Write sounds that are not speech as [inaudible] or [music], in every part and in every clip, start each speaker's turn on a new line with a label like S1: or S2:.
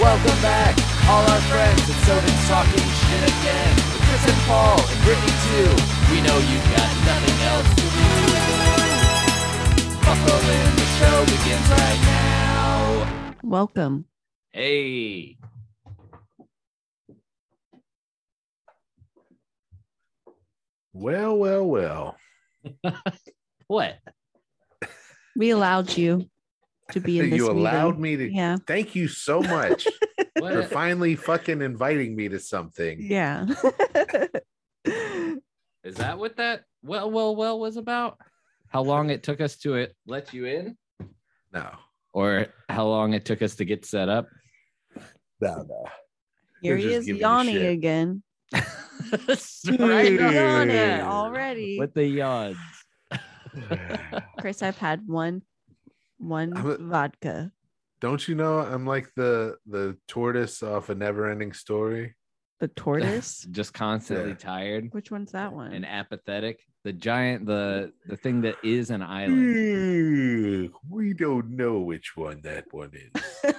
S1: welcome back, all our friends. It's Soden talking shit again. With Chris and Paul and Brittany too. We know you've got nothing else to do. Buckle in, the show begins right now.
S2: Welcome.
S1: Hey,
S3: Well, well, well.
S1: what?
S2: We allowed you to be in this
S3: [laughs] you
S2: meeting.
S3: allowed me to.
S2: Yeah.
S3: Thank you so
S2: [laughs]
S3: much for
S1: What?
S3: finally fucking inviting me to something. [laughs]
S2: Yeah.
S1: Is that what that well, well, well was about? How long it took us to it let you in,
S3: No,
S1: or how long it took us to get set up? [laughs]
S3: no, no.
S2: Here
S3: They're
S2: he
S3: just
S2: is
S3: giving you
S2: yawning
S3: shit.
S2: again.
S1: Right?
S3: Dude.
S2: Yawning already.
S1: What the yawns?
S2: Chris, I've had one one
S3: I'm a-
S2: vodka.
S3: [sighs] Don't you know I'm like the the tortoise off a never ending story?
S2: The
S3: [laughs]
S2: tortoise.
S1: just constantly
S3: Yeah.
S1: tired
S2: Which one's that one? [laughs]
S1: and apathetic. The giant, the the thing that is an island.
S3: Ugh, we don't know which one that one
S2: [laughs]
S3: is.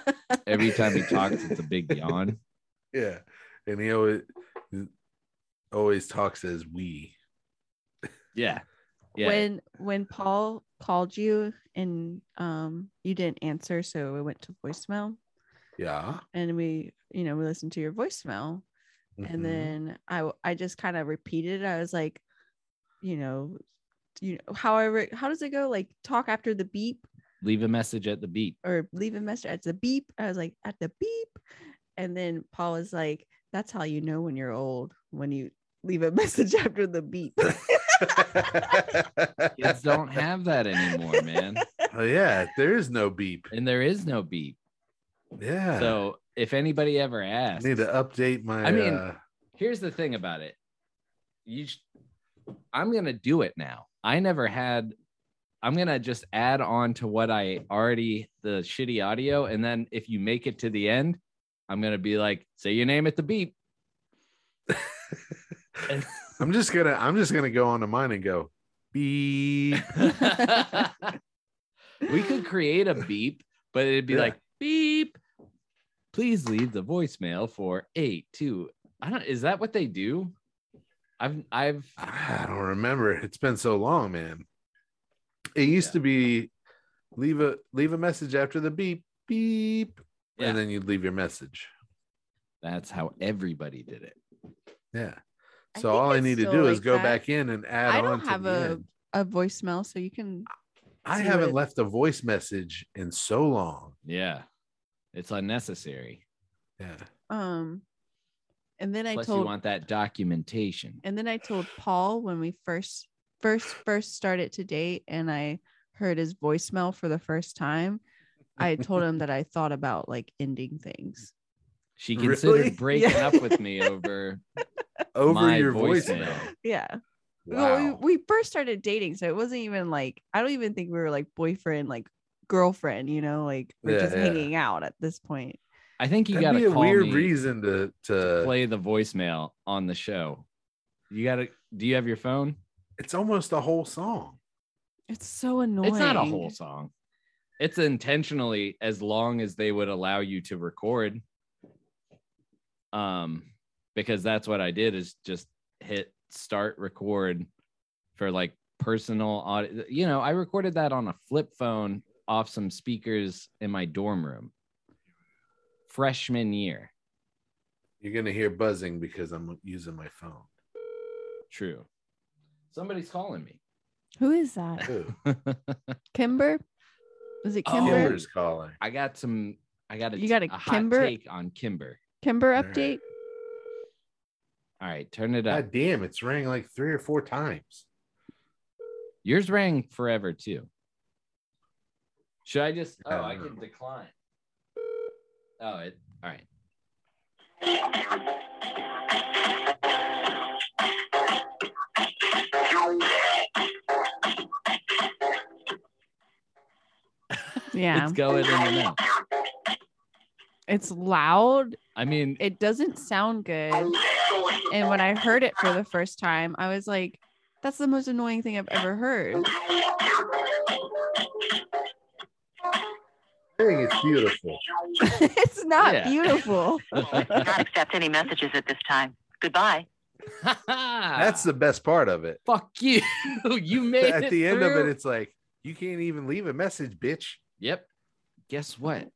S1: Every time he talks, it's a big yawn.
S3: yeah. And he always always talks as we.
S1: Yeah, yeah.
S2: When when Paul called you and um you didn't answer, so it went to voicemail
S3: Yeah.
S2: and we you know we listened to your voicemail
S3: Mhm.
S1: Mm-hmm.
S2: and then I w- I just kind of repeated. it. I was like, you know, you know, however, how does it go? Like talk after the beep
S1: Leave a message at the beat.
S2: or leave a message at the beep. I was like at the beep, and then Paul was like, "That's how you know when you're old when you leave a [laughs] message after the beep."
S3: [laughs]
S1: Kids don't have that anymore, man.
S3: Mm-hmm. Oh, yeah, there is no beep.
S1: And there is no beat.
S3: Yeah.
S1: So if anybody ever
S3: I
S1: asks,
S3: need to update my
S1: I mean-
S3: uh,
S1: here's the thing about it you sh- i'm gonna do it now i never had i'm gonna just add on to what i already the shitty audio and then if you make it to the end i'm gonna be like say your name at the beep And-
S3: I'm just gonna I'm just gonna go onto mine and go beep. [laughs]
S1: we could create a beep but it'd be
S3: Yeah.
S1: like beep please leave the voicemail for eight two i don't is that what they do i've i've
S3: I don't remember. It's been so long, man. It used
S1: Yeah.
S3: to be leave a leave a message after the beep beep,
S1: Yeah.
S3: and then you'd leave your message.
S1: that's how everybody did it
S3: Yeah.
S2: I
S3: So
S2: think
S3: all I
S2: it's
S3: need to
S2: still
S3: do is
S2: like
S3: go
S2: that.
S3: back in and add
S2: I
S3: on.
S2: don't
S3: to
S2: have
S3: the
S2: a
S3: end.
S2: [laughs] a voicemail, so you can.
S3: I
S2: see what
S3: haven't
S2: it-
S3: left a voice message in so long.
S1: Yeah. It's unnecessary.
S3: Yeah.
S2: Um, and then I
S1: Plus,
S2: told
S1: you want that documentation.
S2: And then I told Paul when we first first first started to date and I heard his voicemail for the first time, I told him that I thought about like ending things.
S1: She
S3: Really?
S1: considered
S3: [laughs]
S1: breaking
S2: Yeah.
S1: up with me over
S3: Over
S1: my
S3: your
S1: voicemail.
S3: voicemail.
S2: Yeah. Well,
S3: Wow.
S2: we, we first started dating, so it wasn't even like I don't even think we were like boyfriend, like girlfriend, you know, like we're
S3: Yeah,
S2: just
S3: yeah.
S2: hanging out at this point.
S1: I think you got
S3: That'd be
S1: to
S3: a
S1: call
S3: weird
S1: me
S3: reason to
S1: to
S3: to.
S1: play the voicemail on the show. You got to. Do you have your phone?
S3: It's almost a whole song.
S2: It's so annoying.
S1: It's not a whole song. It's intentionally as long as they would allow you to record. Um, because that's what I did is just hit start record for like personal audio. You know, I recorded that on a flip phone off some speakers in my dorm room. Freshman year,
S3: You're gonna hear buzzing because I'm using my phone.
S1: true. Somebody's calling me. [laughs]
S2: Who is that?
S3: Ooh,
S2: Kimber? Is it
S1: Oh.
S2: Kimber?
S3: Kimber's calling.
S1: I got some. I got a,
S2: You got a
S1: a
S2: Kimber?
S1: hot take on Kimber.
S2: Kimber
S3: All right.
S2: update?
S1: All right, turn it up.
S3: God damn, it's rang like three or four times.
S1: Yours rang forever too. Should I just? Oh, I
S3: Uh.
S1: can decline. Oh, it. All right.
S2: Yeah.
S1: It's going in and out.
S2: it's loud.
S1: I
S2: [laughs]
S1: mean,
S2: it doesn't sound good. And when I heard it for the first time, I was like, that's the most annoying thing I've ever heard.
S3: think it's beautiful.
S2: [laughs] it's not
S1: Yeah. [laughs]
S2: beautiful.
S4: Not accept any messages at this time. Goodbye.
S3: That's the best part of it.
S1: fuck you. [laughs] you made
S3: At
S1: it
S3: the end of
S1: through.
S3: it, it's like you can't even leave a message, bitch.
S1: Yep. Guess what?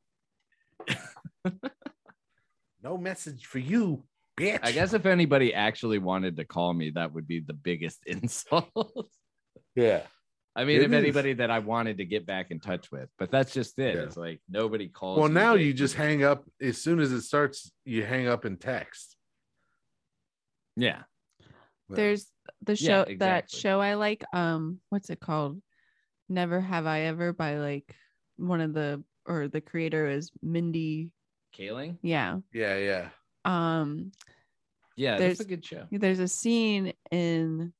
S3: No message for you, bitch.
S1: I guess if anybody actually wanted to call me, that would be the biggest [laughs] insult.
S3: Yeah.
S1: I mean,
S3: It
S1: if
S3: is.
S1: anybody that I wanted to get back in touch with, but that's just it.
S3: Yeah.
S1: It's like nobody calls.
S3: Well,
S1: me,
S3: now
S1: they-
S3: you just hang up as soon as it starts. You hang up and text.
S1: yeah.
S2: There's the show
S1: Yeah,
S2: that
S1: exactly.
S2: show I like. Um, what's it called? Never Have I Ever by like one of the or the creator is Mindy.
S1: Kaling.
S2: Yeah.
S3: yeah, yeah.
S2: Um,
S1: Yeah, that's
S2: There's-
S1: a good show.
S2: there's a scene in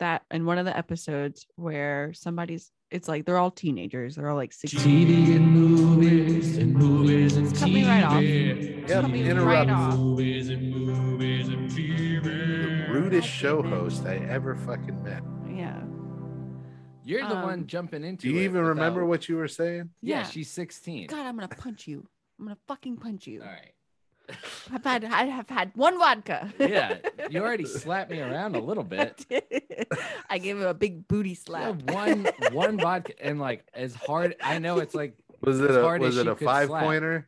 S2: that in one of the episodes where somebody's it's like they're all teenagers. They're all like 16.
S1: TV and movies and movies and
S2: Cut me right off.
S3: Yep,
S2: Coming
S3: interrupt.
S2: right off.
S3: The rudest show host I ever fucking met.
S2: Yeah.
S1: You're the one
S2: Um,
S1: jumping into.
S3: Do you
S1: it
S3: even remember
S1: without-
S3: what you were saying?
S1: Yeah,
S2: Yeah.
S1: she's 16.
S2: God, I'm gonna punch you. I'm gonna fucking punch you.
S1: All right.
S2: I've had I have had one vodka. [laughs]
S1: Yeah, you already slapped me around a little
S2: I
S1: bit.
S2: did. I gave him a big booty
S1: Yeah,
S2: [laughs] slap.
S1: one one vodka and like as hard. I know it's like,
S3: Was it
S1: As
S3: a
S1: hard
S3: was
S1: as
S3: it
S1: you
S3: a
S1: could
S3: five
S1: slap.
S3: pointer?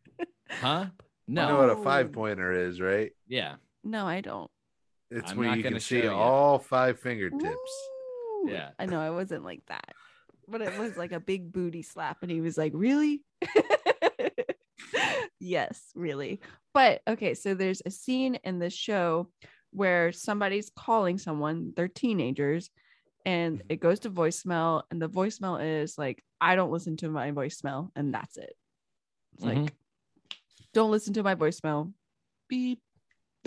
S1: huh?
S3: You
S1: No.
S3: know what a
S2: No.
S3: five pointer is, right?
S1: Yeah.
S2: [laughs] No, I don't.
S3: It's
S1: I'm
S3: where
S1: not
S3: you can
S1: gonna
S3: see
S1: show you.
S3: all five fingertips.
S2: Ooh.
S1: Yeah.
S2: I know I wasn't like that, but it was like a big booty slap, and he was like, "Really?" [laughs] yes, really. But okay, so there's a scene in the show where somebody's calling someone. They're teenagers,
S3: Mm-hmm.
S2: and it goes to voicemail, and the voicemail is like, "I don't listen to my voicemail," and that's it. It's
S1: Mhm.
S2: like,
S3: Mm-hmm.
S2: "Don't listen to my voicemail." Beep. [laughs]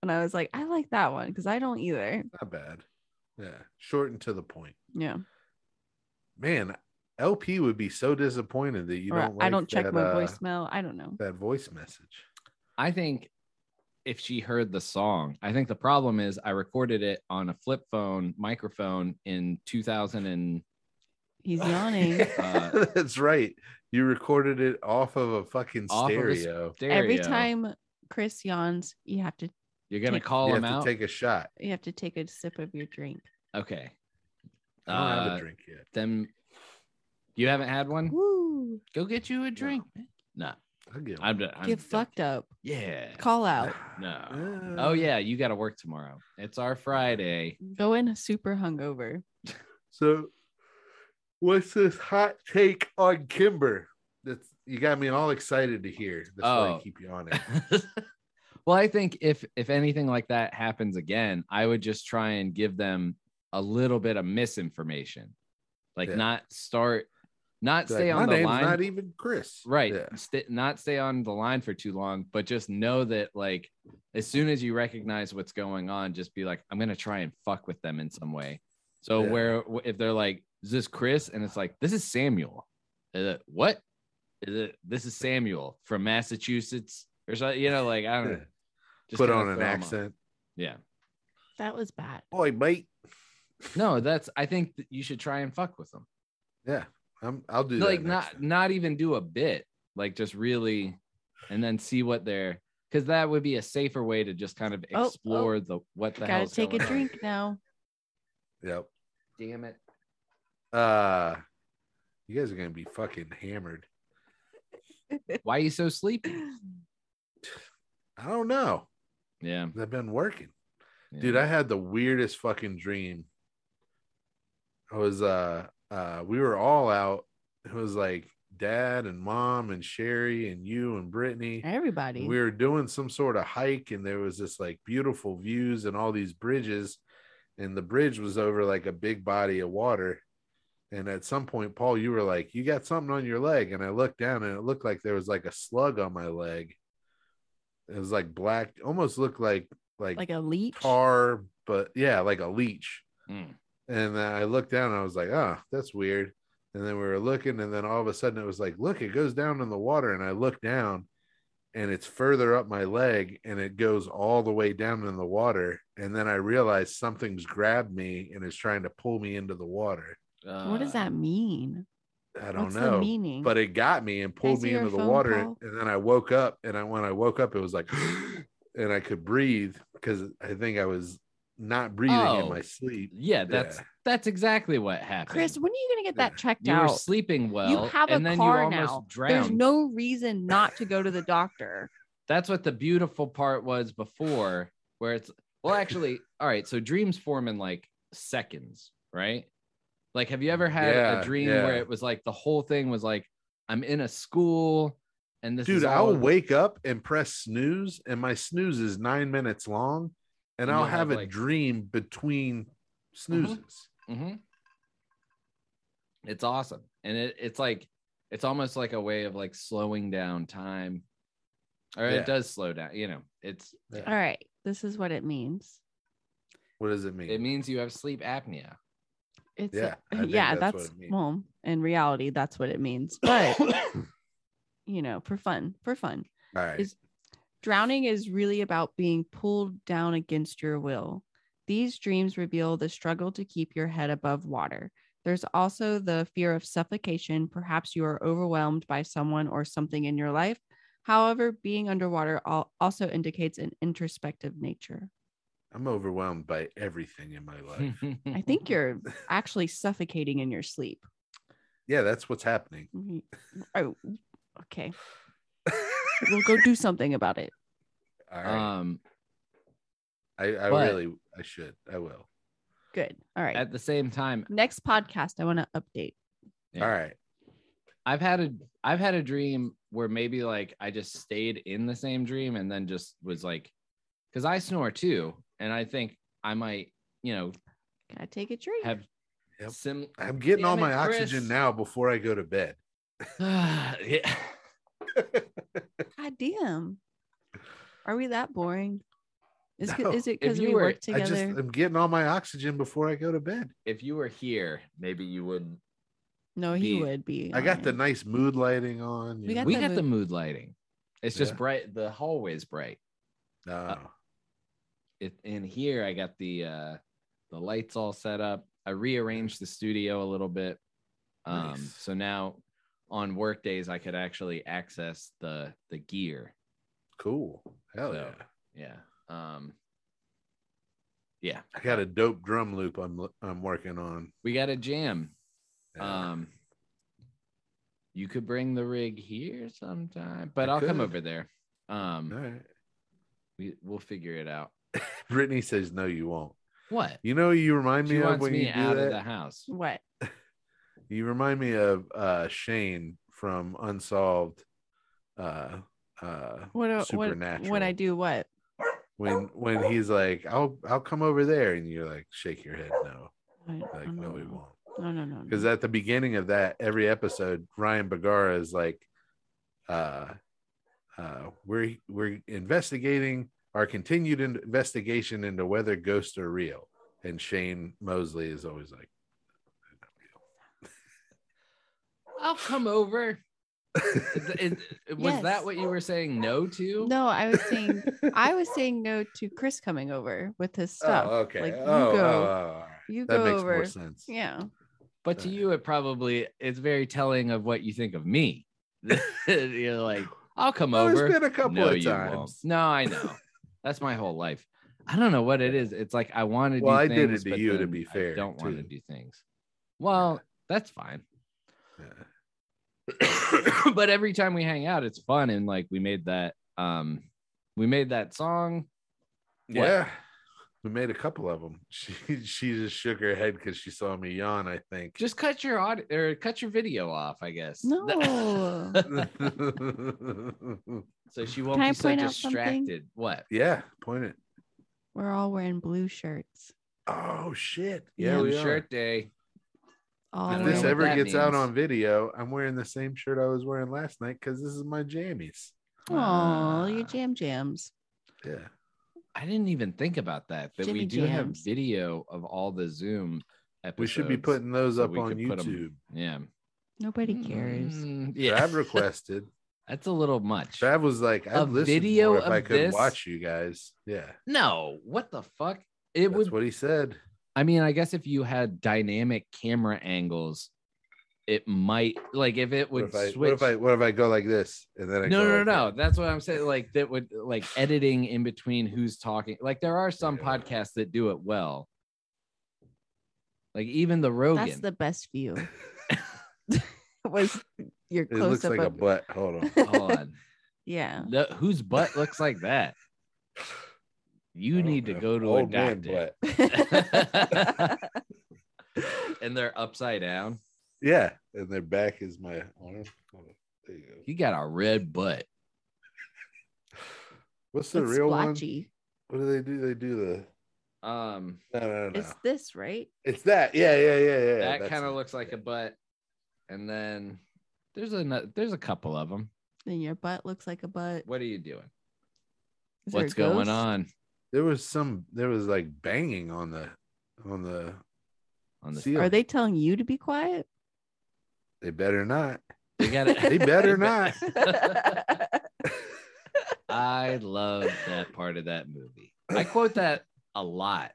S2: and I was like, I like that one because I don't either.
S3: Not bad. Yeah, short and to the point.
S2: Yeah.
S3: Man, LP would be so disappointed that you
S2: or
S3: don't. Like
S2: I don't check
S3: that,
S2: my
S3: uh,
S2: voicemail. I don't
S3: [laughs]
S2: know.
S3: That voice message.
S1: I think if she heard the song, I think the problem is I recorded it on a flip phone microphone in 2000 and
S2: He's [laughs]
S3: [laughs]
S2: yawning.
S1: Uh,
S3: That's right. You recorded it off of a fucking
S1: Off of a s-
S3: stereo.
S1: stereo.
S2: Every time Chris yawns, you have to
S1: you're gonna
S2: take-
S1: call
S3: you
S1: him
S3: have
S1: out.
S3: to take a shot.
S2: you have to take a sip of your drink.
S1: okay.
S3: I don't have
S1: Uh,
S3: a drink yet.
S1: Then you haven't had one.
S2: Woo.
S1: Go get you a drink. man. No,
S3: I'll get
S1: I'm. d- I'm
S2: Get
S1: done.
S2: fucked up.
S1: Yeah.
S2: Call
S3: [laughs]
S2: out.
S1: No.
S3: Uh,
S1: Oh yeah, you got to work tomorrow. It's our Friday. [laughs]
S2: Go in super hungover.
S3: So, what's this hot take on Kimber? That's you got me all excited to hear. That's why
S1: Oh.
S3: I keep
S1: [laughs]
S3: you on it.
S1: well, I think if if anything like that happens again, I would just try and give them a little bit of misinformation, like
S3: Yeah.
S1: not start, not stay
S3: my
S1: on the
S3: name's
S1: line,
S3: not even Chris.
S1: right?
S3: Yeah.
S1: st- not stay on the line for too long, but just know that like as soon as you recognize what's going on, just be like, I'm gonna try and fuck with them in some way. So
S3: Yeah.
S1: where if they're like, is this Chris? And it's like, this is Samuel. Is it what? Is it this is Samuel from Massachusetts or something? You know, like I don't know.
S3: Yeah. Put
S1: kinda
S3: on an
S1: throw 'em off.
S3: accent.
S1: Yeah.
S2: That was bad.
S3: Boy, mate.
S1: No, that's I think that you should try and fuck with them.
S3: Yeah, I'm. I'll do
S1: like
S3: that.
S1: not
S3: next time.
S1: not even do a bit like just really and then see what they're because that would be a safer way to just kind of
S2: Oh, oh.
S1: explore the what the hell
S2: Gotta take a drink [laughs] now.
S3: Yep.
S1: damn it
S3: Uh, you guys are gonna be fucking hammered.
S1: why are you so sleepy
S3: I don't know.
S1: yeah,
S3: I've been working.
S1: yeah.
S3: Dude, I had the weirdest fucking dream. I was uh uh we were all out. It was like dad and mom and Sherry and you and Brittany.
S2: Everybody.
S3: And We were doing some sort of hike and there was this like beautiful views and all these bridges and the bridge was over like a big body of water. And at some point Paul you were like, "You got something on your leg." And I looked down and it looked like there was like a slug on my leg. It was like black, almost looked like like
S2: like a leech.
S3: tar, but yeah, like a leech.
S1: Mm.
S3: And then I looked down and I was like, oh, that's weird. And then we were looking, and then all of a sudden it was like, look, it goes down in the water. And I looked down and it's further up my leg and it goes all the way down in the water. And then I realized something's grabbed me and is trying to pull me into the water.
S1: Uh,
S2: what does that mean?
S3: um, I don't
S2: What's the
S3: know.
S2: meaning?
S3: But it got me and pulled
S2: I
S3: me
S2: see your
S3: into the
S2: phone
S3: water.
S2: call.
S3: And then I woke up and I when I woke up, it was like [gasps] and I could breathe because I think I was not breathing in
S1: Oh.
S3: my sleep.
S1: Yeah, that's
S3: Yeah.
S1: that's exactly what happened.
S2: Chris, when are you gonna get that checked
S1: you were
S2: out?
S1: sleeping well,
S2: have a
S1: and then
S2: car
S1: you almost
S2: now.
S1: drowned.
S2: There's no reason not to go to the
S3: [laughs]
S2: doctor.
S1: that's what the beautiful part was before where it's well actually [laughs] all right so dreams form in like seconds right like have you ever had
S3: Yeah,
S1: a dream
S3: yeah.
S1: where it was like the whole thing was like i'm in a school and this
S3: Dude,
S1: is
S3: I'll
S1: all-
S3: wake up and press snooze, and my snooze is nine minutes long,
S1: And
S3: and I'll
S1: you'll have,
S3: have, a
S1: like- Mm-hmm.
S3: dream between snoozes.
S1: Mhm. it's awesome and it, it's like it's almost like a way of like slowing down time or
S3: Yeah.
S1: it does slow down you know it's
S2: All right, this is what it means.
S3: What does it mean?
S1: it means you have sleep apnea
S2: It's
S3: Yeah,
S2: a- [laughs]
S3: I think
S2: yeah,
S3: that's what
S2: that's,
S3: it means.
S2: well, in reality, that's what it means.
S3: [coughs]
S2: But you know, for fun, for fun,
S3: All right.
S2: is- drowning is really about being pulled down against your will. These dreams reveal the struggle to keep your head above water. There's also the fear of suffocation. Perhaps you are overwhelmed by someone or something in your life. However, being underwater al- also indicates an introspective nature.
S3: I'm overwhelmed by everything in my
S1: [laughs] Hmm.
S3: life.
S2: I think you're actually suffocating in your sleep.
S3: yeah, that's what's happening. [laughs]
S2: Mhm. Oh, okay. We'll go do something about it.
S3: All right.
S1: um
S3: I, I
S1: but-
S3: really I should. I will.
S2: Good. All right.
S1: at the same time
S2: Next podcast, I want to update.
S1: Yeah.
S3: All right.
S1: I've had a I've had a dream where maybe like I just stayed in the same dream and then just was like because I snore too and I think I might you know
S2: Can I take a drink?
S1: have
S3: Yep.
S1: sim [sighs]
S3: I'm getting all
S1: Damn
S3: my
S1: it,
S3: oxygen
S1: Chris.
S3: now before I go to bed.
S1: yeah.
S2: God damn. Are we that boring? Is,
S3: No.
S2: it is it
S1: If
S2: because
S1: you
S2: we
S1: were-
S2: work
S3: I just
S2: together?
S3: I'm getting all my oxygen before I go to bed.
S1: if you were here maybe you would
S2: no, he
S1: be-
S2: would be.
S3: I got the
S2: on it.
S3: nice mood lighting on. you
S2: We got
S1: we
S2: the
S1: got the mood
S2: mood.
S1: lighting it's just
S3: Yeah.
S1: bright the hallway's bright
S3: know.
S1: uh, it, in here I got the uh the lights all set up I rearranged the studio a little bit um
S3: Nice.
S1: so now on work days I could actually access the the gear
S3: cool. Hell
S1: So-
S3: yeah.
S1: yeah um yeah
S3: I got a dope drum loop I'm I'm working on.
S1: we got a jam
S3: Yeah.
S1: um you could bring the rig here sometime but
S3: I
S1: i'll come
S3: could.
S1: over there um
S3: all right.
S1: we, we'll figure it out
S3: Brittany says no, you won't.
S1: what
S3: You know, you remind
S1: she
S3: me of
S1: wants
S3: when
S1: me
S3: you do
S1: out
S3: that.
S1: of the house
S2: What?
S3: You remind me of uh Shane from Unsolved uh uh
S2: What? uh, What?
S3: Supernatural.
S2: When I do what?
S3: when when he's like, I'll I'll come over there and you're like shake your head no.
S2: I- I
S3: Like,
S2: don't
S3: no, we
S1: Oh,
S2: know.
S3: won't.
S2: No, no, no.
S3: Because
S2: no.
S3: at the beginning of that, every episode, Ryan Bagara is like, uh uh we're we're investigating our continued in- investigation into whether ghosts are real. And Shane Mosley is always like [laughs]
S1: i'll come over Is- is- was
S2: Yes.
S1: that what you were saying no to
S2: no, I was
S3: [laughs]
S2: saying I was saying no to Chris coming over with his stuff.
S3: Oh, okay.
S2: Like you
S3: oh,
S2: go,
S3: oh, oh, all right.
S2: you
S3: that
S2: go
S3: makes
S2: over.
S3: more sense.
S2: Yeah.
S1: but to you it probably it's very telling of what you think of me [laughs] you're like i'll come
S3: There's
S1: over
S3: been a couple
S1: no,
S3: of
S1: you won't.
S3: times.
S1: No, I know. That's my whole life. I don't know what it is. It's like I want to
S3: Well,
S1: do
S3: I did it
S1: things,
S3: to
S1: but
S3: you, to
S1: then
S3: be
S1: I
S3: fair,
S1: don't want to
S3: too.
S1: do things. Well, that's
S3: [coughs]
S1: fine. [coughs]
S3: Yeah.
S1: but every time we hang out, it's fun and like we made that um we made that song. What?
S3: Yeah. We made a couple of them. [laughs] She she just shook her head because she saw me yawn. I think.
S1: Just [laughs] cut your audio or cut your video off, I guess.
S2: No.
S1: [laughs] so she won't
S2: Can I
S1: be so
S2: point out something?
S1: distracted. What?
S3: [laughs] yeah, point it.
S2: We're all wearing blue shirts.
S3: Oh shit! Yeah,
S2: Yeah.
S3: we
S1: Blue
S3: are.
S1: shirt day.
S2: All
S1: I
S3: If
S1: don't
S3: this
S1: know what
S3: ever
S1: that
S3: gets out
S1: means.
S3: on video, I'm wearing the same shirt I was wearing last night because this is my jammies.
S2: Oh, your
S1: Ah.
S2: jam jams.
S3: Yeah.
S1: I didn't even think about that. That
S2: Jimmy
S1: we do have
S2: Jams.
S1: video of all the Zoom episodes.
S3: We should be putting those
S1: so
S3: up
S1: we
S3: on
S1: could put 'em-
S3: YouTube.
S1: Yeah.
S2: Nobody cares.
S3: Mm-hmm.
S1: Mm,
S3: Yeah.
S1: [laughs] yeah.
S3: Trav requested.
S1: That's a little much.
S3: Trav was like,
S1: A
S3: "I'd listen
S1: video
S3: more if I
S1: of
S3: could
S1: this?
S3: watch you guys." Yeah,
S1: No, what the fuck? It
S3: that's
S1: would.
S3: what he said.
S1: I mean, I guess if you had dynamic camera angles, it might like if it
S3: What
S1: would
S3: if, I, what
S1: switch
S3: if I what if I go like this and then I
S1: no
S3: go
S1: no
S3: like
S1: no
S3: that?
S1: that's what i'm saying like that would like editing in between who's talking like there are some
S3: Yeah.
S1: podcasts that do it well like even the rogan
S2: That's the best view.
S1: [laughs]
S2: [laughs] was your
S3: It looks
S2: close up
S3: like
S1: [laughs]
S3: a
S2: of
S3: butt. Hold on.
S1: hold on
S2: yeah.
S1: the, whose butt looks like that
S3: I
S1: you
S3: don't
S1: need to
S3: know.
S1: go to
S3: Old
S1: a
S3: man
S1: doctor
S3: butt.
S1: [laughs] and they're upside down
S3: Yeah, and their back is my arm. Hold on. There you go.
S1: you got a red butt
S3: What's the
S2: It's
S3: real
S2: splotchy.
S3: one? What do they do? They do
S1: um
S3: the no, no, no. no. It's,
S2: It's this, right?
S3: that. Yeah, yeah, yeah, yeah.
S1: that
S3: that's
S1: kind
S3: it.
S1: of looks like a butt and then there's a there's a couple of them
S2: Then your butt looks like a butt.
S1: what are you doing
S2: Is there a
S1: what's going
S2: ghost?
S1: on
S3: There was some. There was like banging on the on the.
S1: on the
S3: ceiling.
S2: Are they telling you to be quiet?
S1: [laughs]
S3: They better not.
S1: They got it.
S3: [laughs]
S1: [laughs]
S3: They better not.
S1: I love that part of that movie. I quote that a lot.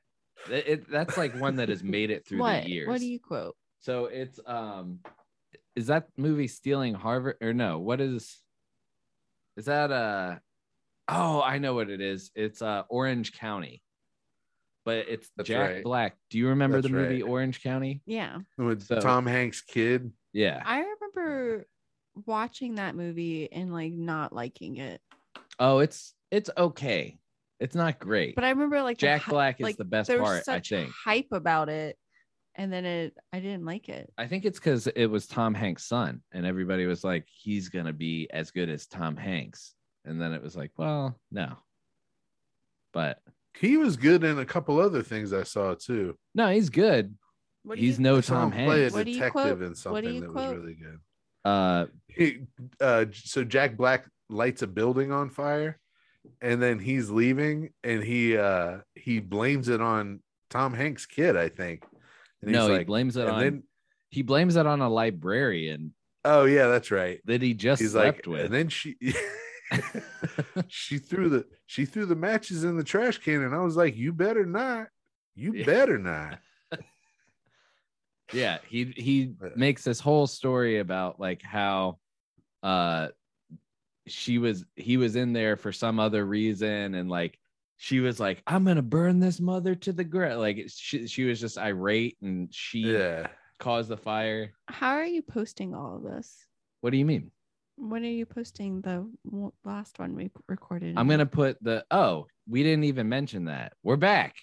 S1: It- it- that's like one that has made it through
S2: what?
S1: the years.
S2: What do you quote?
S1: so it's um, is that movie stealing Harvard or no? What is? Is that uh Oh, I know what it is. It's uh Orange County, but it's
S3: That's
S1: Jack
S3: right.
S1: Black. Do you remember
S3: That's
S1: the movie
S3: right.
S1: Orange County?
S2: Yeah.
S3: With
S1: So-
S3: Tom Hanks' kid.
S1: Yeah.
S2: I remember watching that movie and like not liking it.
S1: Oh, it's it's okay. It's not great.
S2: But I remember like the
S1: Jack
S2: hy-
S1: Black is
S2: like,
S1: the best
S2: there was
S1: part, I
S2: such
S1: think.
S2: hype about it. And then it I didn't like it.
S1: I think it's because it was Tom Hanks' son, and everybody was like, he's gonna be as good as Tom Hanks. And then it was like, well, no. But
S3: He was good in a couple other things I saw too.
S1: no, he's good.
S2: What do
S1: He's
S2: you-
S1: no
S3: I saw
S1: Oh, Tom
S3: him play a
S1: Hanks.
S2: What do you
S3: detective
S2: quote-
S3: in
S2: what do
S3: something
S2: you
S3: that
S2: quote?
S3: was really good.
S1: Uh,
S3: He, uh, so Jack Black lights a building on fire, and then he's leaving, and he uh, he blames it on Tom Hanks' kid, I think. And
S1: no,
S3: he's
S1: he
S3: like,
S1: blames it
S3: and
S1: on
S3: then
S1: he blames it on a librarian
S3: oh yeah, that's right.
S1: that he just
S3: He's like,
S1: slept
S3: and
S1: with.
S3: then she [laughs] she threw the she threw the matches in the trash can, and I was like, you better not, you
S1: Yeah. [laughs]
S3: better not.
S1: yeah, he he
S3: Yeah.
S1: makes this whole story about like how uh she was he was in there for some other reason and like she was like i'm gonna burn this mother to the ground like she, she was just irate and she
S3: Yeah,
S1: caused the fire
S2: How are you posting all of this?
S1: what do you mean
S2: When are you posting the w- last one we recorded?
S1: i'm gonna put the oh we didn't even mention that we're back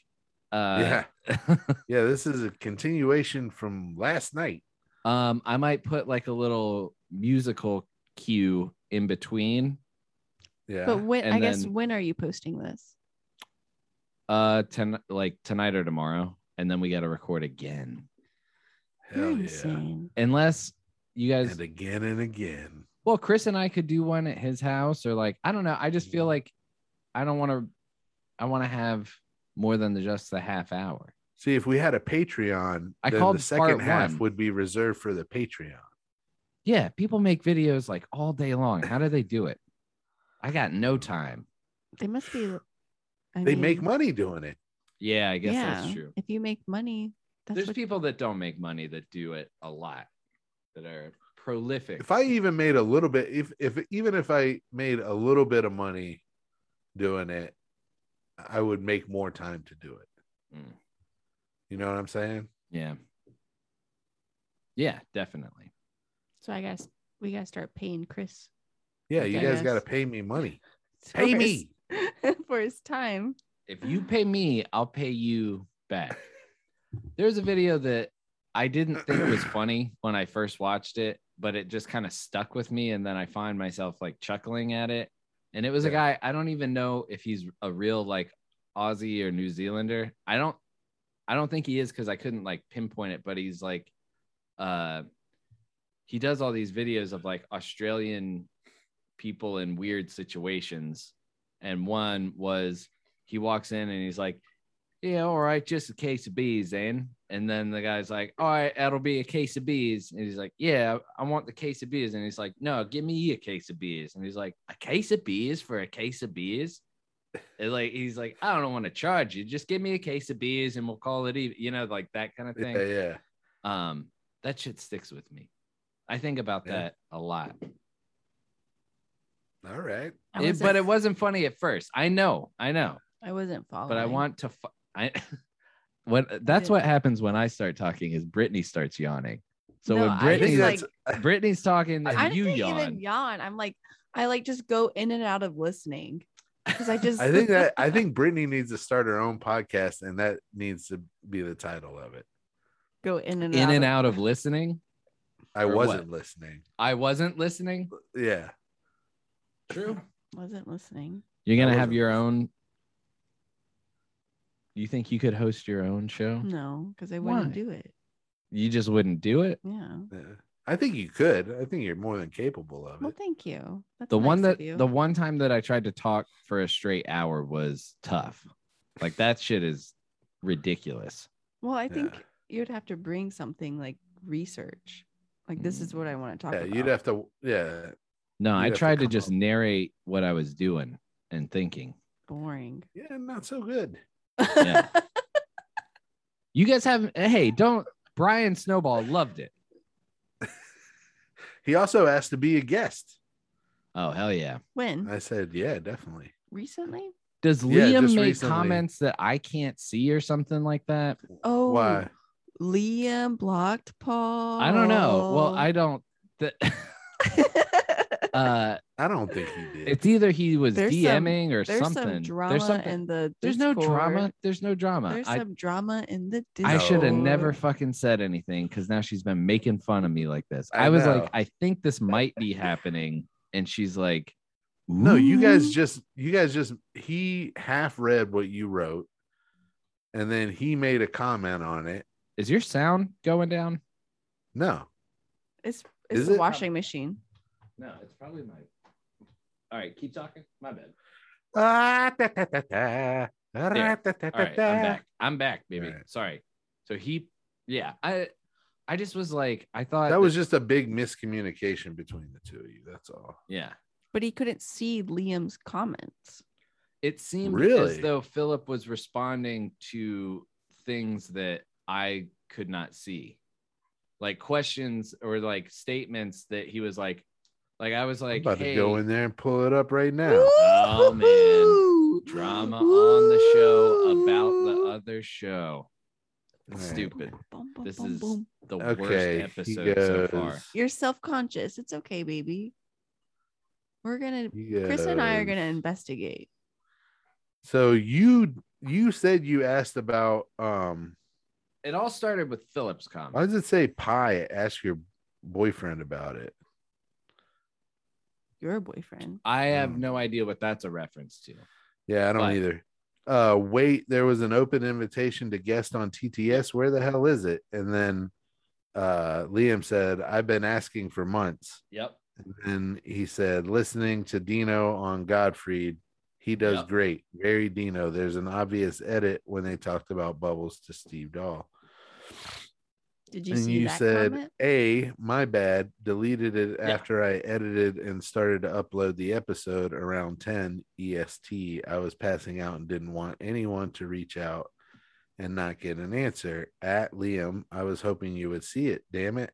S1: uh
S3: yeah,
S1: [laughs]
S3: yeah. This is a continuation from last night.
S1: um i might put like a little musical cue in between
S3: Yeah,
S2: But when
S1: and
S2: I guess
S1: then-
S2: when are you posting this?
S1: uh ten like tonight or tomorrow and then we got to record again
S3: hell
S2: You're
S3: yeah.
S2: insane.
S1: unless you guys
S3: and again and again.
S1: well chris and i could do one at his house or like i don't know i just feel like i don't want to i want to have more than the, just the half hour
S3: See, if we had a Patreon,
S1: I
S3: then
S1: called
S3: the second
S1: part
S3: half
S1: one.
S3: would be reserved for the Patreon.
S1: yeah people make videos like all day long how do they do it i got no time
S2: They must be. [sighs] I
S3: they make
S2: mean,
S3: money doing it.
S1: yeah i guess
S2: yeah,
S1: that's true
S2: If you make money, that's
S1: there's
S2: what,
S1: people that don't make money that do it a lot that are prolific
S3: If I even made a little bit, if if even if I made a little bit of money doing it, I would make more time to do it.
S1: Mm.
S3: You know what I'm saying?
S1: yeah yeah definitely
S2: So I guess we gotta start paying Chris.
S3: Yeah,
S2: Like,
S3: you
S2: I
S3: guys
S2: guess.
S3: got to pay me money.
S2: for
S3: Pay
S2: his-
S3: me.
S2: for his [laughs] time.
S1: if you pay me, I'll pay you back. There's a video that I didn't think was funny when I first watched it, but it just kind of stuck with me. And then I find myself like chuckling at it. And it was a guy, I don't even know if he's a real like Aussie or New Zealander. I don't, I don't think he is because I couldn't like pinpoint it, but he's like, uh, he does all these videos of like Australian people in weird situations. And one was he walks in and he's like, Yeah, all right, just a case of bees, then. And then the guy's like, All right, that'll be a case of bees. And he's like, Yeah, I want the case of beers. And he's like, No, give me a case of beers. And he's like, A case of beers for a case of beers. And like he's like, I don't want to charge you. Just give me a case of beers and we'll call it even, you know, like that kind of
S3: Yeah,
S1: thing.
S3: yeah.
S1: Um, that shit sticks with me. I think about
S3: Yeah.
S1: that a lot.
S3: All right.
S2: I
S1: It-
S2: wasn't-
S1: but it wasn't funny at first. I know, I know,
S2: I wasn't following.
S1: but I want to. Fu- I [laughs] when that's
S2: Yeah.
S1: what happens when I start talking is Brittany starts yawning. So
S2: No,
S1: when
S2: I
S3: I think
S1: Brittany
S2: Brittany's
S3: that's
S1: Brittany's talking,
S2: I
S1: and
S2: didn't
S1: you yawn.
S2: even yawn. I'm like, I like just go in and out of listening because I
S3: [laughs]
S2: just.
S3: I think that I think Brittany needs to start her own podcast and that needs to be the title of it.
S2: [laughs] go in and
S1: in
S2: out
S1: and out of listening.
S3: I
S1: Or
S3: wasn't listening.
S1: I wasn't listening.
S3: Yeah.
S1: True.
S2: Wasn't listening.
S1: You're gonna
S3: I
S1: have
S3: wasn't
S1: your own. You think you could host your own show?
S2: No, because I wouldn't
S1: Mm. Why?
S2: do it.
S1: You just wouldn't do it.
S2: Yeah.
S3: yeah. I think you could. I think you're more than capable of
S2: Well,
S3: it.
S2: thank you. That's
S1: the one
S2: nice of
S1: that
S2: you.
S1: the one time that I tried to talk for a straight hour was tough. Like that shit is ridiculous.
S2: Well, I
S3: Yeah.
S2: think you'd have to bring something like research. Like this
S1: Mm.
S2: is what I want to talk
S3: Yeah,
S2: about.
S3: you'd have to yeah.
S1: No,
S3: You'd
S1: I
S3: have to
S1: tried to
S3: come
S1: just
S3: up-
S1: narrate what I was doing and
S2: [laughs]
S1: thinking.
S2: boring.
S3: Yeah, not so good.
S1: Yeah. You guys have hey, don't Brian Snowball loved it.
S3: He also asked to be a guest.
S1: Oh hell yeah.
S2: when?
S3: I said, Yeah, definitely.
S2: Recently?
S1: Does
S3: Yeah,
S1: Liam
S3: just
S1: make
S3: recently.
S1: comments that I can't see or something like that?
S2: Oh,
S3: Why?
S2: Liam blocked Paul.
S1: I don't know. Well,
S2: [laughs]
S1: I don't the, [laughs] uh
S3: I don't think he did.
S1: it's either he was
S2: There's some-
S1: DMing or
S2: there's
S1: something.
S2: some drama
S1: there's something
S2: in the.
S1: there's no drama.
S2: Discord.
S1: There's no drama.
S2: There's
S1: I-
S2: some drama in the. Discord.
S1: I should have
S3: No.
S1: never fucking said anything because now she's been making fun of me like this. I,
S3: I
S1: was
S3: know.
S1: like, I think this might be happening, and she's like,
S3: No, you guys
S1: "Ooh."
S3: just you guys just he half read what you wrote and then he made a comment on it.
S1: Is your sound going down?
S3: No.
S2: It's it's
S3: Is
S2: the
S3: it?
S2: washing machine.
S1: No, it's probably my. All right, keep talking. My bad.
S3: Ah, da, da, da, da. Ah,
S1: There.
S3: da, da,
S1: All right,
S3: da,
S1: I'm
S3: da.
S1: back. I'm back, baby.
S3: Alright.
S1: Sorry. So he, yeah, I, I just was like, I thought
S3: That was just a big miscommunication between the two of you. That's all.
S1: yeah.
S2: But he couldn't see Liam's comments.
S1: it seemed as
S3: Really?
S1: though Philip was responding to things that I could not see, like questions or like statements that he was like, like I was like,
S3: I'm about
S1: hey,
S3: to go in there and pull it up right now.
S1: Oh, man.
S2: Woo-hoo-hoo!
S1: drama on the show about the uh,
S2: Woo!
S1: other show. It's
S3: Alright.
S1: stupid.
S2: Boom, boom,
S1: This
S2: boom,
S1: is
S2: boom.
S1: the
S3: Okay,
S1: worst
S3: he
S1: episode so far.
S3: goes-
S2: You're self-conscious. It's okay, baby. We're gonna.
S3: He
S2: Chris and I are
S3: goes-
S2: gonna investigate.
S3: So you you said you asked about um
S1: It all started with Philip's
S3: why
S1: comment.
S3: does it say pie? Ask your boyfriend about it.
S2: Your boyfriend.
S1: I have
S3: Hmm.
S1: no idea what that's a reference to.
S3: Yeah, I don't
S1: But-
S3: either. Uh wait, there was an open invitation to guest on TTS. Where the hell is it? And then uh Liam said, I've been asking for months.
S1: Yep.
S3: And he said, listening to Dino on Godfried, he does
S1: Yep.
S3: great. Very Dino. There's an obvious edit when they talked about bubbles to Steve Dahl.
S2: Did you
S3: and
S2: see
S3: you
S2: that
S3: said,
S2: comment?
S3: A, my bad, deleted it
S1: Yeah.
S3: after I edited and started to upload the episode around 10 EST. I was passing out and didn't want anyone to reach out and not get an answer. At Liam, I was hoping you would see it. Damn it.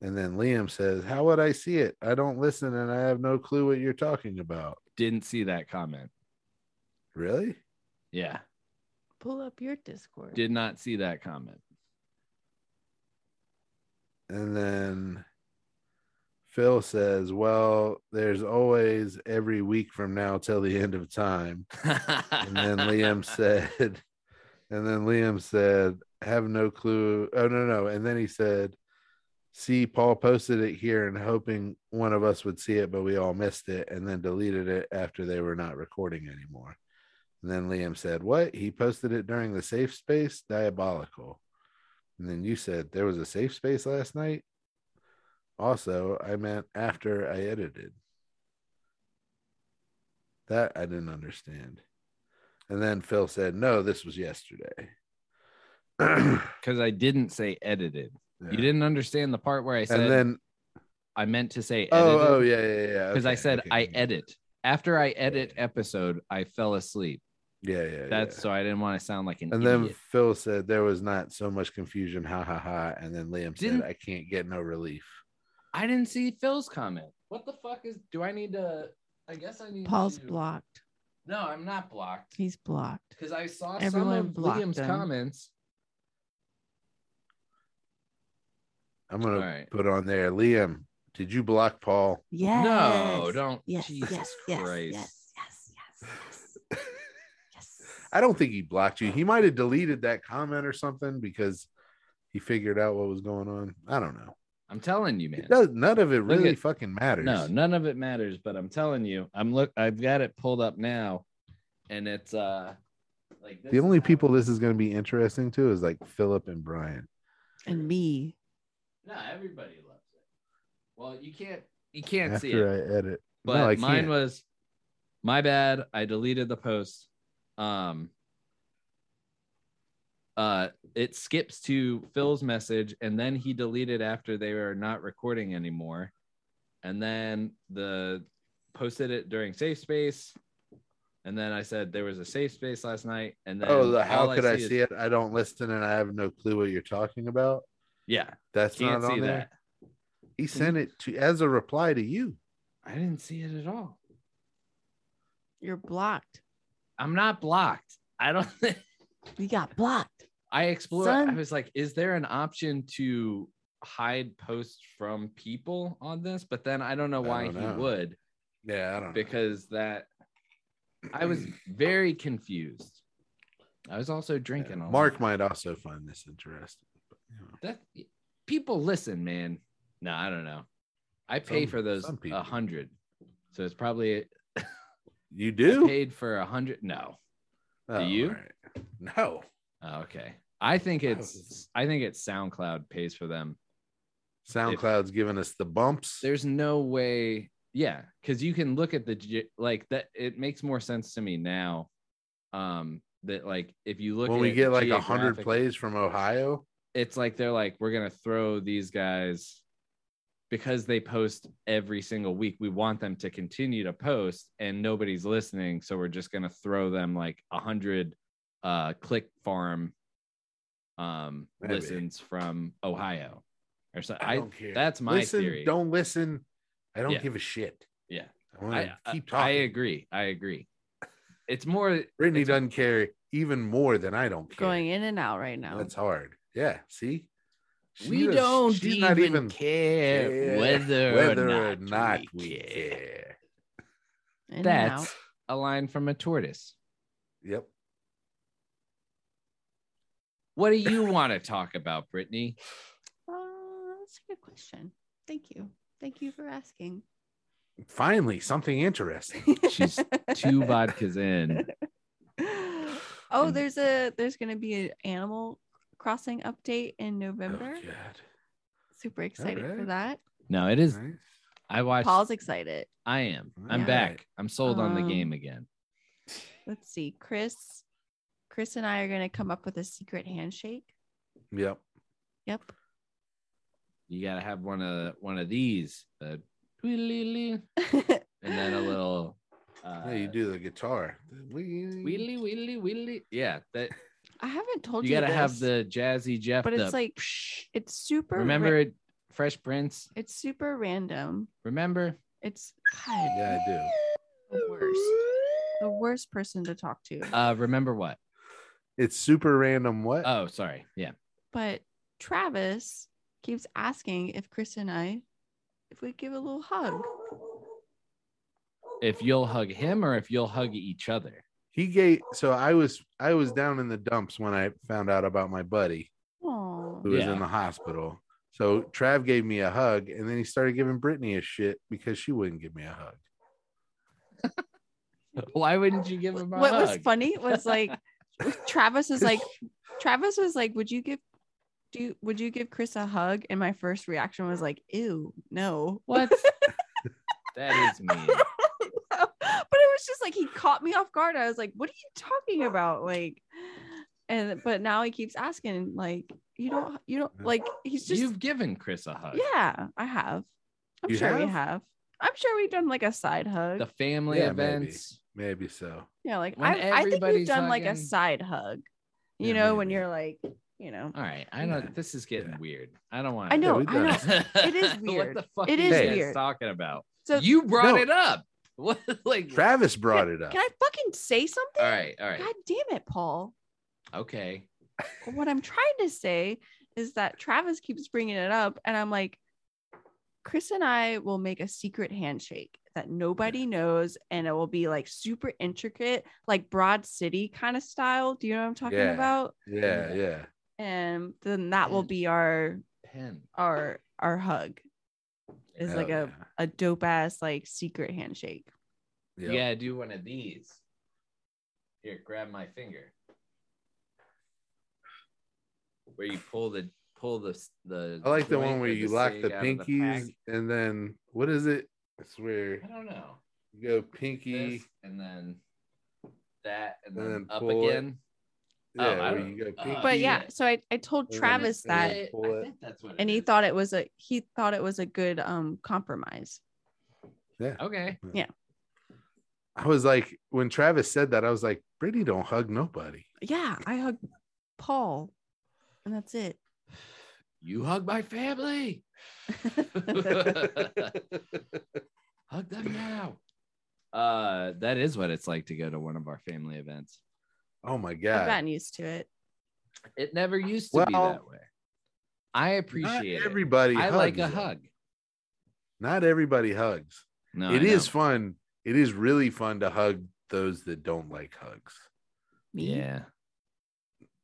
S3: And then Liam says, How would I see it? I don't listen and I have no clue what you're talking about.
S1: Didn't see that comment.
S3: Really?
S1: Yeah.
S2: Pull up your Discord.
S1: Did not see that comment.
S3: And then Phil says, Well, there's always every week from now till the end of time. And then
S1: [laughs]
S3: Liam said, and then Liam said, have no clue. Oh, no, no. And then he said, see, Paul posted it here and hoping one of us would see it, but we all missed it and then deleted it after they were not recording anymore. And then Liam said, what? He posted it during the safe space? Diabolical. And then you said, there was a safe space last night? Also, I meant after I edited. That I didn't understand. And then Phil said, No, this was yesterday. [clears throat] Yeah.
S1: because I didn't say edited. You didn't understand the part where I said
S3: and then
S1: I meant to say
S3: oh,
S1: edited
S3: oh yeah, yeah, yeah.
S1: because I
S3: okay,
S1: said
S3: okay,
S1: I
S3: okay.
S1: edit. After I edit episode, I fell asleep.
S3: Yeah, yeah.
S1: That's
S3: yeah.
S1: so I didn't want to sound like an
S3: and
S1: idiot.
S3: then Phil said there was not so much confusion, ha ha ha. And then Liam
S1: Didn't-
S3: said, I can't get no relief.
S1: I didn't see Phil's comment. What the fuck is? Do I need to? I guess I need.
S2: Paul's
S1: to,
S2: blocked.
S1: No, I'm not blocked
S2: He's blocked.
S1: because I saw
S2: Everyone
S1: some of
S2: blocked
S1: William's
S2: him.
S1: comments.
S3: I'm gonna
S1: All right.
S3: put on there. Liam, did you block Paul? [laughs]
S2: Yes.
S1: No, don't.
S2: Yes.
S1: Jesus
S2: yes. Yes.
S1: Christ.
S2: Yes. Yes. Yes. Yes.
S3: I don't think he blocked you. He might have deleted that comment or something because he figured out what was going on. I don't know.
S1: I'm telling you, man.
S3: It does, none of it
S1: Look
S3: really
S1: at-
S3: fucking matters.
S1: No, none of it matters, but I'm telling you, I'm look I've got it pulled up now and it's uh like this
S3: the only
S1: is how-
S3: people this is going to be interesting to is like Philip and Brian.
S2: And me.
S1: No, everybody loves it. Well, you can't you can't see it.
S3: After I edit, No, I
S1: But mine
S3: can't.
S1: was my bad, I deleted the post. Um uh it skips to Phil's message and then he deleted after they were not recording anymore. And then the posted it during safe space. And then I said there was a safe space last night. And then
S3: oh, the
S1: all
S3: how could I see,
S1: is-
S3: it? I don't listen and I have no clue what you're talking about.
S1: Yeah,
S3: That's
S1: can't
S3: not on
S1: see
S3: there.
S1: that.
S3: He sent it to as a reply to you.
S1: I didn't see it at all.
S2: You're blocked.
S1: I'm not blocked. I don't. [laughs]
S2: You got blocked.
S1: I explored. I
S2: Son.
S1: was like, is there an option to hide posts from people on this? But then I don't know
S3: I
S1: why
S3: don't
S1: he
S3: know.
S1: would
S3: Yeah, I don't.
S1: because that I was
S3: [clears throat]
S1: very confused. I was also drinking. all
S3: Mark
S1: night.
S3: might also find this interesting. But, you know,
S1: that people listen, man. No, I don't know. I pay
S3: Some-
S1: for those
S3: some people.
S1: a hundred, so it's probably
S3: you
S1: I
S3: do?
S1: paid for a hundred. No,
S3: Oh,
S1: you?
S3: all right. No.
S1: Oh, okay. I think it's
S3: was-
S1: I think it's SoundCloud pays for them
S3: SoundCloud's giving us the bumps.
S1: there's no way yeah because you can look at the ge- like that it makes more sense to me now um that like if you look
S3: When
S1: at
S3: we
S1: it
S3: get like a hundred
S1: geographic-
S3: plays from Ohio,
S1: it's like they're like we're gonna throw these guys because they post every single week we want them to continue to post and nobody's listening so we're just gonna throw them like a hundred uh click farm um
S3: Maybe.
S1: listens from ohio or so
S3: I
S1: i,
S3: don't care.
S1: that's my
S3: listen,
S1: theory
S3: Don't listen. I don't
S1: Yeah.
S3: give a shit.
S1: yeah
S3: I want
S1: I,
S3: to keep
S1: I- I
S3: talking.
S1: agree. I agree. It's more
S3: Brittany
S1: it's-
S3: doesn't care even more than I don't care.
S2: Going in and out right now.
S3: That's hard. Yeah. See, She
S1: we
S3: does-
S1: don't
S3: she's
S1: even,
S3: not even
S1: care
S3: care
S1: whether,
S3: whether
S1: or,
S3: or not
S1: we
S3: we
S1: care.
S3: care.
S2: In and out.
S1: That's a line from a tortoise.
S3: Yep.
S1: What do you want to talk about, Brittany?
S2: Uh, that's a good question. Thank you. Thank you for asking.
S3: Finally, something interesting.
S2: [laughs]
S1: She's Two vodkas in.
S2: Oh,
S1: and-
S2: there's a there's gonna be an Animal Crossing update in
S3: Oh,
S2: November.
S3: God.
S2: Super excited for
S3: Alright.
S2: that.
S1: No, it is.
S3: Nice.
S1: I watched.
S2: Paul's excited.
S1: I am. I'm
S2: Yeah.
S1: back. I'm sold on the
S2: Um,
S1: game again.
S2: Let's see, Chris. Chris and I are gonna come up with a secret handshake.
S3: Yep.
S2: Yep. [laughs]
S1: You gotta have one of one of these. The and
S2: and
S1: then a little. Uh,
S3: Yeah, you do the guitar. We
S1: Wheelie, wheelie, wheelie. Yeah, that
S2: I haven't told
S1: you
S2: you.
S1: gotta have
S2: this,
S1: the jazzy Jeff.
S2: But it's
S1: the
S2: like it's super. ra-
S1: remember it, Fresh Prince.
S2: It's super random.
S1: Remember
S2: It's God,
S3: Yeah, I do.
S1: [laughs]
S2: the worst. The worst person to talk to.
S1: uh remember what
S3: It's super random. What?
S1: oh sorry yeah
S2: But Travis keeps asking if Chris and I, if we give a little hug.
S1: if you'll hug him or if you'll hug each other [laughs]
S3: he gave. So I was I was down in the dumps when I found out about my buddy
S2: Aw.
S3: who was
S1: Yeah.
S3: in the hospital. So Trav gave me a hug, and then he started giving Brittany a shit because she wouldn't give me a hug.
S1: why wouldn't you give him a
S2: What
S1: hug
S2: was funny was
S3: [laughs]
S2: like Travis is like Travis was like, would you give do you, would you give Chris a hug? And my first reaction was like, ew, no. [laughs]
S1: what that is mean
S2: but it was just like he caught me off guard. I was like, what are you talking about? Like and but now he keeps asking, like, you don't you don't like he's just
S1: you've given chris a hug
S2: Yeah, I have. I'm
S3: You
S2: sure we
S3: have?
S2: have. I'm sure we've done like a side hug.
S1: the family
S3: Yeah, maybe.
S1: events
S3: Maybe so.
S2: yeah, like
S1: when
S2: I, I think we've
S1: everybody's
S2: done like a
S1: hugging-
S2: side hug. You
S3: Yeah,
S2: know, when
S3: maybe.
S2: you're like you know.
S1: All right. I know
S3: Yeah.
S1: this is getting
S3: Yeah.
S1: weird. I don't want
S2: I know,
S3: we've
S2: I
S3: done
S2: know.
S3: it.
S2: It is
S1: [laughs]
S2: weird.
S1: what the fuck
S2: It
S1: you
S2: is
S1: guys
S2: weird.
S1: talking about?
S2: So
S1: you brought
S3: No.
S1: it up. [laughs] What like
S3: Travis brought it up.
S2: can I fucking say something?
S1: all right, all right.
S2: God damn it, Paul.
S1: Okay.
S2: What I'm trying to say is that Travis keeps bringing it up, and I'm like, Chris and I will make a secret handshake that nobody knows, and it will be like super intricate, like Broad City kind of style. Do you know what I'm talking
S3: Yeah.
S2: about?
S3: yeah, yeah.
S2: And then that will
S1: Yeah.
S2: be our
S1: Pen.
S2: our our hug. It's
S3: Hell
S2: like a
S3: yeah.
S2: a dope ass like secret handshake.
S1: Yeah,
S3: Yep.
S1: do one of these. Here, grab my finger. Where you pull the pull the s- the
S3: I like the
S1: joint
S3: one where
S1: or
S3: you lock
S1: sig
S3: the
S1: out of
S3: pinkies
S1: pack.
S3: and then what is it? It's where
S1: I don't know.
S3: you go pinky.
S1: This, and then that and
S3: And
S1: then,
S3: then
S1: up
S3: pull it.
S1: again. Oh,
S3: Yeah,
S1: I
S3: where
S1: don't-
S3: you go
S1: uh,
S3: pinky.
S2: But yeah,
S1: Yeah. Oh,
S2: so I, I told
S3: Or
S2: Travis
S3: Yeah,
S2: that
S3: anything.
S1: I
S3: pull it.
S1: think that's what it
S2: and he
S1: is.
S2: thought it was a he thought it was a good um compromise.
S3: yeah.
S1: Okay.
S3: I was like, when Travis said that, I was like, Brittany don't hug nobody.
S2: Yeah, I hugged Paul, and that's it.
S1: You hug my
S3: [laughs]
S1: family. [laughs] hug them now. Uh that is what it's like to go to one of our family events.
S3: Oh my
S2: I've
S3: god.
S2: gotten used to it.
S1: It never used to be
S3: Well,
S1: that way. I appreciate
S3: Not
S1: it.
S3: everybody.
S1: I like a
S3: hugs, though.
S1: hug.
S3: Not everybody hugs.
S1: No,
S3: It is
S1: I know.
S3: fun. It is really fun to hug those that don't like hugs.
S2: Me?
S1: Yeah.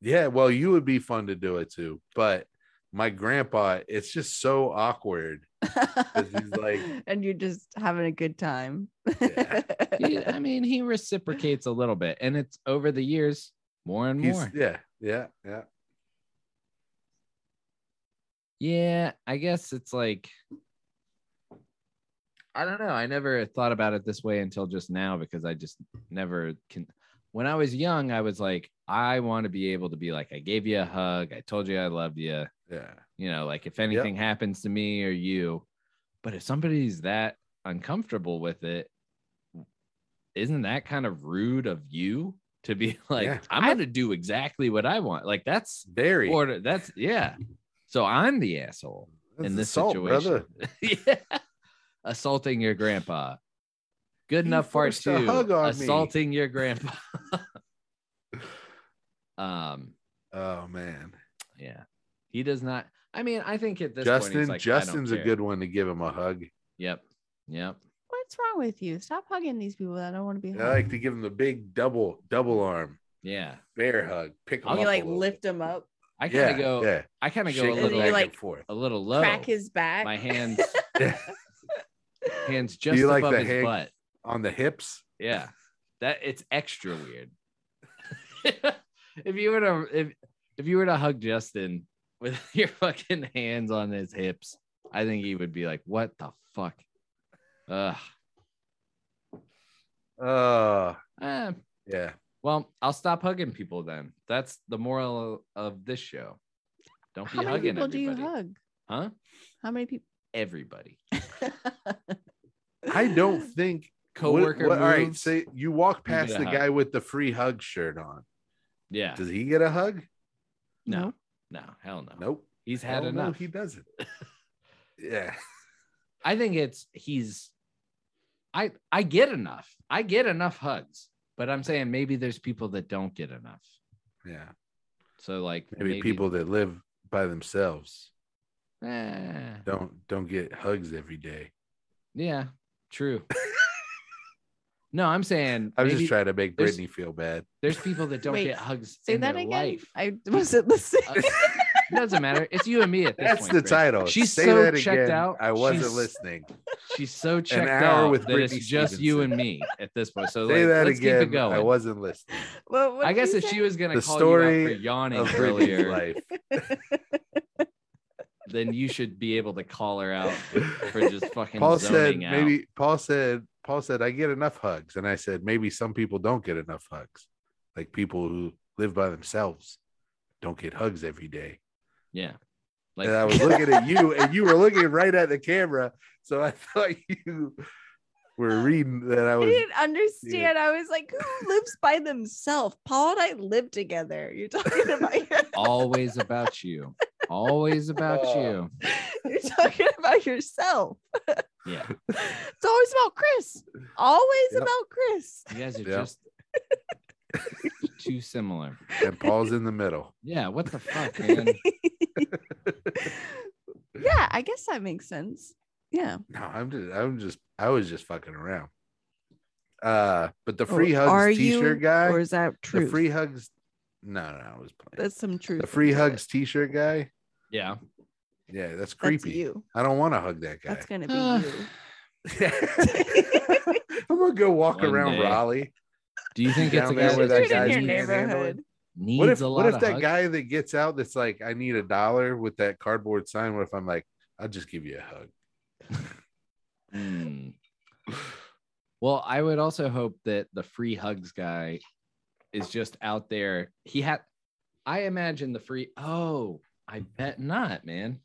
S3: Yeah, well, you would be fun to do it too, but my grandpa, it's just so
S1: [laughs]
S3: awkward. he's like-
S2: [laughs] and you're just having a good time. [laughs]
S3: Yeah.
S1: He- I mean, he reciprocates a little bit, and it's over the years more and
S3: He's-
S1: more.
S3: yeah, yeah, yeah.
S1: Yeah, I guess it's like I don't know. I never thought about it this way until just now because I just never can when I was young, I was like, I want to be able to be like, I gave you a hug, I told you I loved you,
S3: Yeah.
S1: you know, like if anything happens to me or you. But if somebody's that uncomfortable with it, isn't that kind of rude of you to be [laughs] like,
S3: Yeah.
S1: I'm gonna do exactly what I want? Like that's
S3: Very.
S1: order. That's yeah. So I'm the asshole in this situation. [laughs] yeah. Assaulting your grandpa. Good
S3: You
S1: enough part
S3: forced a
S1: two.
S3: hug on me.
S1: assaulting your grandpa. [laughs] um,
S3: Oh man.
S1: yeah. He does not. I mean, I think at this point,
S3: Justin,
S1: he's like, "I don't
S3: Justin's a
S1: care."
S3: good one to give him a hug.
S1: Yep. Yep.
S2: What's wrong with you? Stop hugging these people that don't want to be
S3: I like to give him the big double double arm
S1: Yeah.
S3: bear hug. Pick him
S1: I'll
S3: up.
S1: be
S2: you
S3: a
S2: like
S3: little
S2: lift
S3: bit.
S2: him up,
S1: I kind of
S3: Yeah,
S1: go.
S3: Yeah.
S1: I kind of go
S3: Shake
S1: a
S3: him
S2: And
S1: little,
S2: you,
S3: back
S2: like,
S3: and forth.
S1: a little low.
S2: crack his back.
S1: My
S2: [laughs]
S1: hands, [laughs] hands
S3: you
S1: just
S3: like
S1: above
S3: the
S1: his
S3: hand-
S1: butt.
S3: [laughs] on the hips.
S1: Yeah. That it's extra weird. [laughs] if you were to if if you were to hug Justin with [laughs] your fucking hands on his hips, I think he would be like, "What the fuck?" Ugh.
S3: Uh
S1: Eh,
S3: yeah.
S1: well, I'll stop hugging people then. That's the moral of this show. Don't be
S2: How many
S1: hugging
S2: people do
S1: everybody.
S2: you hug?
S1: Huh?
S2: How many people?
S1: Everybody.
S3: I
S2: [laughs]
S3: don't think
S1: [laughs] Coworker
S3: what- what- all right,
S1: moves.
S3: say you walk
S1: you get
S3: past
S1: a
S3: the
S1: hug.
S3: guy with the free hug shirt on.
S1: yeah.
S3: Does he get a hug?
S1: No. No. Hell no.
S3: Nope.
S1: He's had
S3: Hell
S1: enough.
S3: No,
S1: [laughs]
S3: he doesn't. yeah.
S1: I think it's he's I I get enough. I get enough hugs, but I'm saying maybe there's people that don't get enough.
S3: Yeah.
S1: So like
S3: Maybe, people that live by themselves
S1: Eh,
S3: don't don't get hugs every day.
S1: yeah, true.
S3: [laughs]
S1: no, I'm saying
S3: I was
S1: maybe
S3: just trying to make
S1: there's-
S3: Brittany feel bad.
S1: there's people that don't
S2: Wait,
S1: get hugs
S2: Say
S1: in
S2: that
S1: their
S2: again.
S1: life.
S2: I [laughs] wasn't listening.
S1: Uh, it doesn't matter. It's you and me at this
S3: That's
S1: point.
S3: the
S1: Chris.
S3: title.
S1: She's
S3: Say
S1: so
S3: that
S1: checked
S3: again.
S1: out.
S3: I wasn't
S1: She's- [laughs]
S3: listening.
S1: She's so checked
S3: hour
S1: out
S3: with
S1: that
S3: Britney
S1: it's just you
S3: Stevenson.
S1: and me at this point. So
S3: Say
S1: like,
S3: that
S1: let's
S3: again.
S1: keep it going.
S3: I wasn't listening.
S2: well, what
S1: I
S2: did
S1: guess
S2: you
S1: if
S2: say?
S1: she was gonna
S3: The
S1: call you out
S3: story
S1: for yawning
S3: Of Brittany's
S1: earlier,
S3: life.
S1: then you should be able to call her
S3: [laughs]
S1: out for just fucking
S3: Paul said
S1: zoning out.
S3: maybe Paul said Paul said I get enough hugs and I said maybe some people don't get enough hugs. Like people who live by themselves don't get hugs every day.
S1: yeah, like [laughs]
S3: [laughs] and I was looking at you and you were looking right at the camera so I thought you were reading that I
S2: I
S3: was
S2: didn't understand. I was like, who lives by themselves? Paul and I live together.
S1: [laughs]
S2: You're talking about your,
S1: Always about you. Always about
S3: Oh.
S2: you're talking about yourself.
S1: you. Yeah.
S2: [laughs] It's always about Chris. Always
S3: Yep.
S2: about Chris.
S1: You guys are
S3: Yeah.
S1: just
S3: [laughs]
S1: too similar.
S3: and Paul's in the middle.
S1: Yeah. What the
S3: [laughs]
S1: fuck, man?
S2: [laughs] yeah, I guess that makes sense. Yeah.
S3: No, I'm just I'm just I was just fucking around. Uh but the
S2: Or
S3: free
S2: Oh, are
S3: hugs t-shirt
S2: you-
S3: guy,
S2: Or is that true?
S3: the free hugs no, no, I was playing.
S2: That's some truth.
S3: The free
S2: into it.
S3: hugs t-shirt guy.
S1: Yeah.
S3: Yeah, that's
S2: That's
S3: creepy.
S2: you.
S3: I don't want to hug that guy.
S2: That's
S1: [sighs]
S2: gonna be
S1: Uh,
S2: you.
S3: [laughs]
S1: [laughs]
S3: I'm gonna go walk
S1: One
S3: around
S1: day.
S3: Raleigh.
S1: Do you think it's a
S3: Down
S1: guy
S3: there where
S1: that
S3: that
S2: You're in
S3: guy's
S2: your
S3: manhandling.
S2: neighborhood.
S1: needs
S3: what if
S1: a lot
S3: what if
S1: of
S3: that
S1: hugs?
S3: guy that gets out that's like I need a dollar with that cardboard sign? What if I'm like I'll just give you a hug?
S1: Hmm. [sighs] Well, I would also hope that the free hugs guy is just out there. He had, I imagine the free, oh, I bet not, man.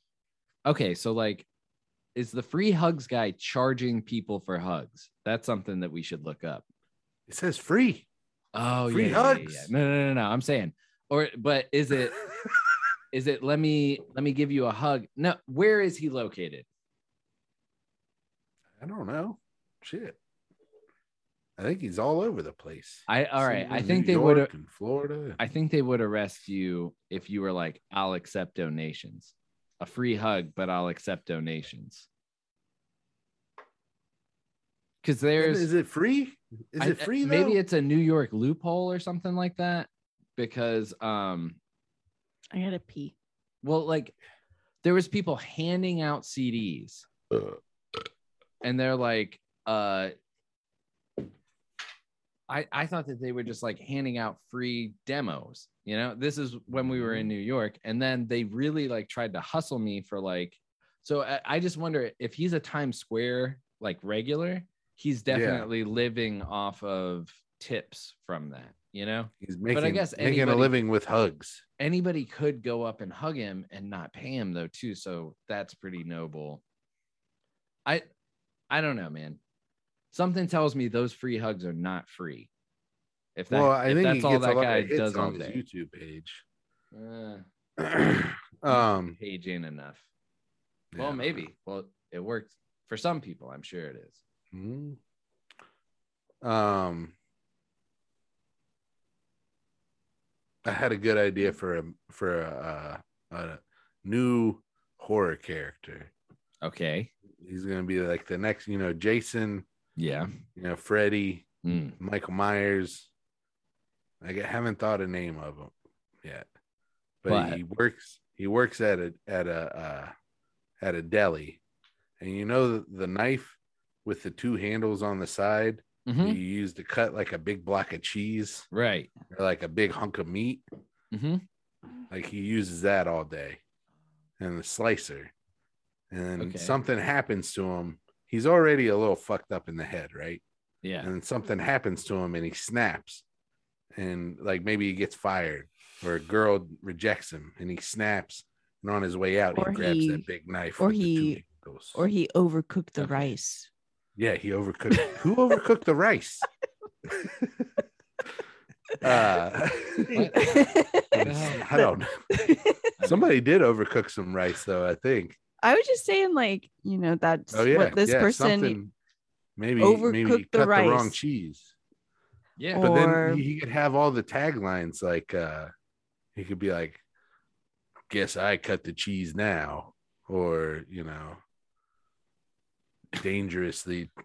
S1: Okay. So, like, is the free hugs guy charging people for hugs? That's something that we should look up.
S3: It says free.
S1: Oh, yeah,
S3: Free
S1: yeah, yeah,
S3: hugs.
S1: yeah. No, no, no, no. I'm saying, or, but is it, is it, let me, let me give you a hug? No, where is he located?
S3: [laughs] I don't know. Shit. I think he's all over the place.
S1: I, all right.
S3: Somewhere
S1: I
S3: in
S1: think
S3: New
S1: they would have,
S3: York and Florida.
S1: I think they would arrest you if you were like, I'll accept donations. A free hug, but I'll accept donations. Because there's
S3: is it free? Is
S1: I- uh,
S3: it free? Though?
S1: maybe it's a New York loophole or something like that. Because um,
S2: I gotta pee.
S1: well, like there was people handing out CDs
S3: Uh,
S1: and they're like, uh I, I thought that they were just like handing out free demos. You know, this is when we were in New York. And then they really like tried to hustle me for like, so I, I just wonder if he's a Times Square like regular, he's
S3: Yeah.
S1: definitely living off of tips from that, you know?
S3: he's making.
S1: guess
S3: making a
S1: anybody-
S3: living with hugs.
S1: anybody could go up and hug him and not pay him though too so that's pretty noble i i don't know man something tells me those free hugs are not free if, that,
S3: well, I
S1: if
S3: think
S1: that's
S3: he
S1: all
S3: gets
S1: that
S3: a lot
S1: guy
S3: of hits
S1: does all
S3: on his
S1: day
S3: YouTube page.
S1: uh,
S3: [clears throat] um,
S1: page ain't enough
S3: yeah.
S1: well maybe well it worked for some people i'm sure it is
S3: Hmm. Um, I had a good idea for a for a, uh, a new horror character.
S1: okay
S3: He's gonna be like the next, you know, Jason,
S1: yeah
S3: you know, Freddy,
S1: Mm.
S3: Michael Myers. Like I haven't thought a name of him yet, but,
S1: But-
S3: he works. He works at a at a uh, at a deli, and you know the, the knife with the two handles on the side that
S1: Mhm.
S3: you use to cut like a big block of cheese
S1: right
S3: or like a big hunk of meat.
S1: hmm
S3: Like he uses that all day and the slicer. And then
S1: Okay.
S3: something happens to him. He's already a little fucked up in the head, right?
S1: yeah
S3: And then something happens to him and he snaps. And like maybe he gets fired or a girl rejects him and he snaps. And on his way out,
S2: Or
S3: he grabs
S2: he-
S3: that big knife.
S2: or
S3: with the two
S2: he-
S3: handles.
S2: Or he overcooked the
S1: Okay.
S2: [laughs] rice.
S3: yeah, he
S2: [laughs]
S3: overcooked. Who overcooked the rice? uh, [laughs] I don't know. Somebody did overcook some rice, though. I think.
S2: I was just saying, like, you know, that's
S3: Oh yeah,
S2: what this
S3: yeah,
S2: person
S3: something- maybe maybe he
S2: overcooked the
S3: cut the wrong
S2: rice.
S3: cheese.
S1: yeah
S2: Or-
S3: But
S2: Or-
S3: then he he could have all the taglines like uh he could be like, "Guess I cut the cheese now," or you know, dangerously. [laughs]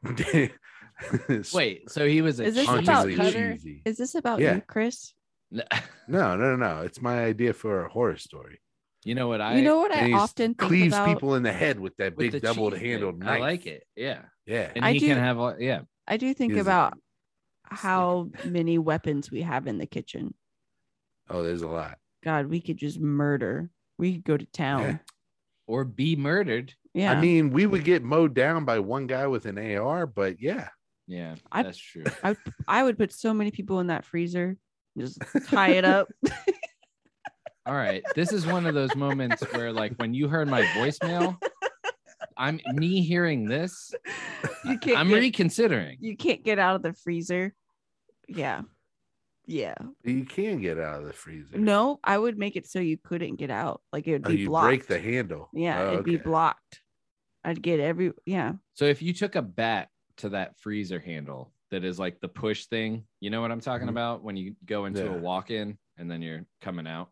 S1: wait so he was a
S2: Is this
S1: cheese
S2: about
S3: hauntingly
S2: cutter?
S1: cutter
S3: cheesy.
S2: is this about
S3: Yeah.
S2: you, Chris?
S3: No, no, no, no. It's my idea for a horror story.
S1: [laughs] you know what i
S2: you know what
S3: And
S2: I
S3: he's-
S2: often think
S3: Cleaves
S2: about.
S3: people in the head with that
S1: with
S3: big
S1: the
S3: double
S1: cheese
S3: handled
S1: thing.
S3: knife.
S1: I like it. Yeah.
S3: Yeah.
S1: And
S2: I
S1: he
S2: do-
S1: can have all yeah.
S2: I do think
S3: Is-
S2: about
S3: like-
S2: how many weapons we have in the kitchen.
S3: Oh, there's a lot.
S2: God, we could just murder. We could go to
S3: [laughs]
S2: town.
S1: Or be murdered.
S2: Yeah, I,
S3: I mean, we would get mowed down by one guy with an AR, but yeah,
S1: Yeah,
S2: I-
S1: that's true.
S2: would put so many people in that freezer, just tie it
S3: [laughs]
S2: up.
S1: All right. This is one of those moments where like when you heard my voicemail, I'm me hearing this
S2: you can't
S1: I'm
S2: get,
S1: reconsidering.
S2: you can't get out of the freezer. Yeah. Yeah.
S3: You can get out of the freezer.
S2: No, I would make it so you couldn't get out. Like it would
S3: Oh,
S2: be
S3: you
S2: blocked.
S3: break the handle.
S2: yeah,
S3: Oh,
S2: it'd be
S3: okay.
S2: blocked. I'd get every yeah.
S1: So if you took a bat to that freezer handle that is like the push thing, you know what I'm talking
S3: Mhm.
S1: about when you go into
S3: Yeah.
S1: a walk-in and then you're coming out.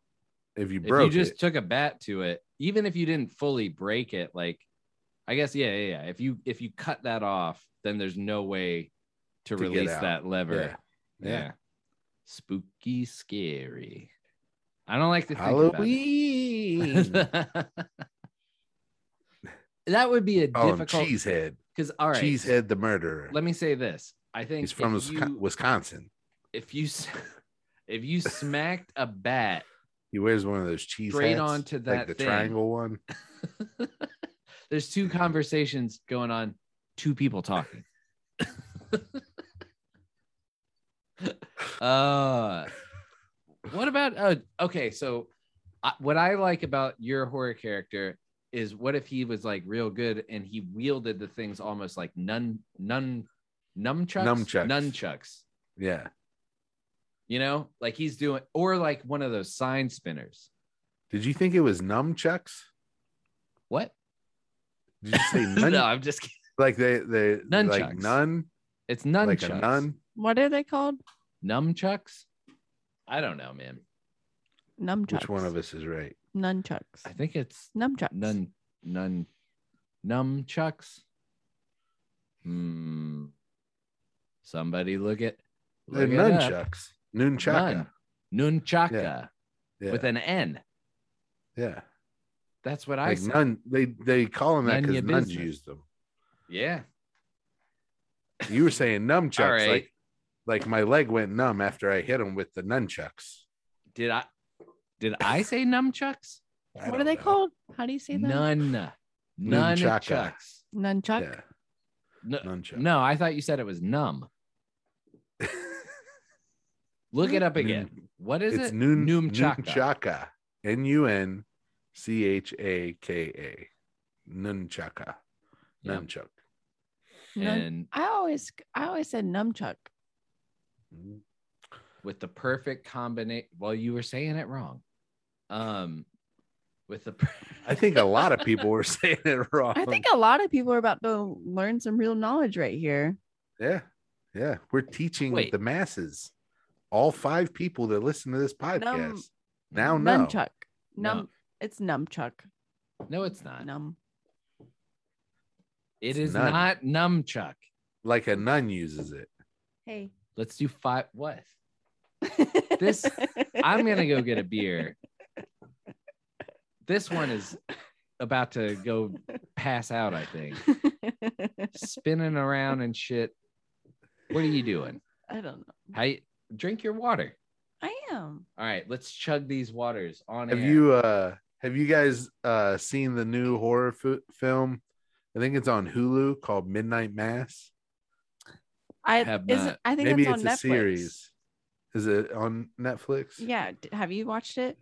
S3: If you
S1: If
S3: broke
S1: you just
S3: it,
S1: took a bat to it, even if you didn't fully break it, like I guess yeah, yeah, yeah. If you if you cut that off, then there's no way to,
S3: To get
S1: release
S3: out.
S1: that lever.
S3: Yeah.
S1: Yeah.
S3: Yeah.
S1: Spooky scary. I don't like to think
S3: Halloween.
S1: about it. [laughs] that would be a
S3: oh, and
S1: difficult
S3: Cheesehead.
S1: because all right.
S3: Cheesehead the murderer.
S1: let me say this. I think
S3: He's from
S1: if,
S3: Wisco-
S1: you,
S3: Wisconsin.
S1: if you s- [laughs] if you smacked a bat,
S3: He wears one of those cheese
S1: Straight
S3: hats,
S1: onto
S3: like
S1: that
S3: the
S1: thing.
S3: triangle one.
S1: [laughs] there's two conversations going on, two people talking. [laughs] uh what about uh okay, so I, what I like about your horror character is what if he was like real good and he wielded the things almost like nun nun nunchucks
S3: Nunchucks.
S1: nunchucks
S3: Yeah,
S1: you know like he's doing or like one of those sign spinners
S3: Did you think it was nunchucks?
S1: what
S3: Did you
S1: [laughs]
S3: say nun?
S1: no i'm just kidding
S3: Like they they like
S1: Nunchucks.
S3: nun,
S1: it's nunchucks
S3: like a nun.
S2: What are they called?
S1: nunchucks i don't know man
S2: Nunchucks.
S3: Which one of us is right?
S2: nunchucks?
S1: i think it's
S2: Nunchucks.
S1: nun nun nunchucks hmm somebody look at
S3: They're
S1: look it up.
S3: nunchucks. Nunchaka.
S1: Nun. nunchaka
S3: Yeah.
S1: with an n
S3: yeah.
S1: that's what i
S3: Like
S1: said.
S3: nun. They they call them
S1: None
S3: that because
S1: your
S3: nuns
S1: business.
S3: used them.
S1: yeah
S3: You were saying nunchucks.
S1: right.
S3: Like like my leg went numb after I hit him with the nunchucks.
S1: did i did i say nunchucks
S3: I
S2: what are
S3: don't
S2: they
S3: know.
S2: called? How do you say that?
S1: none none
S3: Nunchaka.
S1: chucks
S2: Nunchuck.
S3: Yeah,
S1: no,
S3: nunchucks. [laughs]
S1: No, I thought you said it was numb. Look it up again. What is
S3: it's
S1: it?
S3: nun
S1: Nunchaka.
S3: nunchaka. N U N C H A K A. Nunchaka.
S1: Yeah.
S3: Nunchuck.
S2: Nun-
S1: And
S2: I always I always said nunchuck.
S1: with the perfect combination, well, you were saying it wrong. Um, with the, per-
S3: I think a lot of
S1: [laughs]
S3: people were [laughs] saying it wrong.
S2: I think a lot of people are about to learn some real knowledge right here.
S3: yeah. Yeah. We're teaching
S1: Wait.
S3: the masses. All five people that listen to this podcast
S2: Num-
S3: now know.
S2: nunchuck. Num
S1: No.
S2: it's numchuck.
S1: no, it's not.
S2: Num.
S1: It
S3: It's
S1: is
S3: none.
S1: not nunchuck.
S3: like a nun uses it.
S2: Hey.
S1: Let's do five. What?
S2: [laughs]
S1: This- I'm gonna go get a beer. This one is about to go pass out. I think spinning around and shit. What are you doing?
S2: I don't know.
S1: How you, drink your water?
S2: I am.
S1: All right, let's chug these waters on
S3: Have
S1: air.
S3: you uh have you guys uh seen the new horror f- film? I think it's on Hulu called Midnight Mass.
S2: I
S1: Have
S2: isn't-
S1: not.
S2: I think
S3: Maybe
S2: it's,
S3: it's,
S2: on
S3: a
S2: Netflix.
S3: series. Is it on Netflix?
S2: Yeah. d- Have you watched it?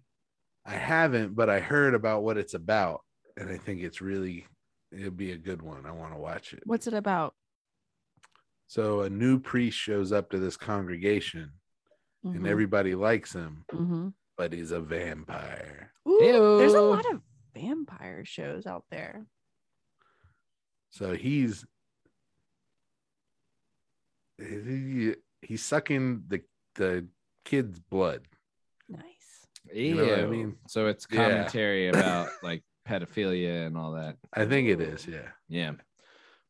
S3: I haven't, but I heard about what it's about, and I think it's really it'll be a good one. I want to watch it.
S2: What's it about?
S3: So a new priest shows up to this congregation,
S2: Mm-hmm,
S3: and everybody likes him,
S2: hmm
S3: but he's a vampire.
S2: Ooh, there's a
S1: Ew.
S2: lot of vampire shows out there.
S3: So he's he, he's sucking the the kid's blood.
S2: Nice.
S1: Ew.
S3: know what I mean?
S1: So it's
S3: Yeah. [laughs]
S1: commentary about like pedophilia and all that.
S3: I think it is, yeah.
S1: Yeah.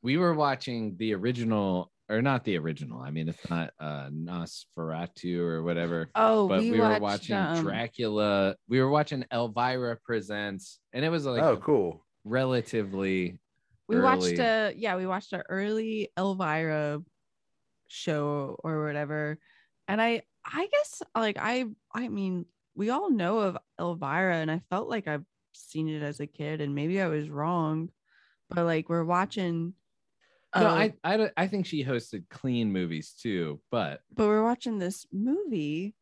S1: We were watching the original, or not the original. I mean, it's not uh, Nosferatu or whatever.
S2: Oh,
S1: But
S2: we,
S1: we, were
S2: watched,
S1: watching
S2: um,
S1: Dracula. We were watching Elvira Presents, and it was like
S3: oh, cool.
S1: relatively.
S2: We
S1: early.
S2: watched a yeah, we watched an early Elvira show or whatever. And I I guess like I I mean, we all know of Elvira and I felt like I've seen it as a kid and maybe I was wrong. But like we're watching
S1: No,
S2: uh,
S1: I, I, don't- I think she hosted clean movies too, but
S2: but we're watching this movie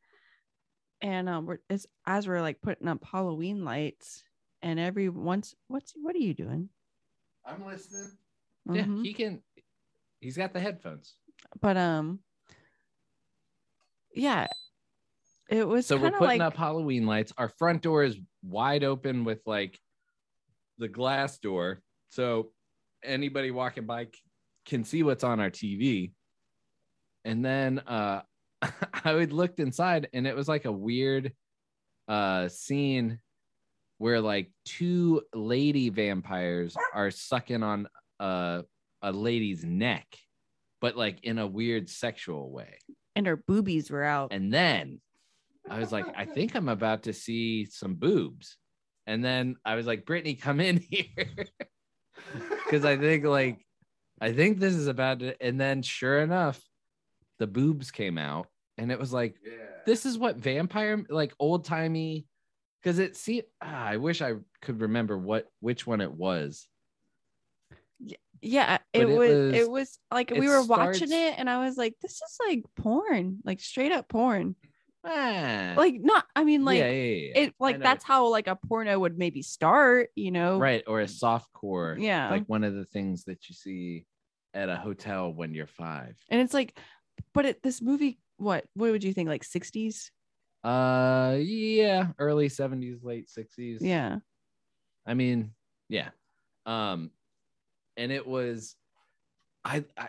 S2: and um we're it's as we're like putting up Halloween lights and every once what's what are you doing?
S3: I'm listening. [laughs]
S1: yeah,
S2: Mhm.
S1: he can. He's got the headphones.
S2: but um yeah it was
S1: So we're
S2: kind of
S1: putting
S2: like
S1: up Halloween lights. Our front door is wide open with like the glass door. So anybody walking by c- can see what's on our TV. And then uh [laughs] I would looked inside and it was like a weird uh scene where like two lady vampires are sucking on uh a lady's neck, but like in a weird sexual way.
S2: and her boobies were out
S1: And then I was like, I think I'm about to see some boobs. And then I was like, Brittany, come in [laughs] here. Cause I think like, I think this is about to. And then sure enough, the boobs came out and it was like,
S3: Yeah.
S1: this is what vampire, like old timey. Cause it see, ah, I wish I could remember what, which one it was.
S2: yeah
S1: But
S2: it,
S1: it
S2: was,
S1: was-
S2: it was like
S1: it
S2: we were watching
S1: starts-
S2: it and i was like this is like porn like straight up porn
S1: Ah,
S2: like not i mean like
S1: yeah, yeah, yeah.
S2: it like
S1: know.
S2: that's how like a porno would maybe start you know
S1: right. Or a soft core.
S2: yeah
S1: Like one of the things that you see at a hotel when you're five.
S2: and it's like but it this movie what what would you think like 60s
S1: Uh, yeah, early seventies, late sixties.
S2: yeah
S1: I mean, yeah. Um, and it was, I, I,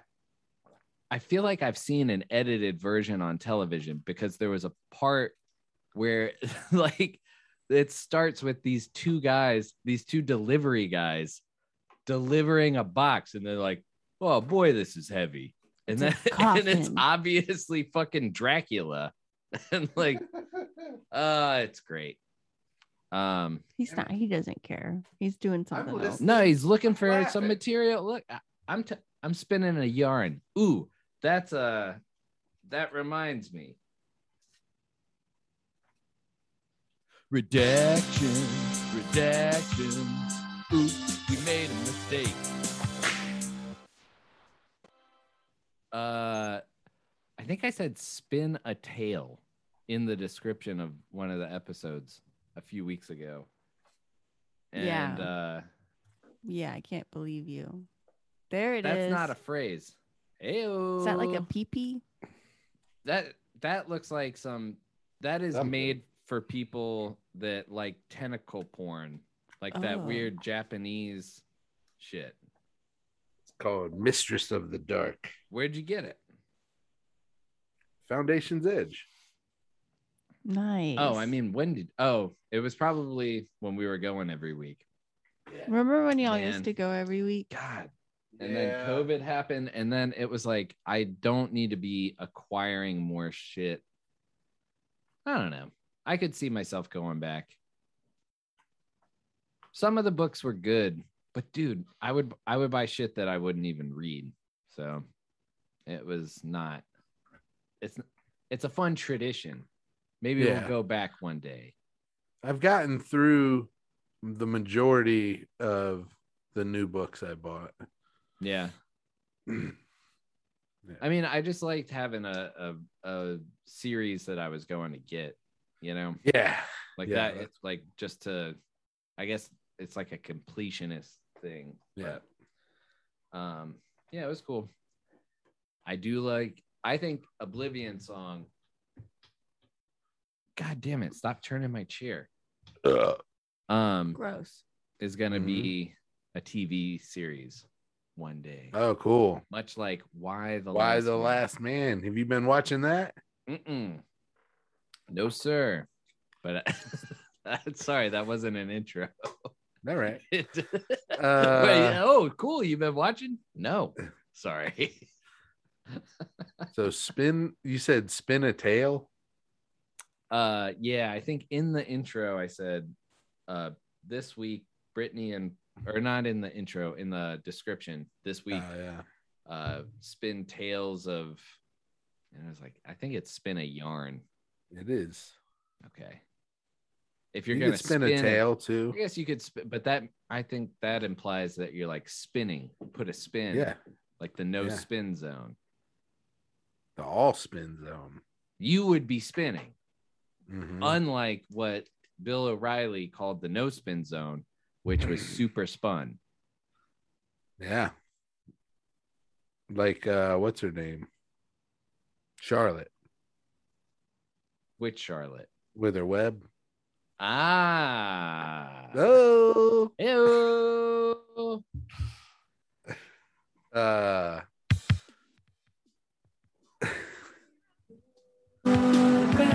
S1: I feel like I've seen an edited version on television because there was a part where, [laughs] like, it starts with these two guys, these two delivery guys, delivering a box, and they're like, "Oh boy, this is heavy," and then [laughs]
S2: It's a
S1: and it's
S2: coffin.
S1: obviously fucking Dracula, [laughs] and
S3: [laughs]
S1: like, uh, it's great. Um,
S2: he's not he doesn't care he's doing something else
S3: listening.
S1: no, he's looking for some
S3: Laughing.
S1: material. Look, I, I'm t- I'm spinning a yarn. Ooh, that's uh that reminds me. Redaction, redaction. Oops, we made a mistake. Uh, I think I said spin a tale in the description of one of the episodes a few weeks ago. And
S2: Yeah.
S1: uh
S2: yeah i can't believe you there it is.
S1: that's not a phrase. Ew.
S2: Is that like a pee pee?
S1: that that looks like some that is
S3: Something.
S1: made for people that like tentacle porn, like that
S2: Oh.
S1: weird Japanese shit.
S3: It's called Mistress of the Dark.
S1: Where'd you get it?
S3: Foundation's Edge.
S2: Nice.
S1: Oh, I mean, when did? Oh, it was probably when we were going every week.
S2: remember when y'all
S1: Man.
S2: used to go every week?
S1: God. And then COVID happened, and then it was like I don't need to be acquiring more shit. I don't know. I could see myself going back. Some of the books were good, but dude, I would I would buy shit that I wouldn't even read. So it was not. It's it's a fun tradition. Maybe
S3: Yeah.
S1: we'll go back one day.
S3: I've gotten through the majority of the new books I bought. [clears throat]
S1: Yeah. I mean, I just liked having a a, a series that I was going to get, you know,
S3: yeah.
S1: like
S3: Yeah,
S1: that.
S3: that's-
S1: It's like just to, I guess it's like a completionist thing.
S3: Yeah.
S1: but, um. Yeah, it was cool. I do like. I think Oblivion song. God damn it! Stop turning my chair. Um,
S2: Gross.
S1: is gonna
S3: Mhm.
S1: be a TV series one day.
S3: Oh, cool.
S1: Much like why the
S3: Why the
S1: Man.
S3: Last Man? Have you been watching that?
S1: Mm-mm. No, sir. But [laughs] I, sorry, that wasn't an intro. [laughs]
S3: All right.
S1: Wait,
S3: Uh,
S1: oh, cool. You've been watching?
S3: [laughs]
S1: No, sorry. [laughs]
S3: so spin. You said spin a tail.
S1: Uh, yeah, I think in the intro I said, uh, this week Brittany and or not in the intro in the description this
S3: Oh
S1: week
S3: yeah.
S1: uh spin tales of and I was like I think it's spin a yarn
S3: It is.
S1: okay if you're
S3: you
S1: gonna
S3: could spin, a tail too.
S1: I guess you could, sp- but that I think that implies that you're like spinning, put a spin,
S3: Yeah.
S1: like the no
S3: Yeah.
S1: spin zone.
S3: The all spin zone.
S1: You would be spinning,
S3: Mhm.
S1: unlike what Bill O'Reilly called the no spin zone,
S3: [clears throat]
S1: which was super spun.
S3: yeah. like uh what's her name? Charlotte
S1: With Charlotte.
S3: with her web.
S1: Ah.
S3: Oh,
S1: Ew.
S3: uh, [laughs]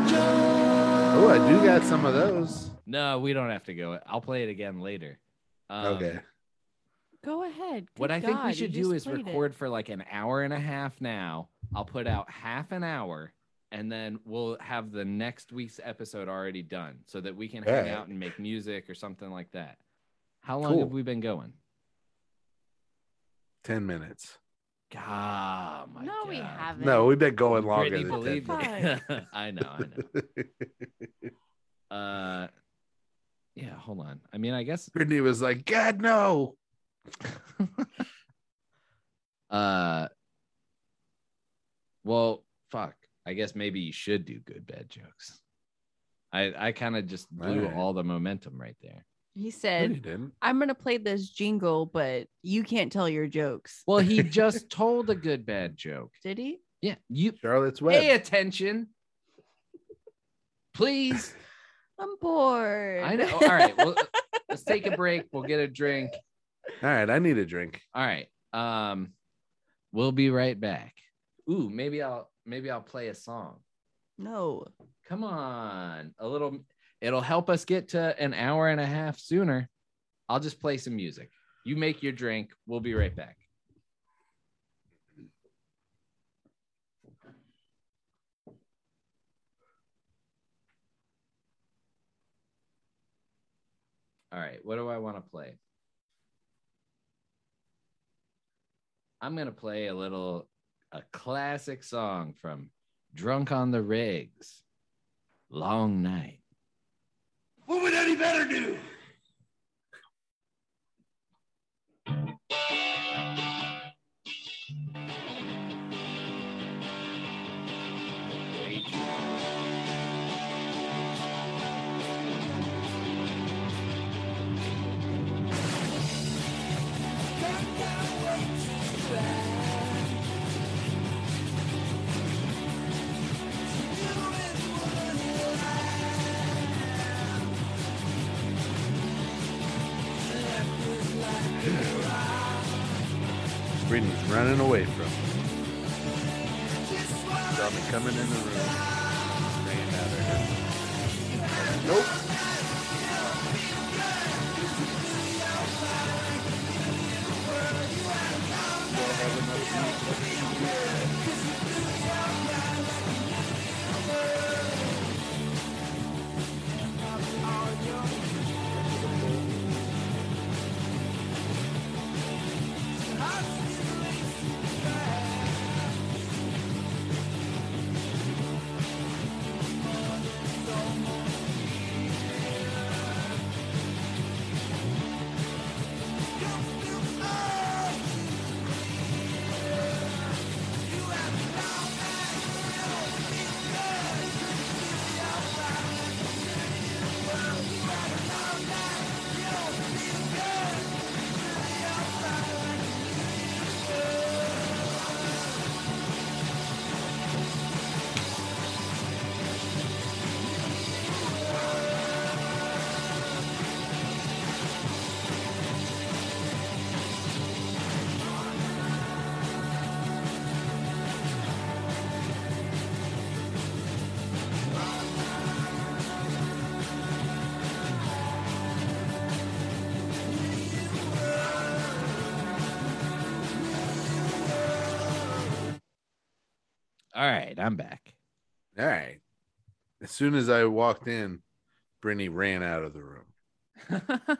S3: oh, I do got some of those.
S1: No, we don't have to go. I'll play it again later. Um,
S3: okay,
S2: Go ahead.
S1: What
S2: Good
S1: I think
S2: God,
S1: we
S2: you
S1: should
S2: just
S1: do is
S2: played it.
S1: record for like an hour and a half now. I'll put out half an hour and then we'll have the next week's episode already done so that we can hang
S3: Yeah.
S1: out and make music or something like that. How long have
S3: Cool.
S1: we been going?
S3: 10 minutes.
S1: God, my
S2: No, we
S1: God.
S2: haven't.
S3: No, we've been going longer
S1: Brittany,
S3: than 10
S1: believe me.
S3: minutes.
S1: [laughs] I know, I know. Uh, yeah, hold on. I mean, I guess. [laughs]
S3: [laughs] Brittany was like, God, no.
S1: uh, well, fuck. I guess maybe you should do good bad jokes. I I kind of just blew
S3: Alright.
S1: all the momentum right there.
S2: He
S3: No,
S2: said,
S3: you didn't.
S2: I'm gonna play this jingle, but you can't tell your jokes.
S1: Well, he just told a good bad joke.
S2: Did he?
S1: Yeah, you
S3: Charlotte's Web.
S1: pay attention, please.
S2: I'm bored.
S1: I
S2: [laughs]
S1: know. All right, well, let's take a break. We'll get a drink.
S3: All right, I need a drink.
S1: All right. Um, we'll be right back. Ooh, maybe I'll maybe I'll play a song.
S2: no.
S1: Come on, a little. It'll help us get to an hour and a half sooner. I'll just play some music. You make your drink. We'll be right back. All right, what do I want to play? I'm going to play a little a classic song from Drunk on the Rigs. Long night.
S5: What would Eddie Vedder do?
S3: Brittany's running away from me. Saw me coming in the room. Ran out of her. Nope.
S1: All right, I'm back.
S3: All right. As soon as I walked in, Brittany ran out of the room.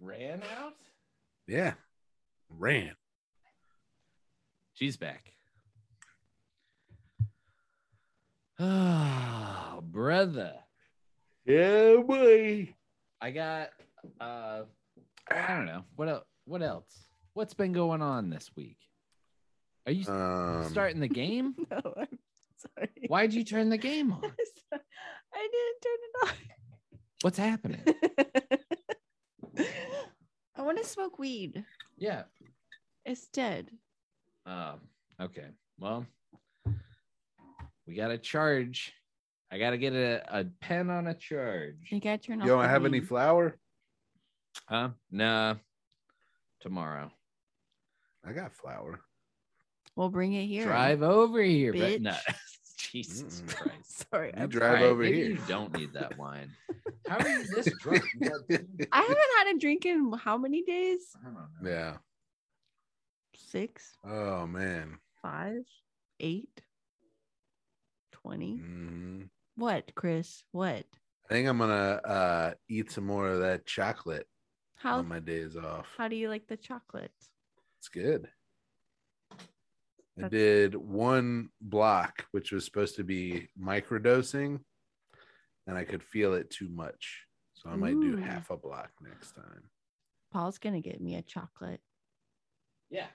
S1: Ran out?
S3: Yeah. Ran.
S1: She's back. [sighs] Oh, brother.
S3: Yeah, boy.
S1: I got uh I don't know. What else? What else? What's been going on this week? Are you
S3: Um,
S1: starting the game?
S2: [laughs] No, I'm sorry.
S1: Why'd you turn the game [laughs] on?
S2: I
S1: What's happening?
S2: [laughs] didn't turn it off. I want to smoke weed.
S1: Yeah.
S2: It's dead.
S1: Um, okay. Well, we got to charge. I got to get a, a pen on a charge.
S2: You gotta turn off.
S3: You don't
S2: the
S3: have any
S2: weed.
S3: flour?
S1: Huh? Nah. Tomorrow.
S3: I got flour.
S2: We'll bring it here.
S1: Drive over here. But
S2: [laughs]
S1: no.
S2: bitch.
S1: [laughs] Jesus
S3: Mm-mm.
S1: Christ.
S2: Sorry.
S3: You
S2: I'm
S3: drive
S1: All
S2: sorry.
S3: over
S1: maybe
S3: here.
S1: You don't need
S3: [laughs]
S1: that wine. How are you this drunk? You got-
S2: I haven't had a drink in how many days?
S1: I don't know.
S3: Yeah.
S2: Six,
S3: Oh man.
S2: five, eight, twenty.
S3: Mhm.
S2: What, Chris? What?
S3: I think I'm gonna uh eat some more of that chocolate
S2: How
S3: on Oh, my days off.
S2: how do you like the chocolate?
S3: It's good. I
S2: That's-
S3: did one block, which was supposed to be microdosing, and I could feel it too much. So I might do
S2: Ooh.
S3: half a block next time.
S2: Paul's gonna get me a chocolate.
S1: Yeah.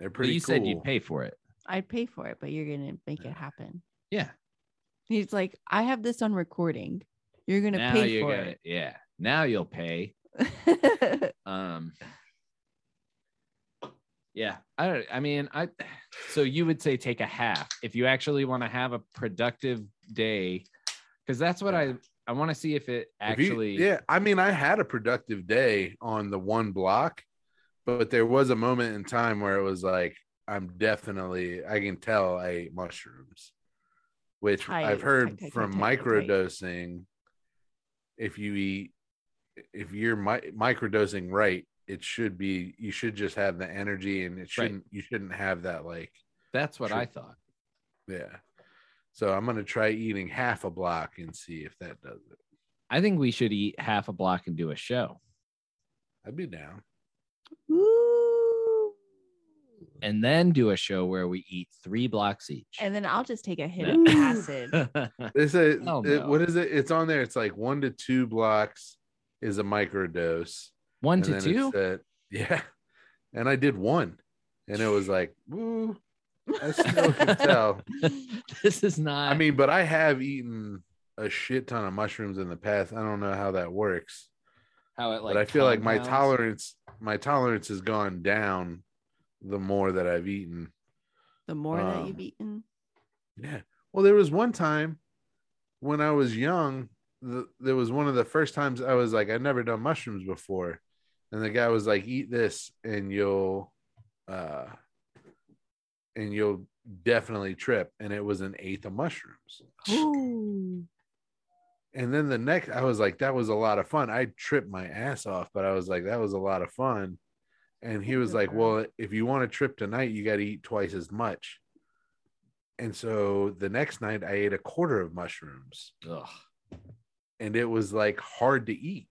S3: They're
S1: But
S3: pretty
S1: you
S3: cool.
S1: said you'd pay for it.
S2: I'd pay for it, but you're gonna make it happen.
S1: Yeah.
S2: He's like, I have this on recording. You're gonna
S1: now
S2: pay
S1: you're
S2: for
S1: gonna- Yeah. Now you'll pay.
S2: [laughs] it.
S1: Um. Yeah. I don't. I mean, I. So you would say take a half if you actually want to have a productive day, because that's what I I want to see if it
S3: If you-
S1: actually.
S3: yeah, I mean, I had a productive day on the one block, but there was a moment in time where it was like, I'm definitely, I can tell I ate mushrooms, which
S2: Tight,
S3: I've heard
S2: tight, tight,
S3: from
S2: tight, tight, tight.
S3: microdosing. If you eat, if you're mi- microdosing right, it should be, you should just have the energy and it shouldn't, you shouldn't have that like,
S1: That's what
S3: Sure.
S1: I thought.
S3: yeah. So I'm going to try eating half a block and see if that does it.
S1: I think we should eat half a block and do a show,
S3: I'd be down.
S2: Ooh.
S1: and then do a show where we eat three blocks each.
S2: And then I'll just take a hit
S1: Ooh. [laughs]
S2: of acid.
S3: They say
S1: Oh,
S3: it-
S1: no.
S3: what is it? It's on there. It's like one to two blocks is a microdose.
S1: [laughs] One
S3: and
S1: to
S3: then it
S1: two.
S3: said- yeah. And I did one, and it was like, woo. I
S1: [laughs]
S2: [laughs]
S3: still can tell.
S1: this is not.
S3: I mean, but I have eaten a shit ton of mushrooms in the past. I don't know how that works,
S1: how it like.
S3: but I feel like my
S1: compounds.
S3: tolerance, my tolerance has gone down the more that I've eaten.
S2: The more that
S3: Um,
S2: you've eaten.
S3: Yeah. Well, there was one time when I was young, th- there was one of the first times I was like, I've never done mushrooms before. And the guy was like, eat this and you'll, uh, and you'll definitely trip. And it was an eighth of mushrooms.
S2: Ooh.
S3: And then the next, I was like, that was a lot of fun. I tripped my ass off, but I was like, that was a lot of fun. And he was like, well, if you want to trip tonight, you got to eat twice as much. And so the next night, I ate a quarter of mushrooms
S1: Ugh.
S3: and it was like hard to eat.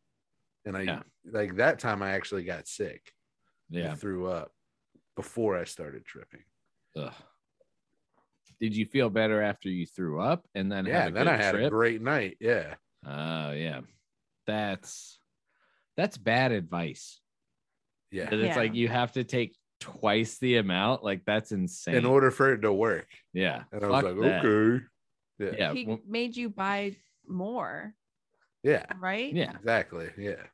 S3: And I,
S1: Yeah.
S3: like that time, I actually got sick. I
S1: Yeah.
S3: threw up before I started tripping.
S1: Ugh. Did you feel better after you threw up and then
S3: yeah.
S1: had a
S3: Then
S1: good
S3: I had
S1: trip?
S3: a great night. Yeah.
S1: oh yeah. That's that's bad advice.
S3: Yeah.
S1: That It's
S2: Yeah.
S1: like you have to take twice the amount. Like that's insane.
S3: In order for it to work.
S1: yeah.
S3: And I was
S1: Fuck
S3: like,
S1: that.
S3: okay. Yeah.
S1: Yeah.
S2: he
S1: well,
S2: made you buy more,
S3: Yeah.
S2: right?
S1: Yeah.
S3: Exactly. Yeah.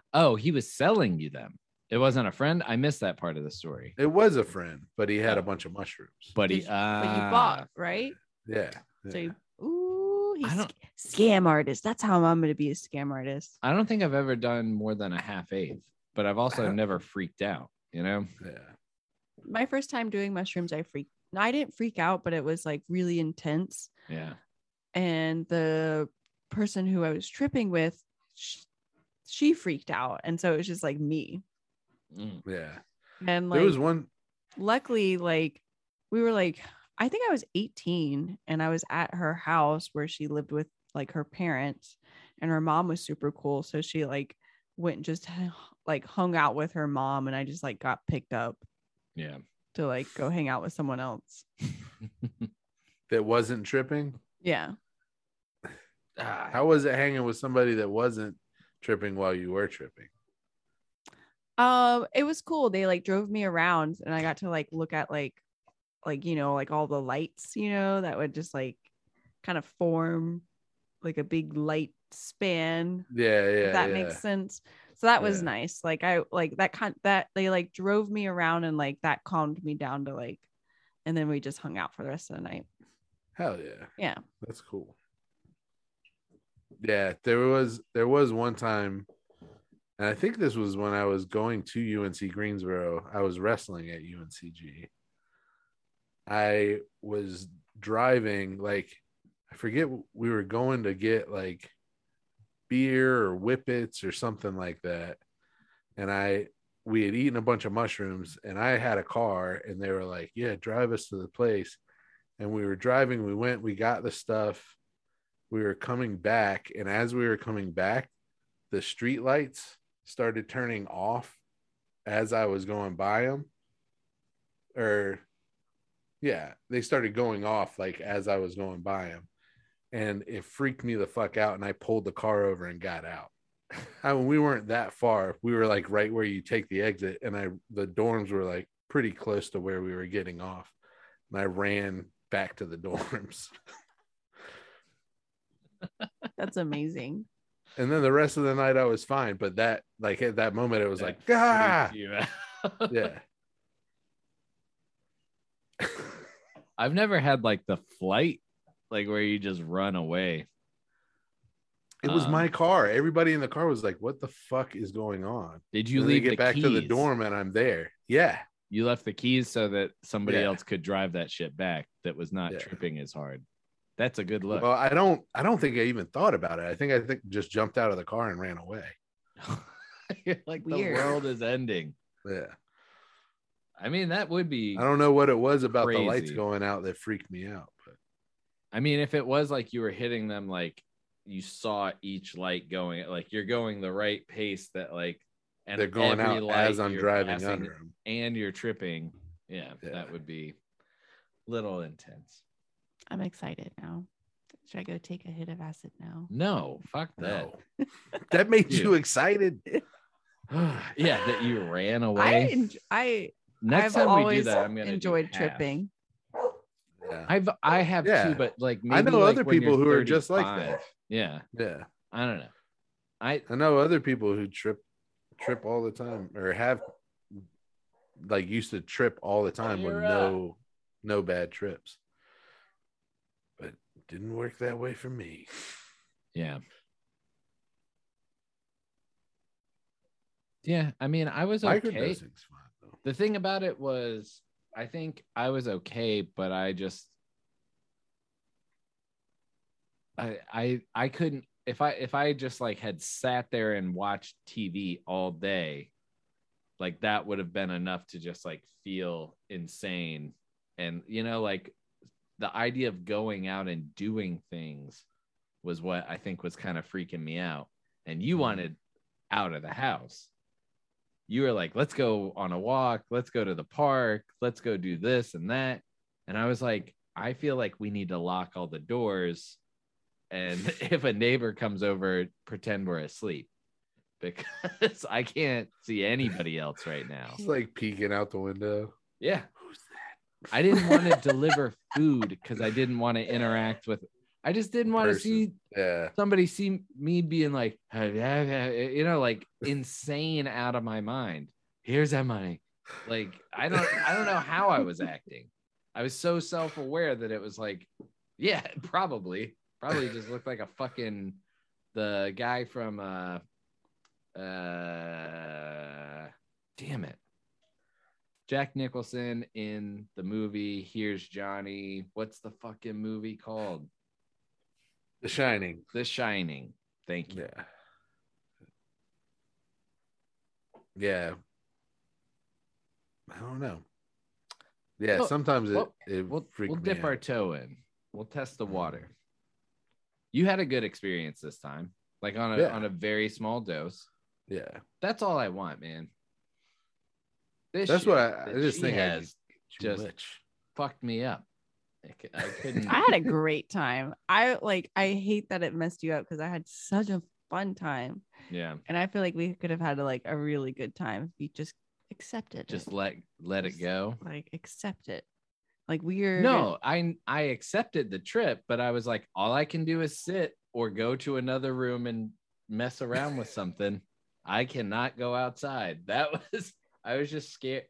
S1: [sighs] oh, he was selling you them. It wasn't a friend. I missed that part of the story.
S3: It was a friend, but he had
S1: Oh.
S3: a bunch of mushrooms.
S1: But he, uh,
S2: Did you- But you bought, right?
S3: yeah.
S2: So
S3: yeah.
S2: you, ooh, he's
S1: Ah, I don't-
S2: sc- scam artist. That's how I'm gonna be a scam artist.
S1: I don't think I've ever done more than a half eighth, but I've
S3: [laughs]
S1: also
S3: Uh-huh.
S1: never freaked out. You know,
S3: yeah.
S2: My first time doing mushrooms, I freaked. no, I didn't freak out, but it was like really intense.
S1: yeah,
S2: And the person who I was tripping with, she, she freaked out, and so it was just like me.
S1: Mm.
S3: Yeah.
S2: And like,
S3: there was one.
S2: luckily like we were like i think i was 18 and i was at her house where she lived with like her parents and her mom was super cool so she like went and just like hung out with her mom and i just like got picked up
S1: yeah. [laughs]
S2: to like go hang out with someone else
S3: that wasn't tripping.
S2: yeah
S1: Ah,
S3: How was it hanging with somebody that wasn't tripping while you were tripping?
S2: um it was cool they like drove me around and i got to like look at like like you know like all the lights you know that would just like kind of form like a big light span
S3: Yeah. Yeah.
S2: if that
S3: yeah.
S2: makes sense. So that was
S3: Yeah.
S2: nice. Like I like that kind that they like drove me around and like that calmed me down to like and then we just hung out for the rest of the night. [laughs]
S3: Hell yeah.
S2: Yeah.
S3: That's cool. Yeah, there was there was one time, and I think this was when I was going to UNC Greensboro. I was wrestling at UNCG. I was driving like I forget we were going to get like beer or whippets or something like that. And I we had eaten a bunch of mushrooms and I had a car and they were like, Yeah, drive us to the place and we were driving we went we got the stuff we were coming back and as we were coming back the street lights started turning off as i was going by them or yeah they started going off like as i was going by them and it freaked me the fuck out and i pulled the car over and got out [laughs] I mean, we weren't that far we were like right where you take the exit and i the dorms were like pretty close to where we were getting off and I ran back to the [laughs] dorms.
S2: That's amazing.
S3: And then the rest of the night I was fine, but that like at that moment it was like ah
S1: Freaked you out.
S3: [laughs] yeah.
S1: I've never had like the flight, like where you just run away.
S3: It was
S1: Um,
S3: my car. Everybody in the car was like, "What the fuck is going on?"
S1: Did you
S3: And they
S1: leave
S3: get
S1: the
S3: back to the
S1: keys?
S3: dorm and I'm there. Yeah,
S1: You left the keys so that somebody
S3: Yeah.
S1: else could drive that shit back. That was not
S3: Yeah.
S1: tripping as hard. That's a good look.
S3: well, I don't. I don't think I even thought about it. I think I think just jumped out of the car and ran away.
S1: [laughs] You're like
S2: Weird.
S1: the world is ending.
S3: Yeah,
S1: I mean, that would be.
S3: I don't know what it was about the lights
S1: Crazy.
S3: going out that freaked me out. But
S1: I mean, if it was like you were hitting them, like you saw each light going, like you're going the right pace that, like, and
S3: they're going
S1: every
S3: out
S1: light
S3: as I'm
S1: you're
S3: driving
S1: passing
S3: under them.
S1: and you're tripping. Yeah,
S3: Yeah.
S1: that would be little intense.
S2: I'm excited now. Should I go take a hit of acid now?
S1: No, fuck that.
S3: No, [laughs] that made you
S1: Dude.
S3: excited.
S1: yeah, that [sighs] you ran
S2: I
S1: away.
S2: en- I
S1: Next
S2: I've
S1: time we do
S2: always
S1: that, I'm gonna do
S2: enjoyed
S1: half.
S2: tripping.
S3: Yeah.
S1: I've I have
S3: Yeah.
S1: too, but like maybe
S3: I know
S1: like
S3: other
S1: when
S3: people
S1: you're
S3: who are just like
S1: 35.
S3: that.
S1: Yeah,
S3: Yeah.
S1: I don't know. I
S3: I know other people who trip trip all the time or have like used to trip all the time with
S1: you're
S3: no no bad trips. But didn't work that way for me.
S1: yeah. Yeah, I mean, I was okay.
S3: Microdosing's fine though.
S1: the thing about it was i think i was okay but i just i i i couldn't if i if i just like had sat there and watched tv all day like that would have been enough to just like feel insane and you know like the idea of going out and doing things was what i think was kind of freaking me out and you wanted out of the house you were like, let's go on a walk, let's go to the park, let's go do this and that. And I was like, I feel like we need to lock all the doors.
S3: [laughs]
S1: And if a neighbor comes over, pretend we're asleep [laughs] because I can't see anybody else right now.
S3: It's like peeking out the window.
S1: Yeah.
S3: Who's
S1: I didn't want
S3: [laughs]
S1: to deliver food because I didn't want to interact with, I just didn't want to
S3: Person.
S1: see
S3: Yeah.
S1: somebody see me being like, you know, like insane out of my mind. Here's that money. Like I don't, I don't know how I was acting. I was so self-aware that it was like, yeah, [laughs] probably, probably just looked like a fucking the guy from uh, uh, damn it, Jack Nicholson in the movie Here's Johnny. What's the fucking movie called?
S3: The shining.
S1: The Shining. Thank you.
S3: Yeah. Yeah. I don't know. Yeah,
S1: Well,
S3: sometimes it,
S1: well,
S3: it
S1: We'll,
S3: freaked
S1: we'll
S3: me
S1: dip
S3: out.
S1: our toe in. We'll test
S3: Mm.
S1: the water. You had a good experience this time, like on a
S3: Yeah.
S1: on a very small dose.
S3: Yeah.
S1: That's all I want, man. This
S3: That's
S1: shit
S3: what I- I
S1: that
S3: just
S1: she
S3: think I
S1: has
S3: Too
S1: Just-
S3: much.
S1: fucked me up. I, c- I couldn't.
S2: [laughs] I had a great time. I like I hate that it messed you up because I had such a fun time.
S1: yeah,
S2: And I feel like we could have had like a really good time if you just accepted
S1: just
S2: it.
S1: let let it
S2: Just
S1: go.
S2: like accept it. Like weird.
S1: No, I I accepted the trip, but I was like, all I can do is sit or go to another room and mess around with something. I cannot go outside. [laughs] That was I was just scared.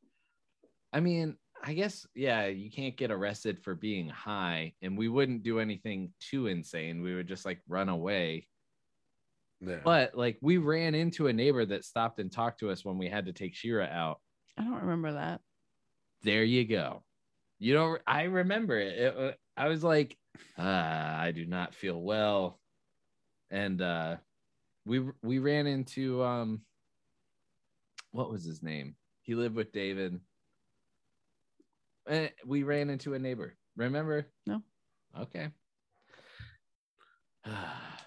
S1: I mean, I guess yeah, you can't get arrested for being high, and we wouldn't do anything too insane. We would just like run away.
S3: Yeah.
S1: But like we ran into a neighbor that stopped and talked to us when we had to take Shira out.
S2: I don't remember that.
S1: There you go. You know, I remember it. It wa- I was like, ah, I do not feel well, and uh, we we ran into um, what was his name? He lived with David. Eh, We ran into a neighbor. Remember?
S2: No.
S1: Okay. [sighs]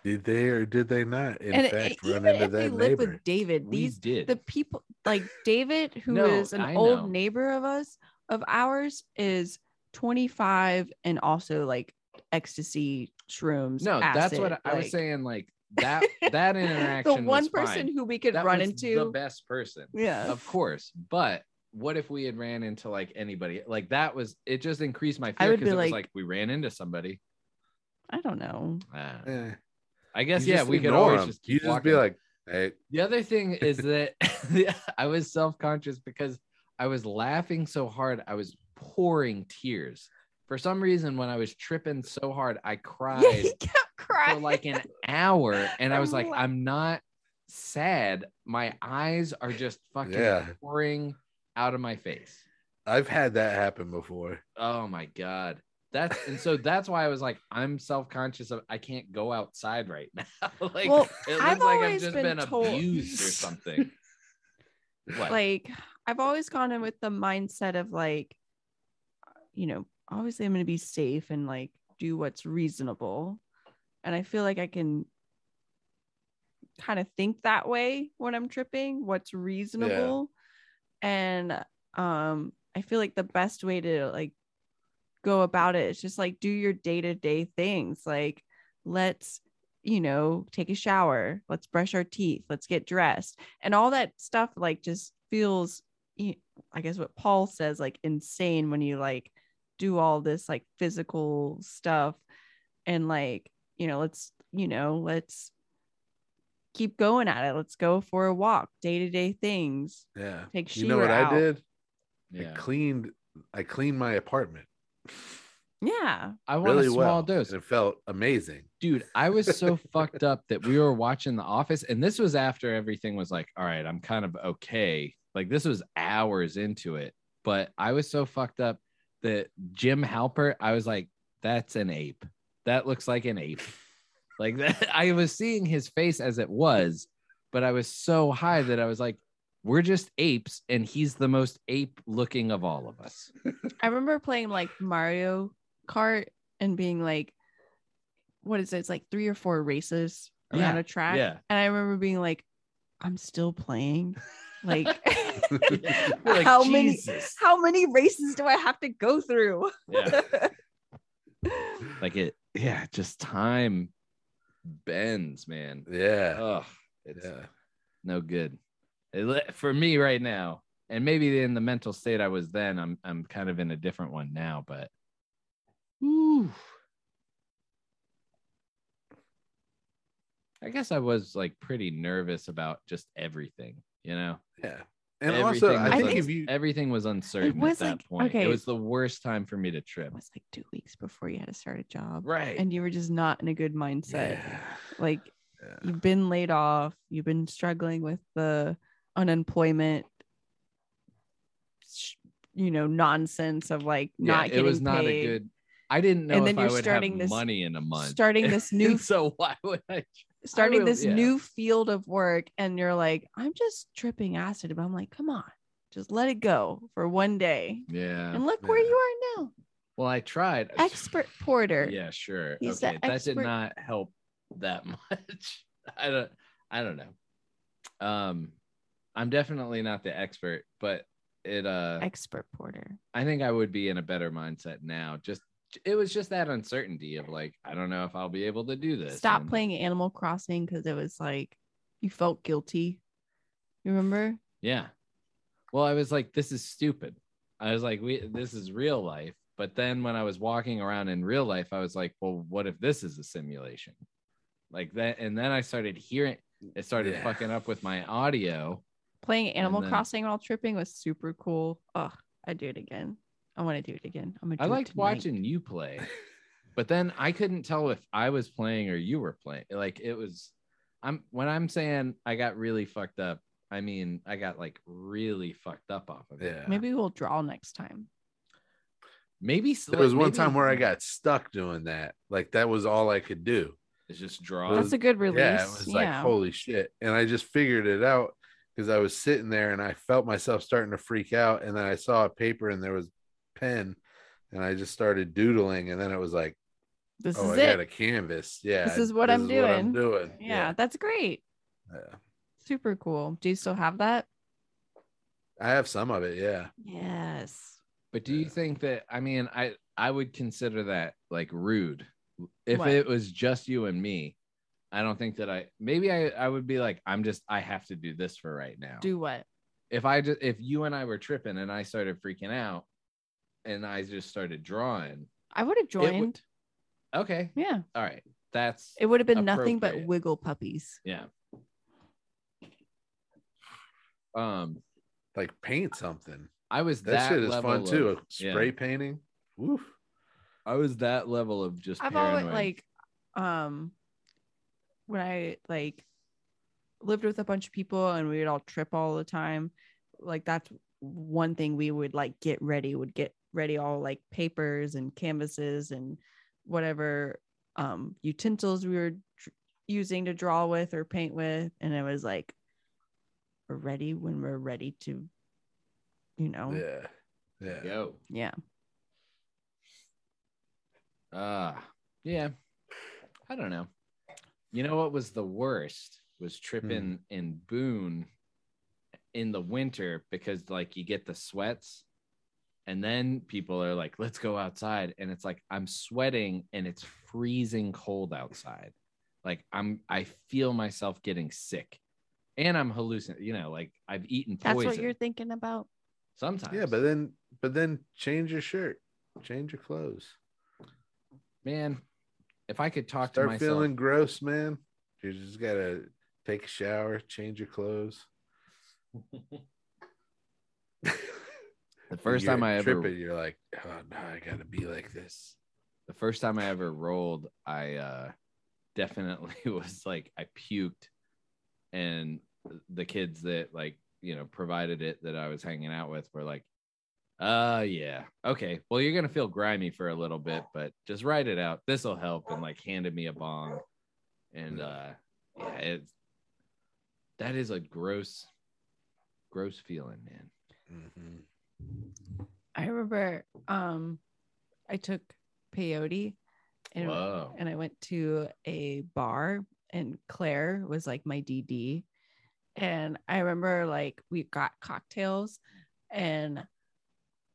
S3: Did they or did they not, in
S1: eh,
S2: and
S3: fact,
S2: e- even
S3: run into
S2: if we
S3: that
S2: lived
S3: neighbor?
S2: with David,
S1: we
S2: these
S1: did.
S2: the people like David, who is
S1: No,
S2: an
S1: I
S2: old
S1: know.
S2: neighbor of us of ours, is 25 and also like ecstasy shrooms.
S1: no, that's what I,
S2: acid,
S1: I was
S2: like,
S1: saying. Like that that interaction.
S2: [laughs] the one
S1: was
S2: person
S1: fine.
S2: who we could
S1: That
S2: run
S1: was the
S2: into.
S1: best person.
S2: yeah.
S1: of course but what if we had ran into like anybody like that was it just increased my
S2: I
S1: fear
S2: would
S1: because
S2: be
S1: it was
S2: like-
S1: like we ran into somebody
S2: I don't know. [laughs]
S1: Ah.
S3: Eh,
S1: i guess
S3: you
S1: yeah
S3: just
S1: we could
S3: ignore
S1: always
S3: 'em.
S1: just keep
S3: you just be
S1: walking.
S3: like, hey,
S1: the other thing is that [laughs] i was self-conscious because i was laughing so hard i was pouring tears for some reason when i was tripping so hard i cried
S2: [laughs] Yeah, he kept
S1: [laughs] for
S2: crying.
S1: like an hour and i was
S2: I'm
S1: like
S2: la-
S1: i'm not sad my eyes are just fucking
S3: Yeah.
S1: pouring out of my face
S3: I've had that happen before.
S1: Oh my god. That's and so that's why I was like, I'm self-conscious of I can't go outside right [laughs] now. like
S2: Well,
S1: it looks
S2: I've
S1: like I've
S2: always
S1: just
S2: been
S1: been,
S2: told-
S1: abused or
S2: [laughs]
S1: something. what?
S2: like I've always gone in with the mindset of like, you know, obviously I'm going to be safe and like do what's reasonable. And I feel like I can kind of think that way when I'm tripping, what's reasonable. And um I feel like the best way to like go about it is just like do your day-to-day things. Like let's, you know, take a shower, let's brush our teeth, let's get dressed and all that stuff like just feels y- i guess what paul says like insane when you like do all this like physical stuff and like you know let's you know let's keep going at it let's go for a walk day-to-day things
S3: Yeah.
S2: take
S3: you know what
S2: She-Ra out.
S3: I did?
S1: yeah.
S3: I cleaned. I cleaned my apartment.
S2: yeah
S1: I want
S3: Really
S1: a small
S3: well.
S1: dose.
S3: And it felt amazing.
S1: Dude, I was so fucked up that we were watching The Office, and this was after everything was like, all right, I'm kind of okay. Like this was hours into it, but I was so fucked up that Jim Halpert, I was like, that's an ape. That looks like an ape. Like [laughs] that, I was seeing his face as it was, but I was so high that I was like, we're just apes, and he's the most ape looking of all of us. [laughs]
S2: I remember playing like Mario Kart and being like, what is it? It's like three or four races around
S1: Oh, Yeah,
S2: a track.
S1: yeah.
S2: And I remember being like, I'm still
S1: [laughs]
S2: playing. Like, [laughs]
S1: We're like,
S2: how many
S1: Jesus.
S2: how many races do I have to go through? [laughs]
S1: Yeah. like it yeah just time bends man
S3: Yeah.
S1: Ugh, it's
S3: yeah.
S1: no good It le- for me right now and maybe in the mental state i was then i'm i'm kind of in a different one now but ooh i guess i was like pretty nervous about just everything you know
S3: Yeah. And
S1: everything
S3: also, I
S1: was
S3: think,
S2: I think-
S3: if you, [sighs]
S1: everything was uncertain
S2: was,
S1: at that
S2: like,
S1: point
S2: okay.
S1: it was the worst time for me to
S2: it
S1: trip
S2: was like two weeks before you had to start a job.
S1: right
S2: And you were just not in a good mindset.
S3: Yeah.
S2: Like
S3: Yeah.
S2: you've been laid off, you've been struggling with the unemployment, sh- you know, nonsense of like not
S1: it
S2: getting
S1: was not
S2: paid,
S1: a good i didn't know if
S2: And then
S1: i
S2: you're
S1: would
S2: starting
S1: have
S2: this-
S1: money in a month
S2: starting this new
S1: And [laughs] so why would i
S2: starting
S1: will-
S2: this
S1: yeah.
S2: new field of work, and you're like, I'm just tripping acid, but I'm like, come on, just let it go for one day,
S1: yeah
S2: and look where
S3: Yeah.
S2: you are now,
S1: well i tried
S2: [laughs] expert porter.
S1: yeah sure
S2: He's the
S1: okay that did
S2: expert.
S1: not help that [laughs] much i don't i don't know um i'm definitely not the expert but it uh
S2: Expert porter.
S1: i think i would be in a better mindset now just it was just that uncertainty of like i don't know if i'll be able to do this
S2: Stop
S1: And-
S2: playing Animal Crossing because it was like you felt guilty. You remember?
S1: Yeah. Well, I was like, this is stupid. I was like, we this is real life. But then when I was walking around in real life, I was like, well, what if this is a simulation? Like that, and then I started hearing It started
S3: Yeah.
S1: fucking up with my audio.
S2: Playing Animal
S1: then-
S2: Crossing while tripping was super cool. Oh, I do it again. I want to do it again. I'm gonna. Do
S1: I
S2: it
S1: liked
S2: tonight.
S1: watching you
S3: [laughs]
S1: play, but then I couldn't tell if I was playing or you were playing. Like it was, I'm when I'm saying I got really fucked up. I mean I got like really fucked up off of it.
S3: Yeah.
S2: Maybe we'll draw next time.
S1: Maybe s-
S3: There was
S1: like,
S3: one
S1: maybe
S3: time where I got stuck doing that. Like that was all I could do.
S1: it's just draw.
S2: That's a good release.
S3: Yeah, it was like
S2: Yeah.
S3: holy shit. And I just figured it out because I was sitting there and I felt myself starting to freak out. And then I saw a paper and there was pen, and I just started doodling. And then it was like,
S2: this
S3: oh,
S2: is
S3: I
S2: it.
S3: got a canvas. Yeah,
S2: This is what I'm doing.
S3: doing.
S2: yeah, that's great.
S3: Yeah.
S2: Super cool. Do you still have that?
S3: I have some of it. Yeah,
S2: Yes.
S1: But do you
S3: Yeah.
S1: think that I mean I I would consider that like rude if
S2: What?
S1: it was just you and me. I don't think that I maybe I I would be like I'm just I have to do this for right now.
S2: Do what?
S1: if I just if you and I were tripping and I started freaking out and I just started drawing.
S2: I would have
S1: would-
S2: joined.
S1: Okay.
S2: yeah.
S1: All right. That's
S2: It would have been nothing but
S1: Appropriate.
S2: wiggle puppies.
S1: yeah. Um
S3: like paint something.
S1: I was
S3: That,
S1: that,
S3: shit is
S1: level
S3: fun
S1: of-
S3: too.
S1: yeah.
S3: Spray painting. Woof.
S1: I was that level of just
S2: I've
S1: paranoid.
S2: always like um when I like lived with a bunch of people and we would all trip all the time, like that's one thing we would like get ready, would get ready all like papers and canvases and whatever um utensils we were tr- using to draw with or paint with and it was like we're ready when we're ready to you know
S3: Yeah. Yeah.
S1: yo.
S2: yeah
S1: Uh yeah. I don't know. You know what was the worst was tripping
S3: Hmm.
S1: in Boone in the winter because like you get the sweats and then people are like let's go outside and it's like I'm sweating and it's freezing cold outside. Like I'm I feel myself getting sick and I'm hallucinating, you know, like I've eaten
S2: that's
S1: poison
S2: what you're thinking about
S1: sometimes.
S3: Yeah. But then, but then change your shirt, change your clothes.
S1: man, if I could talk
S3: Start
S1: to myself
S3: feeling gross, man. You just gotta take a shower, change your clothes.
S1: the [laughs] first
S3: You're
S1: time I ever
S3: tripping, you're like, oh no, I gotta be like this.
S1: the first time I ever rolled, I uh, definitely [laughs] was like I puked, and the kids that like you know provided it that I was hanging out with were like, "Uh, yeah, okay, well you're gonna feel grimy for a little bit, but just write it out. This will help." And like handed me a bong, and uh, yeah, it that is a gross, gross feeling, man.
S3: Mhm.
S2: I remember um I took peyote and,
S1: Whoa.
S2: and I went to a bar and Claire was like my DD and I remember like we got cocktails and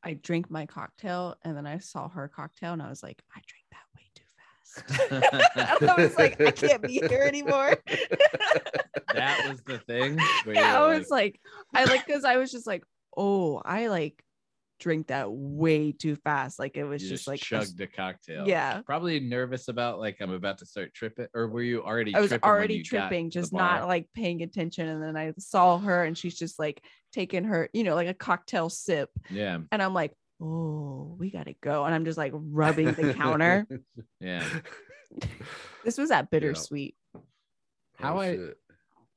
S2: I drank my cocktail and then I saw her cocktail and I was like I drank that way too fast. [laughs] I was like I can't be here anymore. [laughs]
S1: That was the thing. where
S2: yeah,
S1: you're
S2: I was like, I like because I was just like, oh, I like drink that way too fast. Like it was
S1: you
S2: just, like a-
S1: chugged a cocktail.
S2: yeah.
S1: probably nervous about like I'm about to start tripping, or were you already?
S2: I was
S1: tripping when
S2: already
S1: you got
S2: tripping,
S1: to the
S2: just
S1: bar?
S2: not like paying attention. And then I saw her and she's just like taking her, you know, like a cocktail sip.
S1: yeah,
S2: And I'm like, oh, we gotta go. And I'm just like rubbing
S1: [laughs]
S2: the
S3: [laughs]
S2: counter. [laughs]
S1: yeah.
S2: This was at bittersweet.
S1: How I-
S3: Oh, shit.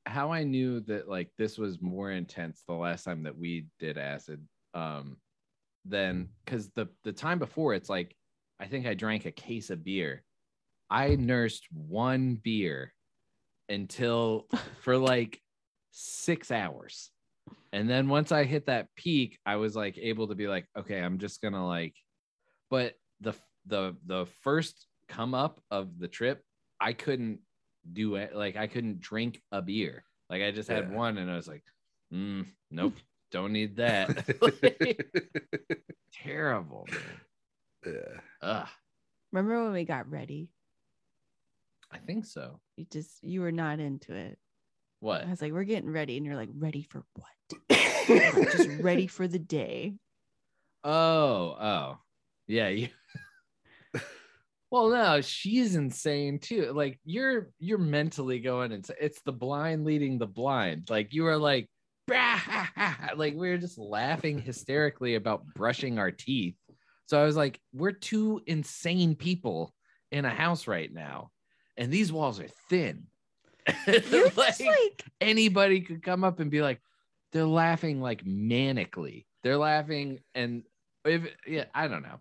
S1: How I knew that like this was more intense the last time that we did acid, um, than because the the time before it's like I think I drank a case of beer. I nursed one beer until for like six hours. And then once I hit that peak, I was like able to be like, okay, I'm just gonna like, but the the the first come up of the trip, I couldn't do it. Like I couldn't drink a beer. Like I just had
S3: Yeah.
S1: one, and I was like, mm, nope, [laughs] don't need [laughs] that. [laughs] Terrible. Man.
S3: [laughs]
S1: [laughs]
S3: yeah.
S1: Ugh,
S2: Remember when we got ready?
S1: I think so.
S2: You just you were not into it.
S1: What?
S2: I was like, we're getting ready, and you're like, ready for
S1: [laughs]
S2: what?
S3: [laughs]
S2: just ready for the day.
S1: Oh, oh, yeah. You, Well, no, she's insane too. Like you're you're mentally going into it's the blind leading the blind. Like you are like [laughs] "Bah, ha, ha, ha," like we were just laughing hysterically about brushing our teeth. So I was like, we're two insane people in a house right now, and these walls are thin. [laughs]
S2: [laughs] You're just
S1: Like-
S2: like
S1: anybody could come up and be like, they're laughing like manically. They're laughing and if yeah, I don't know.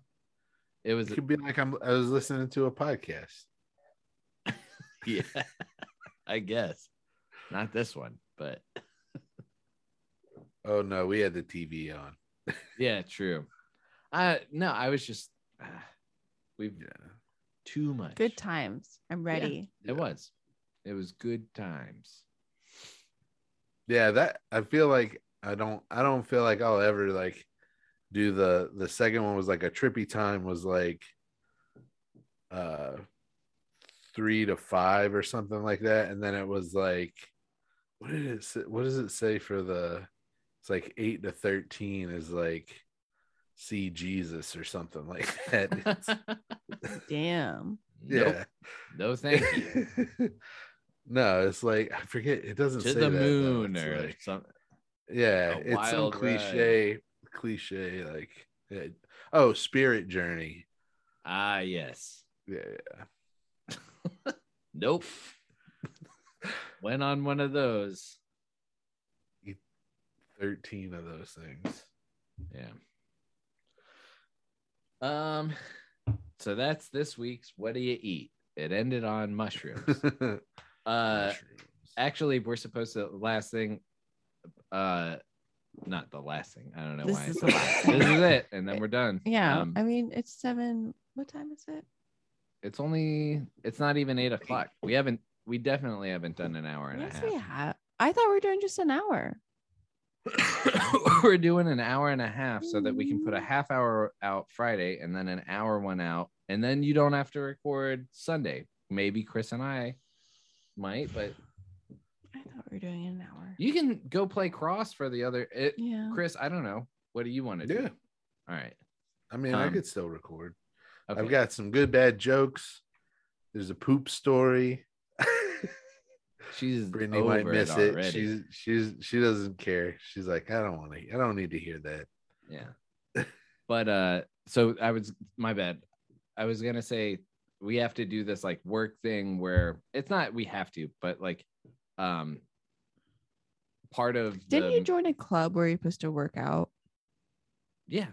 S1: It
S3: [laughs]
S1: was
S3: It could be like I'm, I was listening to a podcast.
S1: yeah, I guess. Not this one, but
S3: Oh no, we had the TV on.
S1: yeah, true. Uh no, I was just ah, we've
S3: Yeah.
S1: too much.
S2: good times. I'm ready.
S1: It was. It was good times.
S3: Yeah, that I feel like I don't I don't feel like I'll ever like do the the second one was like a trippy time was like uh 3 to 5 or something like that and then it was like what did it say, what does it say for the it's like 8 to 13 is like see Jesus or something like [laughs] that. It's-
S2: Damn.
S1: [laughs] Nope. No, thank you.
S3: [laughs] no, it's like I forget. It doesn't
S1: to
S3: say
S1: the
S3: that, though.
S1: moon
S3: It's
S1: or
S3: like-
S1: something.
S3: yeah,
S1: a
S3: it's some
S1: wild ride.
S3: cliche, cliche like yeah. oh, spirit journey.
S1: Ah, yes.
S3: Yeah,
S1: Nope. Went on one of those.
S3: thirteen of those things. [laughs]
S1: Yeah. Um, so that's this week's What Do You Eat? It ended on
S2: [laughs]
S1: mushrooms. Uh,
S3: Mushrooms.
S1: actually, we're supposed to, last thing, uh, not the last thing. I don't know
S2: This
S1: why. I
S2: is
S1: said
S2: the
S1: that.
S2: last
S1: this
S2: thing.
S1: is it. And then we're done.
S2: [laughs] Yeah.
S1: Um,
S2: I mean, it's seven. What time is it?
S1: it's only, it's not even eight o'clock. We haven't, we definitely haven't done an hour and
S2: Yes,
S1: a
S2: we
S1: half.
S2: have. I thought we were doing just an hour.
S1: [coughs] we're doing an hour and a half so that we can put a half hour out Friday and then an hour one out. And then you don't have to record Sunday. Maybe Chris and I might, but
S2: I thought we were doing an hour.
S1: you can go play cross for the other. It,
S2: Yeah.
S1: Chris, I don't know. What do you want to do?
S3: yeah,
S1: All right.
S3: I mean, I
S1: Um,
S3: could still record.
S1: Okay.
S3: I've got some good bad jokes. There's a
S1: [laughs]
S3: poop story.
S1: She's
S3: Brittany
S1: over
S3: might miss it.
S1: already.
S3: She's she's she doesn't care. She's like, I don't want to. I don't need to hear that.
S1: Yeah. but uh so I was my bad. I was gonna say we have to do this like work thing where it's not we have to, but like um part of
S2: Didn't
S1: the,
S2: you join a club where you're supposed to work out?
S1: yeah.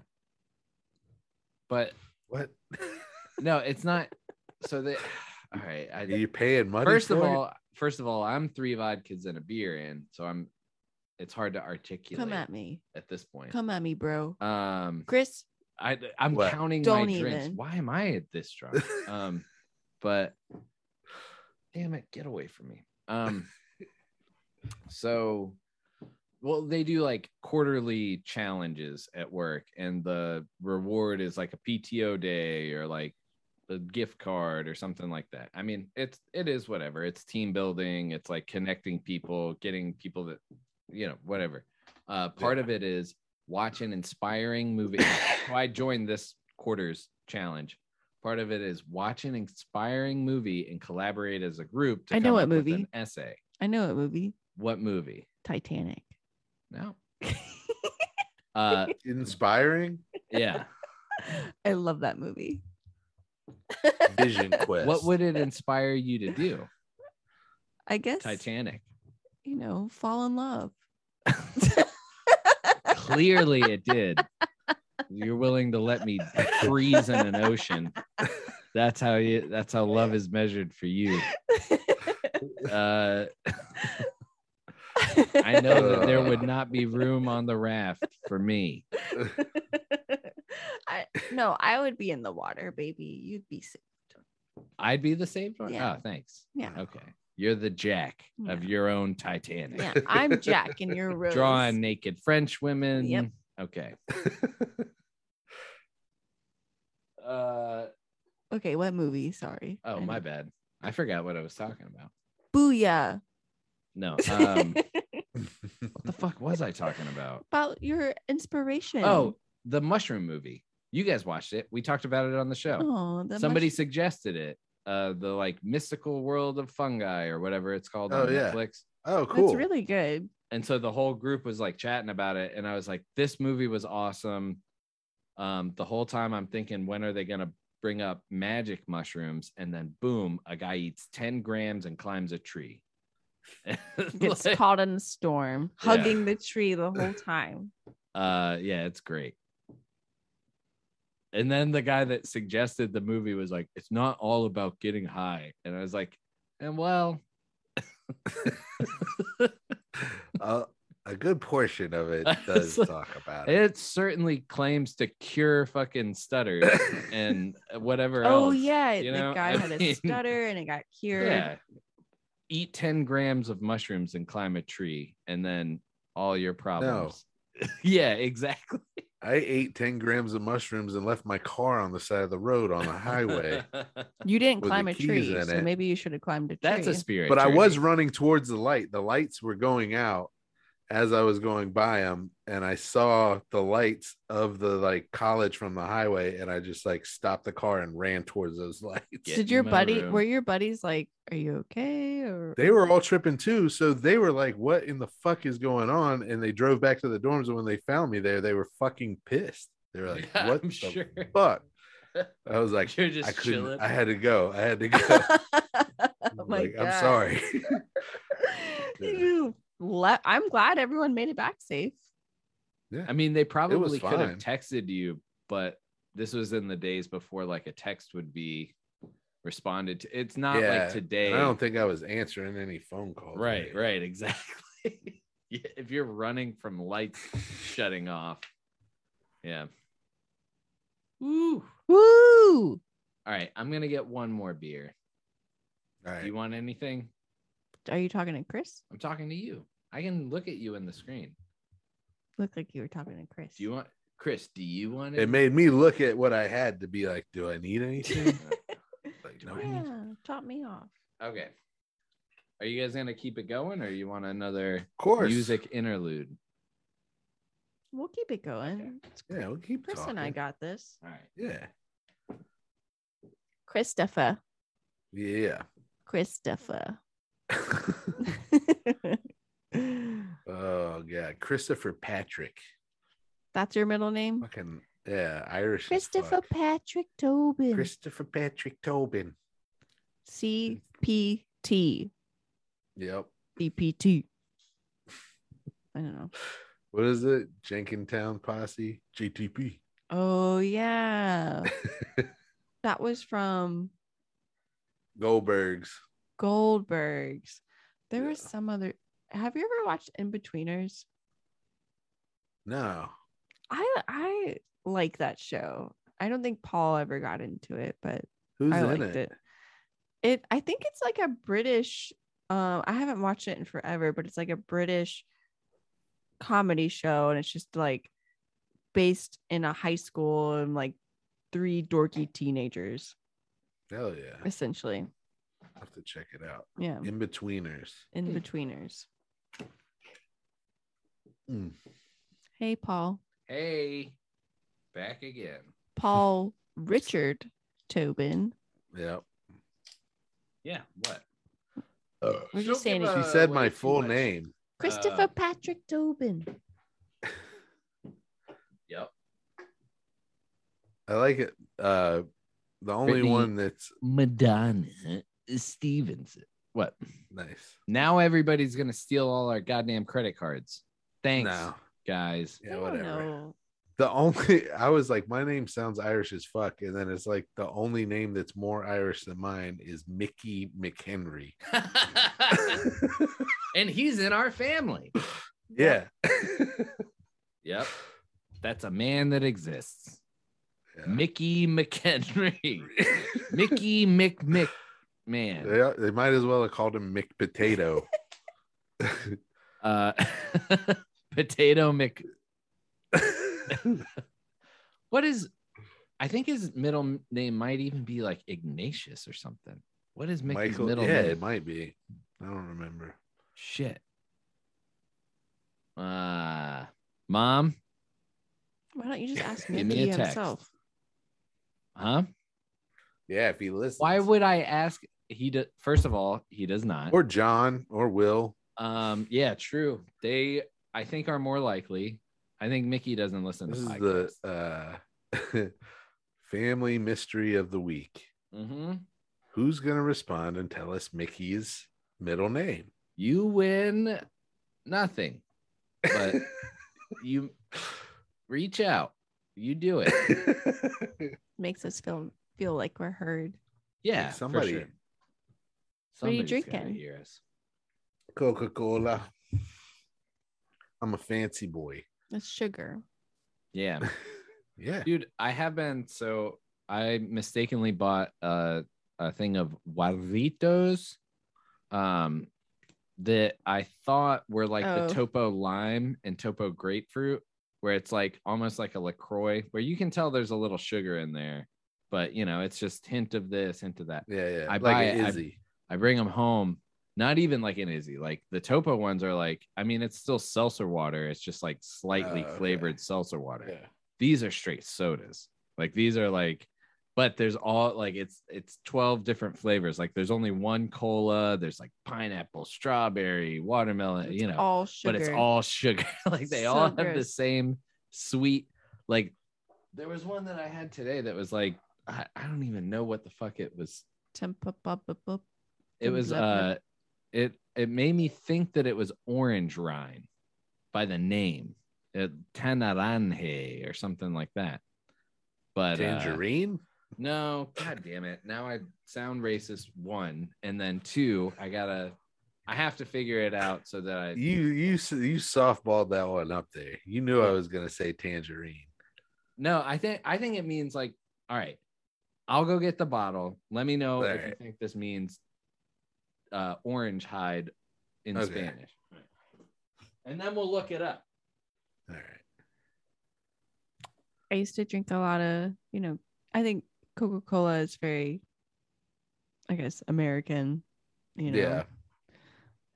S1: But
S3: What? [laughs]
S1: no, it's not so that all right. I
S3: Are you paying money?
S1: first of
S3: for it?
S1: all, first of all, I'm three vodkas and a beer in, so I'm it's hard to articulate
S2: Come at me.
S1: at this point.
S2: Come at me, bro.
S1: um
S2: Chris,
S1: I I'm
S3: What?
S1: counting
S2: Don't
S1: my drinks.
S2: even.
S1: Why am I at this drunk? um, but damn it, get away from me. [laughs] Um, so well, they do like quarterly challenges at work, and the reward is like a PTO day or like a gift card or something like that. I mean, it's it is whatever. It's team building. It's like connecting people, getting people that you know whatever. Uh, part
S3: Yeah.
S1: of it is watch an inspiring movie. [coughs] so I joined this quarter's challenge. Part of it is watch an inspiring movie and collaborate as a group. To
S2: I know
S1: come
S2: what
S1: up with
S2: movie.
S1: an essay.
S2: I know what movie.
S1: What movie?
S2: [laughs] Titanic.
S1: No. Uh,
S3: [laughs] inspiring
S1: yeah.
S2: I love that movie.
S3: vision
S1: [laughs]
S3: quest.
S1: What would it inspire you to do?
S2: I guess
S1: Titanic.
S2: you know, fall in love.
S1: Clearly, it did. You're willing to let me freeze in an ocean. That's how you. That's how love is measured for you. Uh, I know that there would not be room on the raft for me.
S2: [laughs] I no, I would be in the water, baby. You'd be safe.
S1: I'd be the saved one.
S2: Yeah.
S1: Oh, thanks.
S2: Yeah.
S1: Okay. You're the jack of
S2: Yeah.
S1: your own Titanic. [laughs]
S2: Yeah, I'm Jack and you're Rose.
S1: Drawing naked French women.
S2: Yep.
S1: Okay. Uh
S2: Okay, what movie? Sorry.
S1: oh,
S2: I
S1: my
S2: know.
S1: bad. I forgot what I was talking about.
S2: Booyah. [laughs]
S1: No. Um what the fuck was I talking about?
S2: About your inspiration.
S1: Oh, the mushroom movie. You guys watched it. We talked about it on the show.
S2: Oh, that
S1: Somebody
S2: mush-
S1: suggested it. Uh, the like mystical world of fungi or whatever it's called
S3: Oh,
S1: on
S3: yeah.
S1: Netflix.
S3: [laughs] Oh, cool.
S2: That's really good.
S1: [laughs] and so the whole group was like chatting about it and i was like this movie was awesome um the whole time i'm thinking when are they going to bring up magic mushrooms and then boom a guy eats 10 grams and climbs a tree [laughs]
S2: Gets
S1: Like,
S2: caught in a storm,
S1: Yeah.
S2: hugging the tree
S1: [laughs]
S2: the whole time.
S1: uh yeah it's great and then the guy that suggested the movie was like it's not all about getting high and i was like and well
S3: Uh, a good portion of
S1: [laughs]
S3: it
S1: It's
S3: does
S1: like-
S3: talk about it.
S1: it certainly claims to cure fucking stutters
S3: [laughs]
S1: and whatever
S2: Oh
S1: else.
S2: yeah,
S1: you know?
S2: the guy
S1: I
S2: had a
S1: mean- [laughs]
S2: stutter and it got cured.
S1: Yeah. Eat 10 grams of mushrooms and climb a tree, and then all your problems. [laughs] yeah, exactly.
S3: I ate 10 grams of mushrooms and left my car on the side of the road on the
S1: [laughs]
S3: highway.
S2: You didn't
S3: With the
S2: climb a
S3: keys
S2: tree,
S3: in
S2: so
S3: it.
S2: maybe you should have climbed a tree.
S1: That's a spirit.
S3: but I
S1: journey.
S3: was running towards the light. The lights were going out as I was going by them. And I saw the lights of the like college from the highway. And I just like stopped the car and ran towards those [laughs] lights.
S1: Yeah.
S2: Did your
S1: in my
S2: buddy?
S1: room.
S2: Were your buddies like, "Are you okay?"
S1: [laughs]
S2: Or [laughs]
S3: They were all tripping too. So they were like, what in the fuck is going on? And they drove back to the dorms. And when they found me there, they were fucking pissed. They were like,
S1: [laughs] Yeah,
S3: what
S1: I'm
S3: the
S1: sure. [laughs]
S3: fuck? I was like,
S1: You're
S3: I
S1: just
S3: couldn't.
S1: chilling.
S3: I had to go. I
S1: [laughs]
S3: had to go.
S2: Oh my
S3: like,
S2: God.
S3: [laughs] I'm sorry. [laughs] Yeah.
S1: [laughs]
S2: You le- I'm glad everyone made it back safe.
S1: I mean, they probably
S3: was
S1: could have
S3: fine.
S1: texted you, but this was in the days before like a text would be responded to. It's not
S3: Yeah,
S1: like today.
S3: I don't think I was answering any phone calls.
S1: right,
S3: man.
S1: right, exactly. [laughs] Yeah, if you're running from lights shutting off. Yeah. Ooh.
S2: Woo!
S1: All right, I'm gonna get one more beer.
S3: All right.
S1: You want anything?
S2: Are you talking to Chris?
S1: I'm talking to you. I can look at you in the screen.
S2: Looked like you were talking to Chris.
S1: Do you want, Chris? Do you want
S3: it made me look at what I had to be like, do I
S1: [laughs]
S3: need anything?
S2: [laughs]
S3: like, no.
S2: Yeah, top me off.
S1: Uh, okay. Are you guys gonna keep it going, or you want another
S3: Of course.
S1: music interlude?
S2: We'll keep it going.
S3: Yeah, we'll keep
S2: Chris and I
S3: talking.
S2: got this.
S1: All right.
S3: Yeah.
S2: Christopher.
S3: Yeah. [laughs]
S2: Christopher.
S3: oh yeah. Christopher Patrick.
S2: [laughs] That's your middle name?
S3: Fucking yeah, Irish. as
S2: Christopher
S3: fuck.
S2: Patrick Tobin.
S3: Christopher Patrick Tobin.
S2: CPT.
S3: Yep.
S2: CPT. I don't know.
S3: What is it? Jenkintown Posse. JTP.
S2: Oh yeah. that was from
S3: Goldbergs.
S2: Goldberg's. There was
S3: Yeah.
S2: some other have you ever watched In Betweeners?
S3: No.
S2: I I like that show. I don't think Paul ever got into it, but
S3: Who's
S2: I
S3: in
S2: liked
S3: it?
S2: it. it. I think it's like a British. Um, I haven't watched it in forever, but it's like a British comedy show, and it's just like based in a high school and like three dorky teenagers,
S3: Hell yeah. I'll
S2: essentially.
S3: have to check it out.
S2: Yeah,
S3: In betweeners.
S2: in betweeners.
S3: Mm.
S2: Hey, Paul.
S1: Hey, back again.
S3: [laughs]
S2: Paul Richard Tobin.
S3: Yep.
S1: Yeah. What? She'll
S2: We're just saying
S1: give
S2: it.
S3: she
S1: Uh,
S3: said
S1: way
S3: my
S1: too
S3: full
S1: much.
S3: name.
S2: Christopher
S1: uh,
S2: Patrick Tobin.
S1: Yep.
S3: I like it. Uh, the only
S1: Brittany.
S3: one that's
S1: Madonna Stevenson. What?
S3: nice.
S1: Now everybody's gonna steal all our goddamn credit cards. Thanks,
S3: No.
S1: guys. [laughs]
S3: [laughs] Yeah,
S2: I don't
S3: whatever.
S2: know.
S3: The only [laughs] I was like, my name sounds Irish as fuck, and then it's like the only name that's more Irish than mine is Mickey McHenry.
S1: and he's in our family.
S3: Yeah.
S1: Yep. That's a man that exists.
S3: Yeah.
S1: [laughs] Mickey
S3: [laughs]
S1: McHenry. Mickey Mick Mick man.
S3: They, they might as well have called him Mick Potato.
S1: Uh [laughs] Potato Mick. What is I think his middle name might even be like Ignatius or something. What is Mickey's
S3: Michael.
S1: middle
S3: yeah,
S1: name?
S3: it might be. I don't remember.
S1: Shit. Uh mom,
S3: Uh,
S2: Why don't you just ask
S1: Give me a
S2: Mickey
S1: text.
S2: himself?
S1: huh?
S3: Yeah, if he listens.
S1: Why would I ask? He do, first of all, he does not.
S3: or John or Will?
S1: Um, yeah, true. They, I think, are more likely. I think Mickey doesn't listen
S3: This
S1: to
S3: is
S1: podcasts.
S3: the uh, [laughs] family mystery of the week.
S1: hmm
S3: Who's gonna respond and tell us Mickey's middle name?
S1: You win nothing, but you reach out. You do
S3: [laughs]
S1: it.
S2: Makes us feel feel like we're heard.
S1: Yeah,
S3: somebody.
S1: For sure.
S2: What are you
S1: Somebody's gotta
S2: drinking?
S1: hear us.
S3: Coca Cola. I'm a fancy boy. [laughs]
S2: That's sugar.
S1: Yeah,
S3: Yeah.
S1: [laughs] dude. I have been so I mistakenly bought a a thing of Warritos, um, that I thought were like
S2: Oh.
S1: the Topo lime and Topo grapefruit, where it's like almost like a Lacroix, where you can tell there's a little sugar in there, but you know it's just hint of this, hint of that.
S3: Yeah, yeah.
S1: I
S3: like
S1: buy
S3: an
S1: it. I-
S3: Izzy.
S1: I bring them home. Not even like an Izzy. Like the Topo ones are like, I mean, it's still seltzer water. It's just like slightly
S3: Oh, okay.
S1: flavored seltzer water.
S3: Yeah.
S1: These are straight sodas. Like these are like, but there's all like it's it's 12 different flavors. Like there's only one cola, there's like pineapple, strawberry, watermelon,
S2: It's
S1: Uh, you know,
S2: all sugar.
S1: but it's all sugar. [laughs] like they
S2: So
S1: all have the
S2: gross.
S1: same sweet, like there was one that I had today that was like, I, I don't even know what the fuck it was
S2: Tempa- bu- bu- bu-
S1: it was
S2: Yep, yep.
S1: uh it it made me think that it was orange rind by the name it, tanaranje or something like that but uh,
S3: Tangerine?
S1: no god damn it now i sound racist one and then two i gotta i have to figure it out so that i
S3: you you s- you softballed that one up there. You knew I was gonna say tangerine.
S1: no i think i think it means like all right i'll go get the bottle let me know if you
S3: Alright.
S1: think this means uh orange hide in
S3: Okay.
S1: spanish and then we'll look it up
S3: All right.
S2: I used to drink a lot of, you know, I think Coca Cola is very, I guess, American, you know.
S3: Yeah.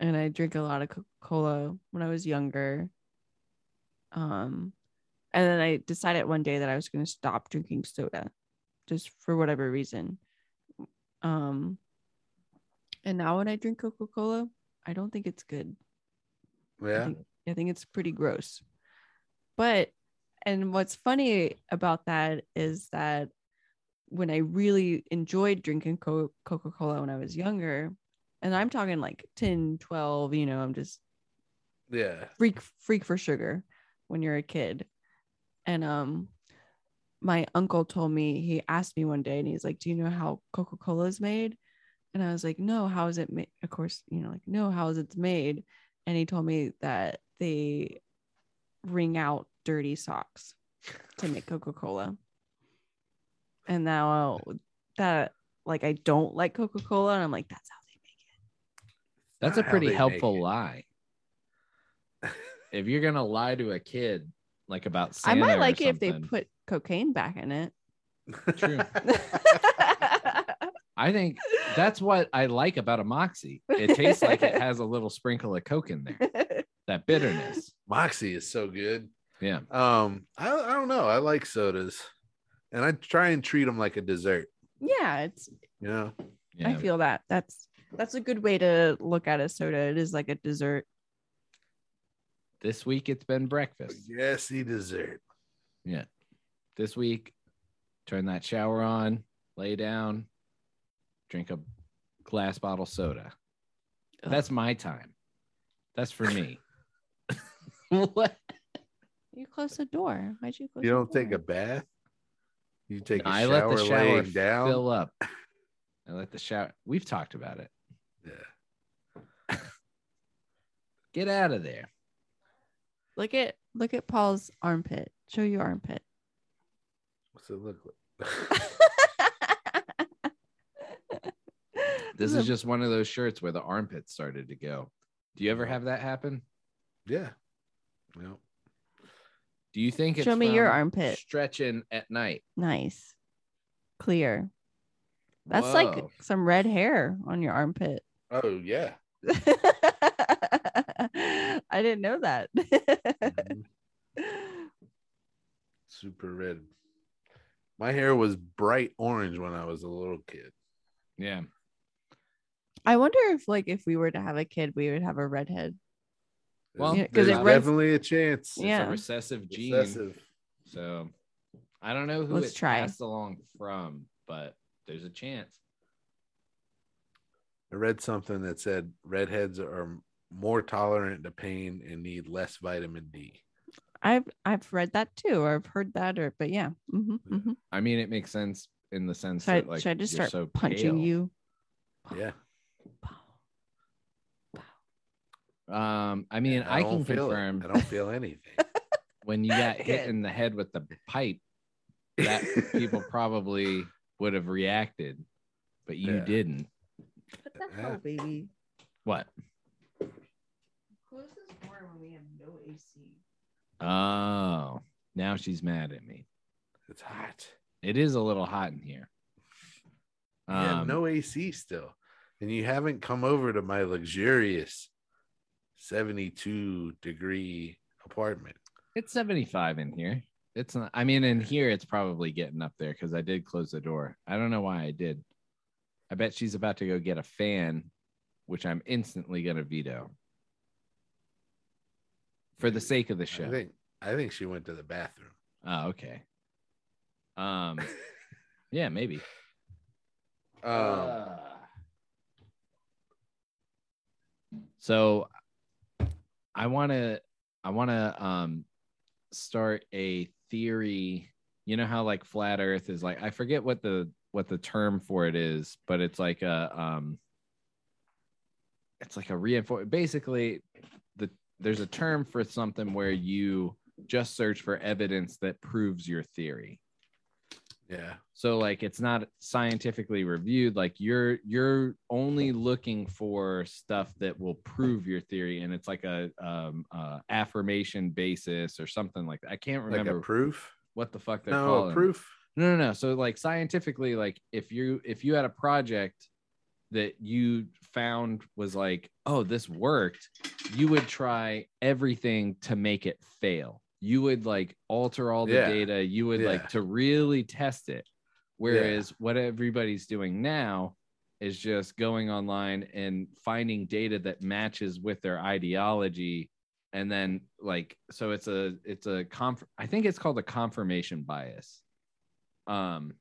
S2: And I drink a lot of Coca Cola when I was younger. Um, and then I decided one day that I was going to stop drinking soda just for whatever reason. Um, and now when I drink Coca Cola, I don't think it's good. I
S3: Yeah.
S2: think, I think it's pretty gross. But, and what's funny about that is that when I really enjoyed drinking Co- Coca Cola when I was younger, and I'm talking like 10, 12, you know, I'm just
S1: Mm-hmm.
S3: Yeah.
S2: freak, freak for sugar when you're a kid. And, um, my uncle told me, he asked me one day and he's like, Do you know how Coca Cola is made? And I was like, No, how is it made? Of course, you know, like, No, how is it made? and he told me that they wring out dirty socks to make Coca-Cola. And now that like I don't like Coca-Cola and I'm like that's how they make it.
S1: That's a
S3: Not how
S1: pretty
S3: they
S1: helpful
S3: make it.
S1: lie.
S3: [laughs]
S1: if you're gonna lie to a kid, like about Santa
S2: I might
S1: or
S2: like it if they
S1: something,
S2: put cocaine back in it.
S1: True. I think that's what I like about a moxie. It tastes like it has a little sprinkle of coke in there. That bitterness.
S3: [laughs] Moxie is so good.
S1: Yeah.
S3: Um, I, I don't know. I like sodas, and I try and treat them like a dessert.
S2: [laughs] yeah, it's
S3: You know,
S1: Yeah.
S2: I feel that. That's that's a good way to look at a soda. It is like a dessert.
S1: this week it's been breakfast.
S3: yes, he dessert.
S1: This week, turn that shower on, lay down, drink a glass bottle soda.
S2: Ugh.
S1: That's my time. That's for
S3: [laughs]
S1: me. [laughs] what?
S2: You close the door. Why'd you close
S3: You
S2: the
S3: don't take
S2: door?
S3: a bath. You take a
S1: I
S3: shower,
S1: let the shower
S3: laying down.
S1: fill up. I let the shower. We've talked about it.
S3: yeah.
S1: Get out of there.
S2: Look at look at Paul's armpit. Show your armpit.
S3: What's it look like?
S1: This is just one of those shirts where the armpits started to go. Do you ever have that happen?
S3: [laughs] Yeah. No.
S1: Do you think it's
S2: Show me your
S1: from
S2: armpit.
S1: stretching at night?
S2: nice, clear. That's like
S1: Whoa.
S2: some red hair on your armpit. [laughs]
S3: Oh yeah.
S2: I didn't know that.
S1: Mm-hmm.
S2: [laughs]
S3: Super red. My hair was bright orange when I was a little kid.
S1: Yeah.
S2: I wonder if like if we were to have a kid, we would have a redhead.
S1: Well,
S2: Yeah, 'cause
S3: there's
S2: it runs-
S3: definitely a chance.
S1: It's
S2: Yeah.
S1: a recessive gene.
S3: Recessive.
S1: So I don't know who
S2: Let's
S1: it's
S2: try.
S1: passed along from, but there's a chance.
S3: I read something that said redheads are more tolerant to pain and need less vitamin D.
S2: I've I've read that too, or I've heard that, or but yeah. hmm
S3: Yeah.
S2: hmm
S1: I mean, it makes sense in the sense
S2: So I,
S1: that like
S2: should I just
S1: you're
S2: start
S1: so
S2: punching
S1: pale.
S2: you?
S3: Yeah.
S1: Um, I mean, I, can
S3: don't feel it.
S1: confirm
S3: I don't feel anything.
S1: when you got hit
S3: [laughs]
S2: Good.
S1: in the head with the pipe, [laughs] that people probably would have reacted, but you
S3: Yeah.
S1: didn't.
S2: What
S3: the hell,
S2: baby?
S1: What?
S2: Close this door when we have no AC.
S1: Oh, now she's mad at me.
S3: [laughs] it's hot.
S1: It is a little hot in here.
S3: yeah,
S1: Um,
S3: no AC still. And you haven't come over to my luxurious 72 degree apartment.
S1: It's 75 in here. It's not, I mean, in here, it's probably getting up there because I did close the door. I don't know why I did. I bet she's about to go get a fan, which I'm instantly going to veto for the sake of the
S3: I
S1: show.
S3: think I think she went to the bathroom.
S1: Oh, okay. Um, yeah, maybe.
S3: Um,
S1: Uh, [sighs] So I want to I want to um start a theory. You know how like flat earth is like I forget what the what the term for it is, but it's like a um it's like a reinforce basically the there's a term for something where you just search for evidence that proves your theory
S3: yeah.
S1: so like it's not scientifically reviewed like you're you're only looking for stuff that will prove your theory and it's like a um uh affirmation basis or something like that i can't remember
S3: Like a proof?
S1: what the fuck they're
S3: No,
S1: calling
S3: a
S1: it.
S3: proof.
S1: no no no so like scientifically like if you if you had a project that you found was like oh this worked you would try everything to make it fail you would like alter all the
S3: Yeah.
S1: data you would
S3: Yeah.
S1: like to really test it whereas what everybody's doing now is just going online and finding data that matches with their ideology and then like so it's a it's a conf- i think it's called a confirmation bias um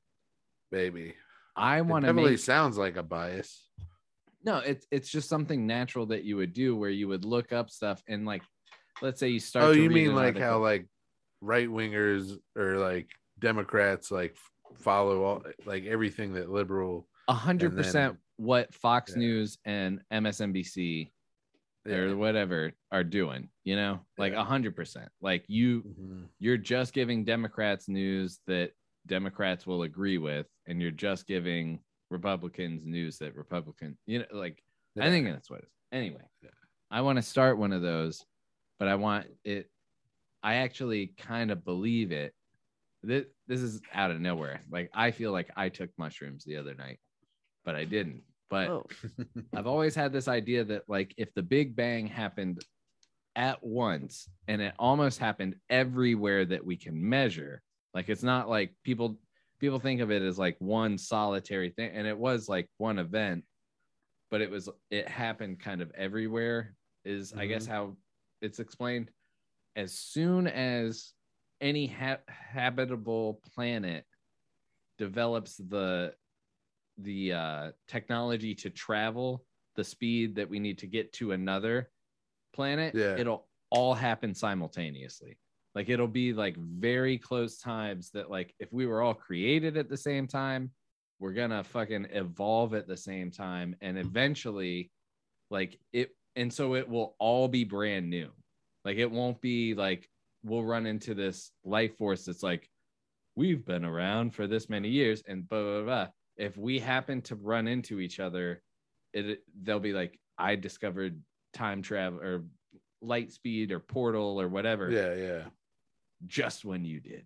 S3: Baby.
S1: i
S3: It
S1: want to
S3: definitely
S1: make
S3: sounds like a bias.
S1: no it's it's just something natural that you would do where you would look up stuff and like let's say you start
S3: oh,
S1: to
S3: you
S1: read
S3: mean
S1: an
S3: like how
S1: article.
S3: like right wingers or like Democrats like f- follow all like everything that liberal
S1: a hundred
S3: and then-
S1: percent what fox
S3: Yeah.
S1: news and msnbc or
S3: Yeah.
S1: whatever are doing you know like
S3: Yeah.
S1: a hundred percent like you
S3: Mhm.
S1: you're just giving Democrats news that Democrats will agree with, and you're just giving Republicans news that Republican, you know, like I
S3: Yeah.
S1: think that's what it is. Anyway,
S3: Yeah.
S1: I want to start one of those, but I want it. I actually kind of believe it. This, this is out of nowhere. Like I feel like I took mushrooms the other night, but I didn't. But
S2: Oh,
S1: I've always had this idea that like if the Big Bang happened at once and it almost happened everywhere that we can measure, like it's not like people people think of it as like one solitary thing and it was like one event, but it was it happened kind of everywhere is I guess how it's explained as soon as any ha- habitable planet develops the the uh, technology to travel the speed that we need to get to another planet,
S3: Yeah.
S1: it'll all happen simultaneously. Like it'll be like very close times that like if we were all created at the same time, we're gonna fucking evolve at the same time, and eventually, like it, and so it will all be brand new. Like it won't be like we'll run into this life force that's like we've been around for this many years and blah blah blah. If we happen to run into each other, it they'll be like I discovered time travel or light speed or portal or whatever
S3: [laughs] yeah, yeah.
S1: just when you did.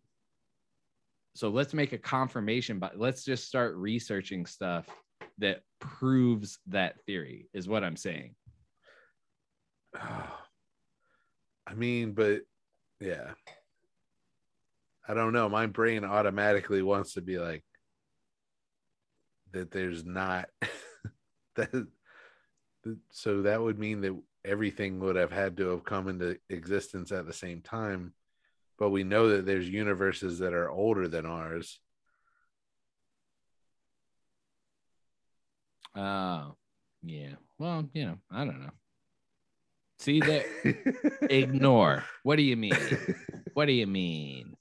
S1: So let's make a confirmation, but let's just start researching stuff that proves that theory is what I'm saying.
S3: [sighs] I mean, but yeah. I don't know. My brain automatically wants to be like that. There's not [laughs] that. that- So that would mean that everything would have had to have come into existence at the same time. But we know that there's universes that are older than ours.
S1: Oh, yeah. Well, you know, I don't know. See
S3: [laughs]
S1: that? Ignore. What do you mean? What do you mean?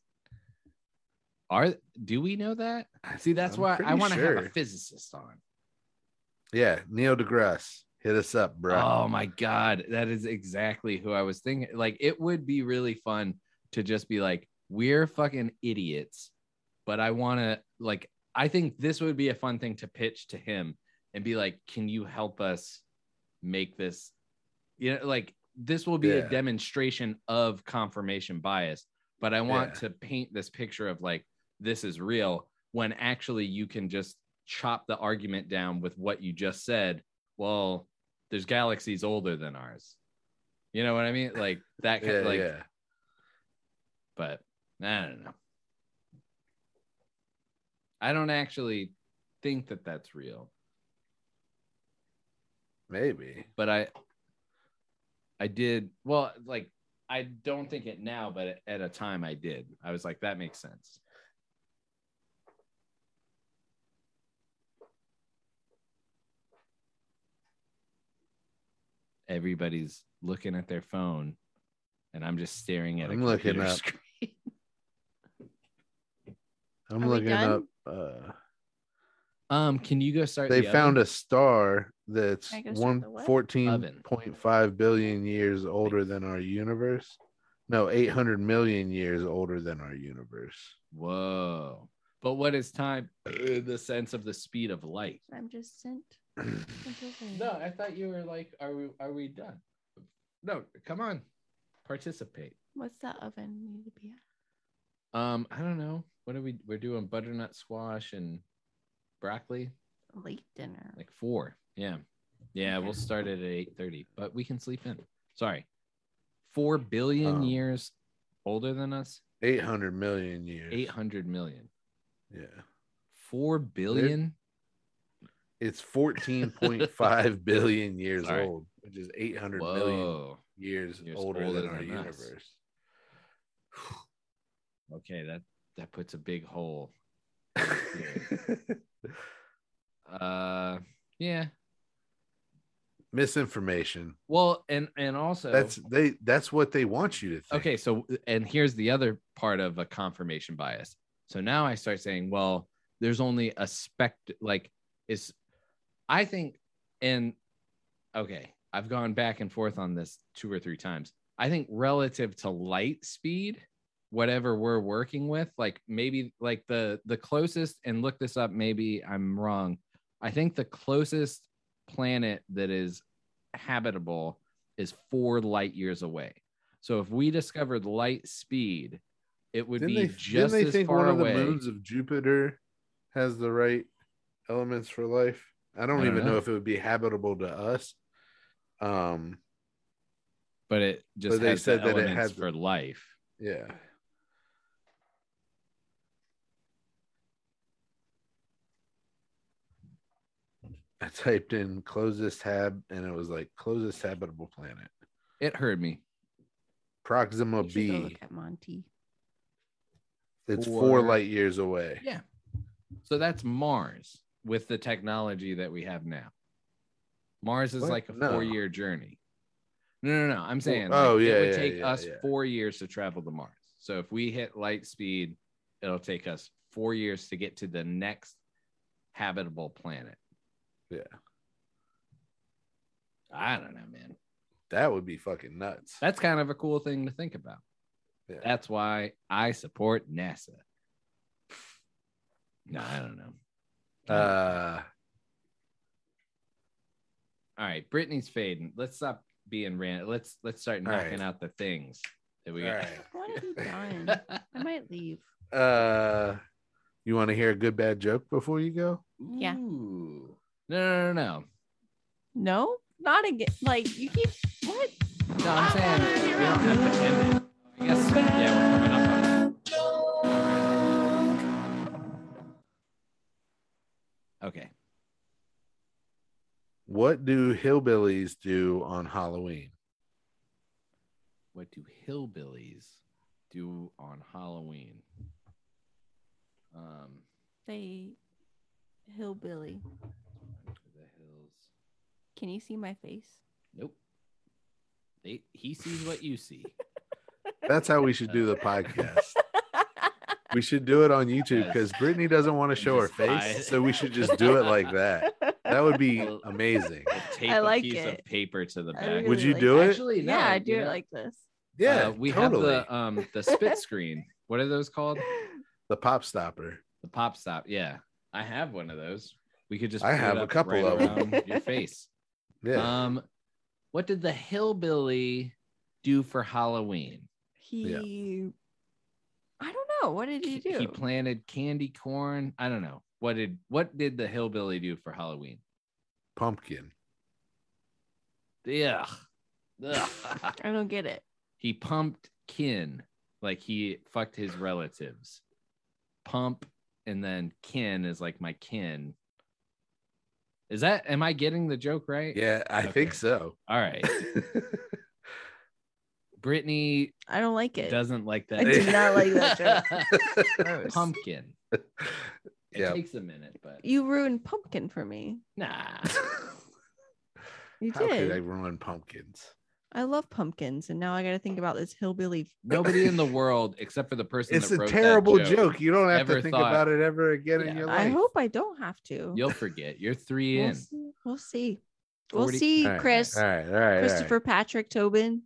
S1: Are do we know that? See, that's
S3: I'm
S1: why I
S3: pretty
S1: want to have a
S3: sure.
S1: physicist on.
S3: yeah, Neil deGrasse, hit us up, bro.
S1: Oh my god, that is exactly who I was thinking. Like, it would be really fun to just be like, we're fucking idiots, but I want to like. I think this would be a fun thing to pitch to him and be like, can you help us make this? You know, like this will be
S3: Yeah.
S1: a demonstration of confirmation bias, but I want
S3: Yeah.
S1: to paint this picture of like this is real when actually you can just chop the argument down with what you just said. Well, there's galaxies older than ours. You know what I mean? Like that kind
S3: [laughs] yeah,
S1: of like
S3: yeah.
S1: but I don't know. I don't actually think that that's real,
S3: Maybe.
S1: but I I did well like I don't think it now, but at a time I did. I was like that makes sense. Everybody's looking at their phone and I'm just staring at a
S3: I'm looking
S1: computer
S3: up.
S1: screen.
S3: I'm
S2: Are we
S3: looking up.
S2: done?
S3: Uh,
S1: Um, can you go start?
S3: they
S1: the
S3: found
S1: oven?
S3: a star that's
S2: I gotta start
S3: one
S2: the what?
S1: Oven.
S3: 14.5 billion years older than our universe. No, 800 million years older than our universe.
S1: Whoa! But what is time? in the sense of the speed of light.
S2: I'm just sent.
S1: No, I thought you were like, are we are we done? No, come on, participate.
S2: What's that oven need to be at?
S1: Um, I don't know. What are we? We're doing butternut squash and broccoli.
S2: Late dinner.
S1: Like four. Yeah, yeah. We'll start it at eight thirty, but we can sleep in. Sorry, four billion
S3: Um,
S1: years older than us.
S3: 800 million years.
S1: Eight hundred million.
S3: Yeah.
S1: Four billion. [laughs]
S3: It's 14.5 billion years
S1: Sorry.
S3: old, which is 800
S1: Whoa.
S3: million years,
S1: Years
S3: older,
S1: older
S3: than our
S1: than us.
S3: universe.
S1: Okay, that that puts a big hole uh yeah
S3: [laughs] Misinformation.
S1: well and and also
S3: That's they that's what they want you to think.
S1: okay so and here's the other part of a confirmation bias so now i start saying well there's only a spect like is i think and okay i've gone back and forth on this two or three times i think relative to light speed whatever we're working with like maybe like the the closest and look this up maybe i'm wrong i think the closest planet that is habitable is four light years away so if we discovered light speed it would
S3: Didn't
S1: be
S3: they,
S1: just
S3: didn't they
S1: as
S3: think
S1: far
S3: one of
S1: away
S3: the moons of Jupiter has the right elements for life? I don't,
S1: I don't
S3: even know.
S1: know.
S3: if it would be habitable to us. Um,
S1: but it just
S3: But they
S1: has
S3: said
S1: the
S3: that it
S1: elements
S3: had-
S1: for life
S3: yeah. I typed in closest hab and it was like closest habitable planet.
S1: it heard me
S3: Proxima
S2: You should go
S3: B.
S2: look
S1: [laughs]
S2: at Monty.
S3: It's four,
S1: for-
S3: light years away.
S1: yeah so that's mars with the technology that we have now mars is
S3: What?
S1: like a
S3: No.
S1: four year journey no no no i'm saying
S3: oh,
S1: like,
S3: yeah,
S1: it would
S3: yeah,
S1: take
S3: yeah,
S1: us
S3: yeah.
S1: four years to travel to mars so if we hit light speed it'll take us four years to get to the next habitable planet
S3: Yeah.
S1: i don't know man
S3: That would be fucking nuts.
S1: that's kind of a cool thing to think about
S3: Yeah.
S1: that's why i support nasa no i don't know
S3: Uh,
S1: All right, Brittany's fading. Let's stop being random. Let's let's start
S3: All
S1: knocking
S3: right.
S1: out the things that we
S3: all
S1: got.
S3: right.
S2: What have you done? I might leave.
S3: Uh, you want to hear a good bad joke before you go?
S2: Yeah.
S1: [laughs] Ooh. No, no, no, no.
S2: No, not again. Like you keep what?
S1: No, I'm saying we don't have to end it. I guess yeah, we're coming up on Okay.
S3: What do hillbillies do on Halloween?
S1: What do hillbillies do on Halloween? Um,
S2: They hillbilly.
S1: the hills.
S2: Can you see my face?
S1: Nope. They, he sees what you
S2: [laughs]
S1: see.
S3: That's how we [laughs] should do the podcast. We should do it on YouTube because Brittany doesn't want to show her
S1: Just hide.
S3: face, so we should just do it like that. That
S1: [laughs]
S3: would be amazing.
S1: Tape
S2: I like
S1: a piece
S2: it.
S1: of paper to the
S2: I
S1: back.
S2: really
S3: Would you
S2: like
S3: do
S2: that.
S3: it?
S1: Actually, no,
S2: yeah, I
S1: you
S2: do it
S1: know.
S2: like this.
S3: Yeah,
S1: Uh, we
S3: totally.
S1: have the um the spit screen. What are those called?
S3: the pop stopper.
S1: The pop stop. Yeah, I have one of those. We could just.
S3: I
S1: put it
S3: have a
S1: up
S3: couple
S1: right
S3: of
S2: 'em.
S1: around Your face.
S3: [laughs] Yeah.
S1: Um, what did the hillbilly do for Halloween?
S3: Yeah.
S6: He
S2: I don't know. What did you do?
S1: He planted candy corn. I don't know. What did what did the hillbilly do for Halloween?
S3: Pumpkin.
S1: Yeah.
S2: [laughs]
S1: Ugh.
S2: I don't get it.
S1: he pumped kin like he fucked his relatives. Pump and then kin is like my kin. Is that am I getting the joke right?
S3: Yeah, I
S1: Okay.
S3: think so.
S1: [laughs] All right. Brittany
S2: I don't like it.
S1: doesn't like that.
S2: I
S3: do not
S1: [laughs]
S2: like that
S1: joke. Pumpkin. It
S3: Yeah.
S1: takes a minute, but
S2: you ruined pumpkin for me. [laughs]
S1: nah.
S2: You
S3: How could
S2: did.
S3: I ruin pumpkins?
S2: I love pumpkins, and now I got to think about this hillbilly.
S1: Nobody in the world except for the person.
S3: It's
S1: that
S3: a
S1: wrote that
S3: terrible
S1: joke.
S3: joke. You don't have
S1: Ever
S3: to think
S1: thought-
S3: about it ever again in
S1: Yeah.
S3: your life.
S2: I hope I don't have to.
S1: You'll forget. You're three
S2: We'll
S1: in.
S2: see. We'll see. We'll
S1: 40
S2: see,
S3: All right,
S2: Chris.
S3: All right, all right. all right.
S2: Christopher Patrick Tobin.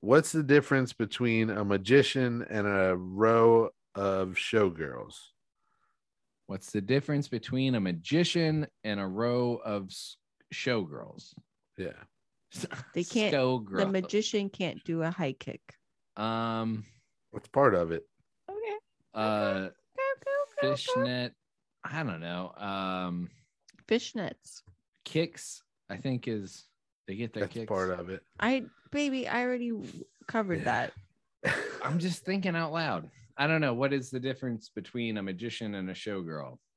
S3: What's the difference between a magician and a row of showgirls?
S1: What's the difference between a magician and a row of s- showgirls?
S3: Yeah.
S1: [laughs]
S2: They can't-
S1: Showgirl.
S2: The magician can't do a high kick.
S1: Um.
S3: That's part of it.
S2: Okay.
S1: Uh.
S2: Go, go, go, go.
S1: Fishnet. I don't know. Um.
S2: Fishnets.
S1: Kicks. I think is they get their
S3: That's
S1: kicks.
S3: part of it.
S2: I baby, I already covered
S3: Yeah.
S2: that.
S1: I'm just thinking out loud. I don't know what is the difference between a magician and a showgirl.
S3: [laughs]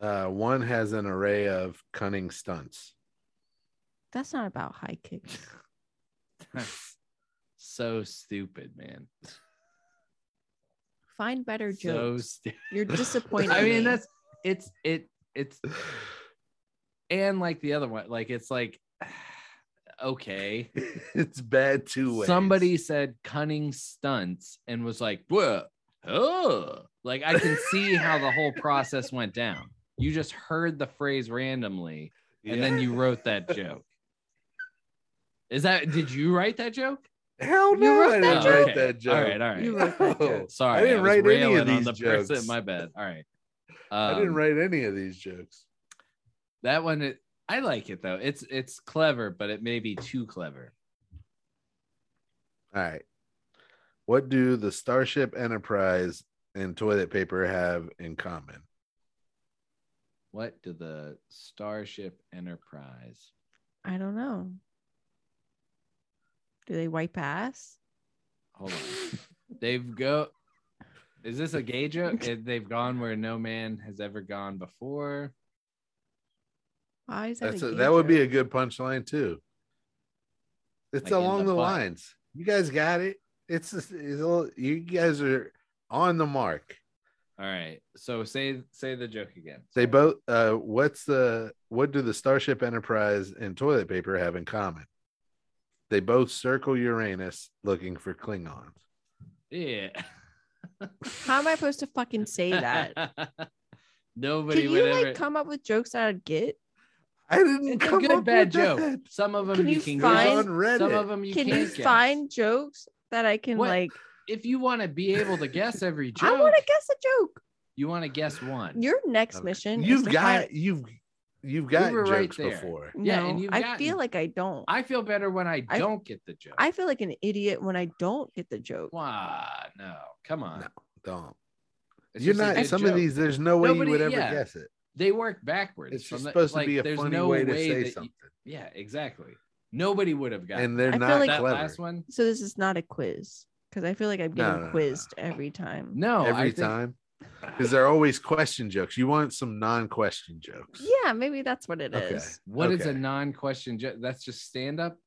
S3: Uh, one has an array of cunning stunts. [laughs]
S2: That's not about high kicks.
S1: so stupid, man.
S2: Find better
S1: So
S2: jokes.
S1: stupid.
S2: You're
S1: [laughs]
S2: disappointing.
S1: I
S2: me.
S1: mean, that's it's it it's and like the other one, like it's like [sighs] okay.
S3: it's bad two ways.
S1: Somebody said cunning stunts and was like, "Whoa, oh!" Like I can see how the
S3: [laughs]
S1: whole process went down. You just heard the phrase randomly, and then you wrote that
S3: [laughs]
S1: joke. Is that did you write that joke?
S3: Hell
S2: You
S3: no,
S2: wrote that
S3: I didn't
S1: joke?
S3: write that joke.
S1: All right, all right. Oh.
S2: You wrote that
S3: No.
S1: [laughs]
S2: joke.
S1: Sorry,
S3: I didn't
S1: was
S3: write any of
S1: railing on
S3: these
S1: the
S3: jokes.
S1: person. My bad. All right.
S3: I didn't
S1: Um,
S3: write any of these jokes.
S1: that one. It, I like it though. It's it's clever, but it may be too clever.
S3: All right. What do the Starship Enterprise and toilet paper have in common?
S1: What do the Starship Enterprise?
S2: I don't know. Do they wipe ass?
S1: Hold on. They've go. Is this a gay
S2: [laughs]
S1: joke? Eh, They've gone where no man has ever gone before.
S2: Why is that?
S3: That's
S2: a
S3: a,
S2: gay
S3: that would be
S2: joke?
S3: a good punchline too. It's
S1: Like in
S3: along
S1: the
S3: the,
S1: butt.
S3: lines. You guys got it. It's, just, it's a little, you guys are on the mark.
S1: All right. So say say the joke again.
S3: They
S1: Sorry.
S3: both. Uh, what's the what do the Starship Enterprise and toilet paper have in common? They both circle Uranus looking for Klingons.
S1: Yeah.
S2: How am I supposed to fucking
S1: [laughs]
S2: say that?
S1: Nobody
S2: Can
S1: would
S2: you like
S1: ever.
S2: come up with jokes that I'd get?
S3: I didn't
S1: it's a
S3: come
S1: good
S3: up
S1: bad
S3: with
S1: joke.
S3: that.
S1: Some of them
S2: Can
S1: you,
S2: you
S1: can
S3: It was
S2: Find-
S3: on
S1: guess.
S3: Reddit.
S1: Some of them you
S2: can
S1: not
S2: you find jokes that I can
S1: What?
S2: like?
S1: If you want to be able to guess every joke,
S2: I want to guess a joke.
S1: you want to guess one.
S2: Your next
S3: Okay.
S2: mission. is
S3: you've
S2: to
S3: got
S2: find-
S3: you've you've got
S1: were right
S3: jokes
S1: there.
S3: before.
S2: No,
S1: Yeah, and you've
S2: I
S1: gotten-
S2: feel like I don't. I,
S1: I feel better when I
S2: I-
S1: don't get the joke.
S2: feel like an idiot when I don't get the joke.
S1: Wow, no, come on.
S3: No, don't.
S1: It's
S3: You're
S1: just a
S3: not.
S1: good
S3: Some of
S1: joke.
S3: these, there's no way
S1: Nobody-
S3: you would ever
S1: yeah.
S3: guess it.
S1: they work backwards.
S3: It's
S1: from
S3: just
S1: the-
S3: supposed
S1: like,
S3: to be a
S1: there's
S3: funny
S1: no
S3: way to
S1: way
S3: say
S1: that you-
S3: something,
S1: yeah, exactly. Nobody would have gotten
S3: and
S1: it.
S3: they're
S2: I feel
S3: not
S2: like-
S1: that
S3: clever.
S1: last one.
S2: So this is not a quiz because I feel like I'm
S3: No,
S2: getting
S3: no, no, no.
S2: quizzed every time.
S1: No, I
S3: Every
S1: think-
S3: time, because they're always question jokes. You want some non-question jokes.
S7: Yeah, maybe that's what it is.
S3: Okay.
S1: What is a
S3: Okay.
S1: non-question? Jo- that's just stand up.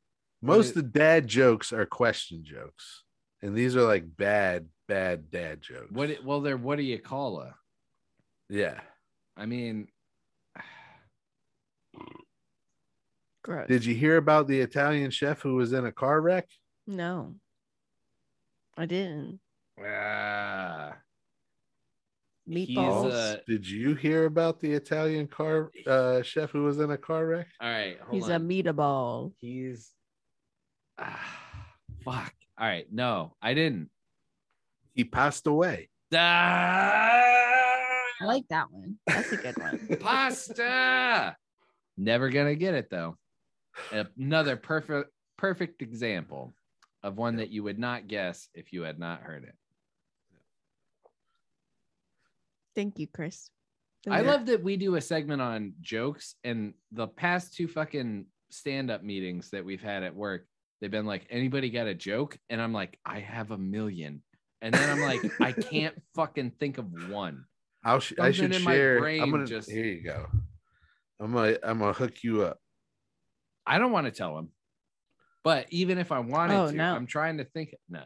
S3: Most
S1: is-
S3: of the dad jokes are question jokes, and these are like bad, bad dad jokes.
S1: What? it- Well, they're what do you call a?
S3: Yeah.
S1: I mean,
S7: Gross.
S3: Did you hear about the Italian chef who was in a car wreck?
S7: No, I didn't.
S1: ah, He's,
S7: Meatballs.
S1: uh,
S3: Did you hear about the Italian car uh, chef who was in a car wreck?
S1: all right. Hold
S7: He's
S1: on.
S7: a meatball.
S1: He's ah, fuck. All right, no, I didn't.
S3: He passed away.
S1: Ah,
S7: I like that one. That's a good one.
S1: pasta. Never gonna get it though. Another perfect perfect example of one that you would not guess if you had not heard it.
S7: Thank you, Chris.
S1: I
S7: Yeah.
S1: love that we do a segment on jokes and the past two fucking stand-up meetings that we've had at work, they've been like, anybody got a joke? And I'm like, I have a million. And then I'm like, I can't fucking think of one.
S3: I'll sh- I
S1: Something
S3: should
S1: in my
S3: share.
S1: brain
S3: I'm gonna
S1: just-
S3: here you go. I'm gonna I'm gonna hook you up.
S1: I don't want to tell him. But even if I wanted
S7: Oh,
S1: to,
S7: no.
S1: I'm trying to think. Nah.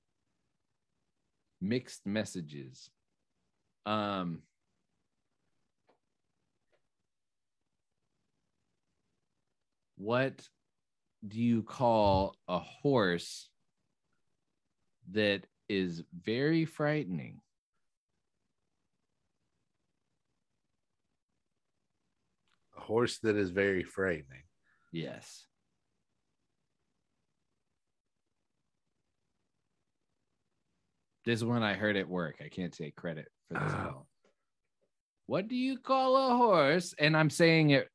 S1: [laughs] Mixed messages. Um. What do you call a horse that is very frightening?
S3: A horse that is very frightening.
S1: Yes. This one I heard at work. I can't take credit for this
S3: Ah.
S1: one. What do you call a horse? And I'm saying it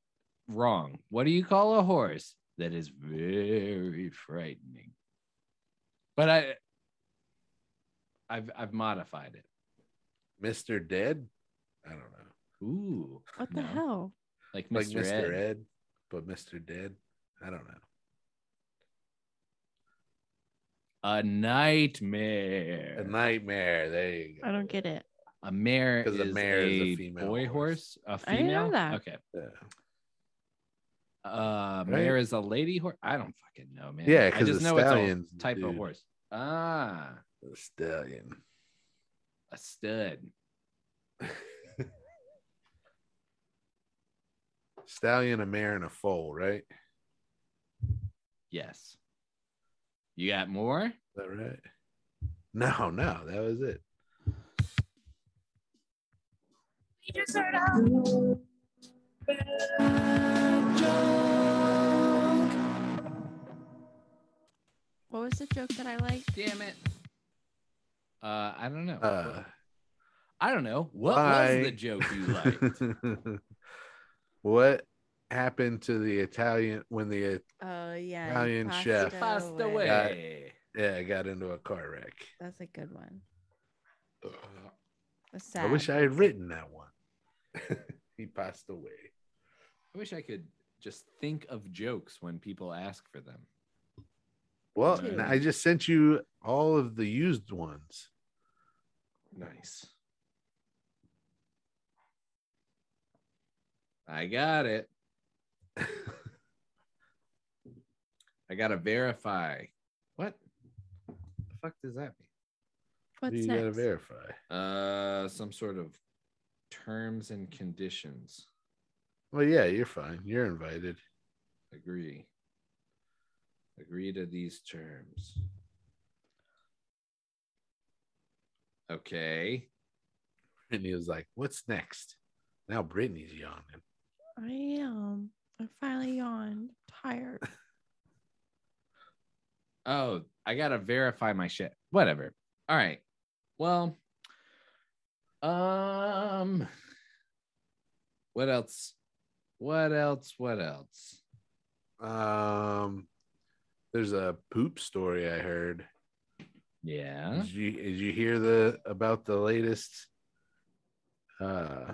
S1: wrong. What do you call a horse that is very frightening? But I I've I've modified it.
S3: Mister Dead. I don't know.
S1: Ooh.
S7: What the
S1: no.
S7: hell?
S1: Like Mr.
S3: Like Mister
S1: Ed.
S3: Ed. but Mister Dead. I don't know.
S1: A nightmare.
S3: A nightmare. There you go.
S7: I don't get it.
S1: A mare is
S3: 'Cause a
S1: a,
S3: mare is a female
S1: boy
S3: horse.
S1: horse. A
S7: I didn't know
S1: female.
S7: that.
S1: Okay.
S3: Yeah.
S1: Uh,
S3: Right?
S1: mare is a lady horse. I don't fucking know, man.
S3: Yeah,
S1: I
S3: 'cause
S1: just
S3: the
S1: know it's
S3: stallion's
S1: a type of
S3: dude.
S1: horse. Ah,
S3: A stallion.
S1: a stud.
S3: Stallion, a mare, and a foal. Right. Is
S1: Yes. You got more?
S3: that right? No, no, that was it.
S7: What was the joke that I liked?
S1: Damn it. Uh, I don't know.
S3: Uh,
S1: I don't know. What was
S3: why-
S1: the joke you
S3: [laughs]
S1: liked?
S3: what happened to the Italian when the
S7: Oh yeah,
S3: Italian
S7: passed
S3: chef.
S7: it
S1: Passed away.
S3: Yeah. yeah got into a car wreck?
S7: That's a good one. That's sad.
S3: I wish I had written that one. [laughs] he passed away.
S1: I wish I could just think of jokes when people ask for them.
S3: Well,
S1: Dude.
S3: I just sent you all of the used ones. [laughs]
S1: Nice. I got it. I gotta verify. What the fuck does that mean?
S7: What's
S3: you gotta
S7: next?
S3: verify.
S1: Uh, some sort of terms and conditions.
S3: Well, yeah, you're fine. You're invited.
S1: Agree. Agree to these terms. Okay.
S3: Brittany was like, "What's next?" Now Brittany's yawning.
S7: I am. I finally yawned. I'm tired.
S1: Oh, I gotta verify my shit. Whatever. All right. Well, um, what else? What else? What else?
S3: Um, there's a poop story I heard.
S1: Yeah.
S3: Did you did you hear the about the latest uh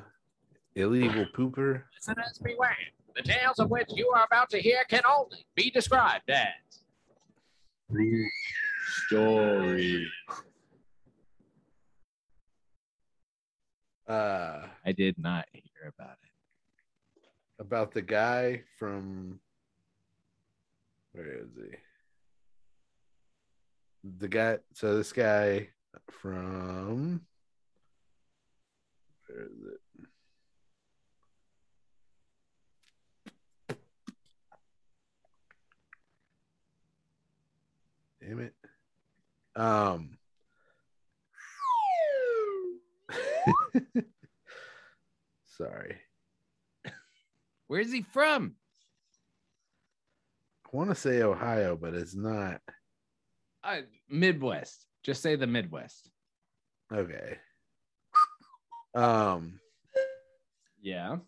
S3: illegal pooper?
S8: Listeners beware. The tales of which you are about to hear can only be described as. Story.
S3: uh,
S1: I did not hear about it.
S3: about the guy from where is he? The guy, so this guy from where is it? Damn it. Um, [laughs] sorry.
S1: Where is he from?
S3: I want to say Ohio, but it's not.
S1: Uh, Midwest. Just say the Midwest.
S3: Okay. Um,
S1: Yeah.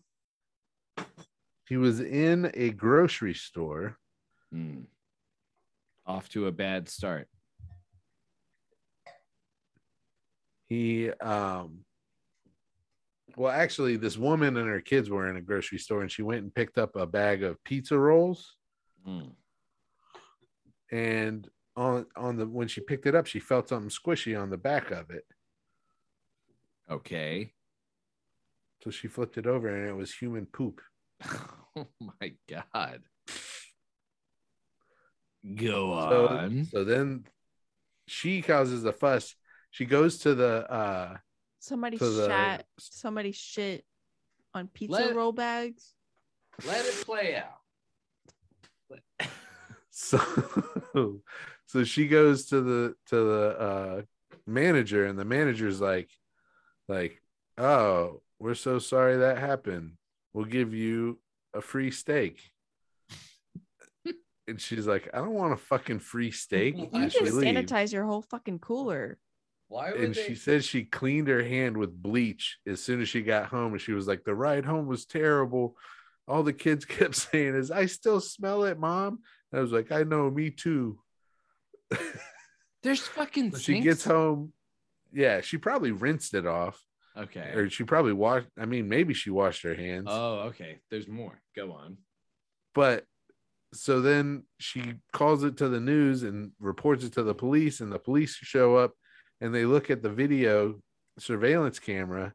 S3: he was in a grocery store.
S1: Hmm. Off to a bad start.
S3: He, um, well, actually, this woman and her kids were in a grocery store, and she went and picked up a bag of pizza rolls.
S1: Hmm.
S3: And on on the when she picked it up, she felt something squishy on the back of it.
S1: Okay. [laughs]
S3: So she flipped it over, and it was human poop.
S1: Oh my god. Go
S3: So-
S1: on.
S3: So then she causes a fuss. She goes to the uh
S2: Somebody
S3: to the
S2: shat. Somebody shit on pizza
S1: Let-
S2: roll bags.
S1: Let it play out.
S3: so [laughs] so she goes to the to the uh manager and the manager's like like oh we're so sorry that happened we'll give you a free steak and she's like i don't want a fucking free steak
S1: You
S3: And
S2: You
S1: As
S3: she
S2: can
S3: leaves.
S2: sanitize your whole fucking cooler.
S1: Why would
S3: and
S1: they?
S3: she said she cleaned her hand with bleach as soon as she got home and she was like the ride home was terrible all the kids [laughs] kept saying is i still smell it mom and i was like i know me too
S1: There's fucking.
S3: So she
S1: sinks?
S3: gets home yeah she probably rinsed it off
S1: Okay.
S3: or she probably washed i mean maybe she washed her hands
S1: Oh, okay. There's more. Go [laughs] on.
S3: but so then she calls it to the news and reports it to the police and the police show up and they look at the video surveillance camera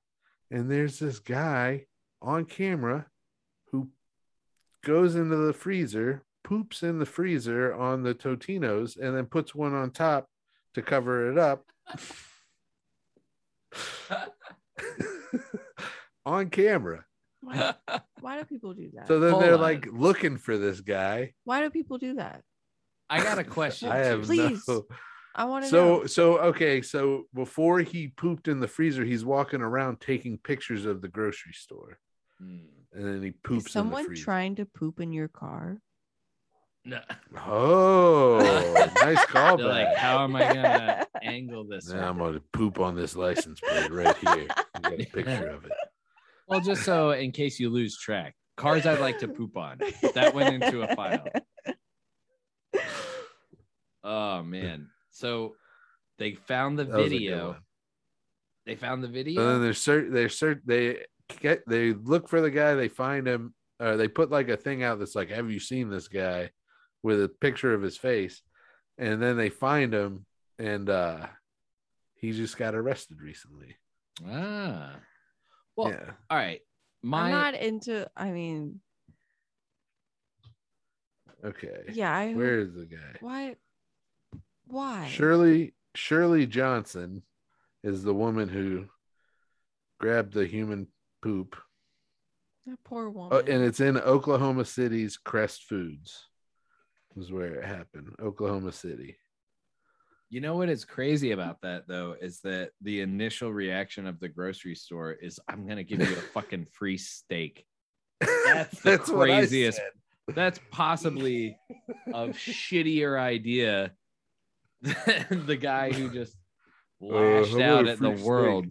S3: and there's this guy on camera who goes into the freezer poops in the freezer on the totinos and then puts one on top to cover it up on camera
S1: [laughs]
S2: Why, why do people do that?
S3: so then
S1: Hold
S3: they're
S1: on.
S3: like looking for this guy
S2: why do people do that?
S1: I got a question.
S3: I have
S2: Please.
S3: no.
S2: I want
S3: [laughs]
S2: to
S3: So
S2: know.
S3: so okay. So before he pooped in the freezer, he's walking around taking pictures of the grocery store,
S1: Hmm.
S3: and then he
S2: Is
S3: poops. in the
S2: someone
S3: freezer.
S2: trying to poop in your car?
S1: [laughs] No.
S3: Oh, nice
S1: [laughs]
S3: callback.
S1: They're like, how am I gonna [laughs] angle this?
S3: Now
S1: right?"
S3: I'm gonna poop on this license plate right here. [laughs] I got a picture of it.
S1: Well, just so in case you lose track, cars I'd like to poop on. That went into a
S3: [laughs]
S1: file. Oh man. So they found the
S3: That was a good
S1: video.
S3: one. Uh,
S1: They found the
S3: So then
S1: video.
S3: they're cert. They're cert. They get. They look for the guy. They find him. Or they put like a thing out that's like, "Have you seen this guy?" with a picture of his face, and then they find him, and uh he just got arrested recently.
S1: Ah. Well,
S3: yeah.
S1: all right. My
S2: I'm not into. I mean,
S3: Okay.
S2: yeah. I hope-
S3: Where is the guy?
S2: why? Why?
S3: Shirley Shirley Johnson is the woman who grabbed the human poop,
S2: That poor woman.
S3: oh, and it's in Oklahoma City's Crest Foods. Was where it happened, Oklahoma City.
S1: You know what is crazy about that though is that the initial reaction of the grocery store is I'm gonna give
S3: [laughs]
S1: you a fucking free steak. That's the
S3: what I
S1: craziest-
S3: said.
S1: That's possibly
S3: [laughs]
S1: a shittier idea [laughs] than the guy who just
S3: Uh,
S1: lashed
S3: hello,
S1: out at the
S3: free steak.
S1: world.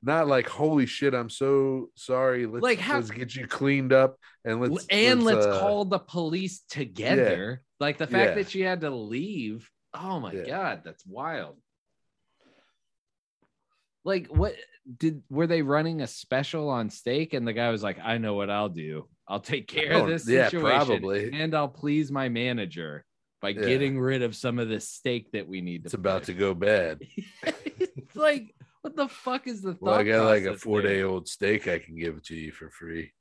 S3: Not like holy shit. I'm so sorry. Let's
S1: Like, how-
S3: let's get you cleaned up and let's
S1: and let's,
S3: uh,
S1: call the police together. Like the fact
S3: Yeah.
S1: that she had to leave. Oh my
S3: Yeah.
S1: god, that's wild. Like what did were they running a special on steak and the guy was like, "I know what I'll do. I'll take care
S3: Oh,
S1: of this
S3: yeah,
S1: situation
S3: probably.
S1: and I'll please my manager by
S3: Yeah.
S1: getting rid of some of this steak that we need to
S3: It's about to go bad.
S1: [laughs] it's like What the fuck is the thought?
S3: Well, I got like a
S1: process
S3: four
S1: there?
S3: day old steak I can give to you for free.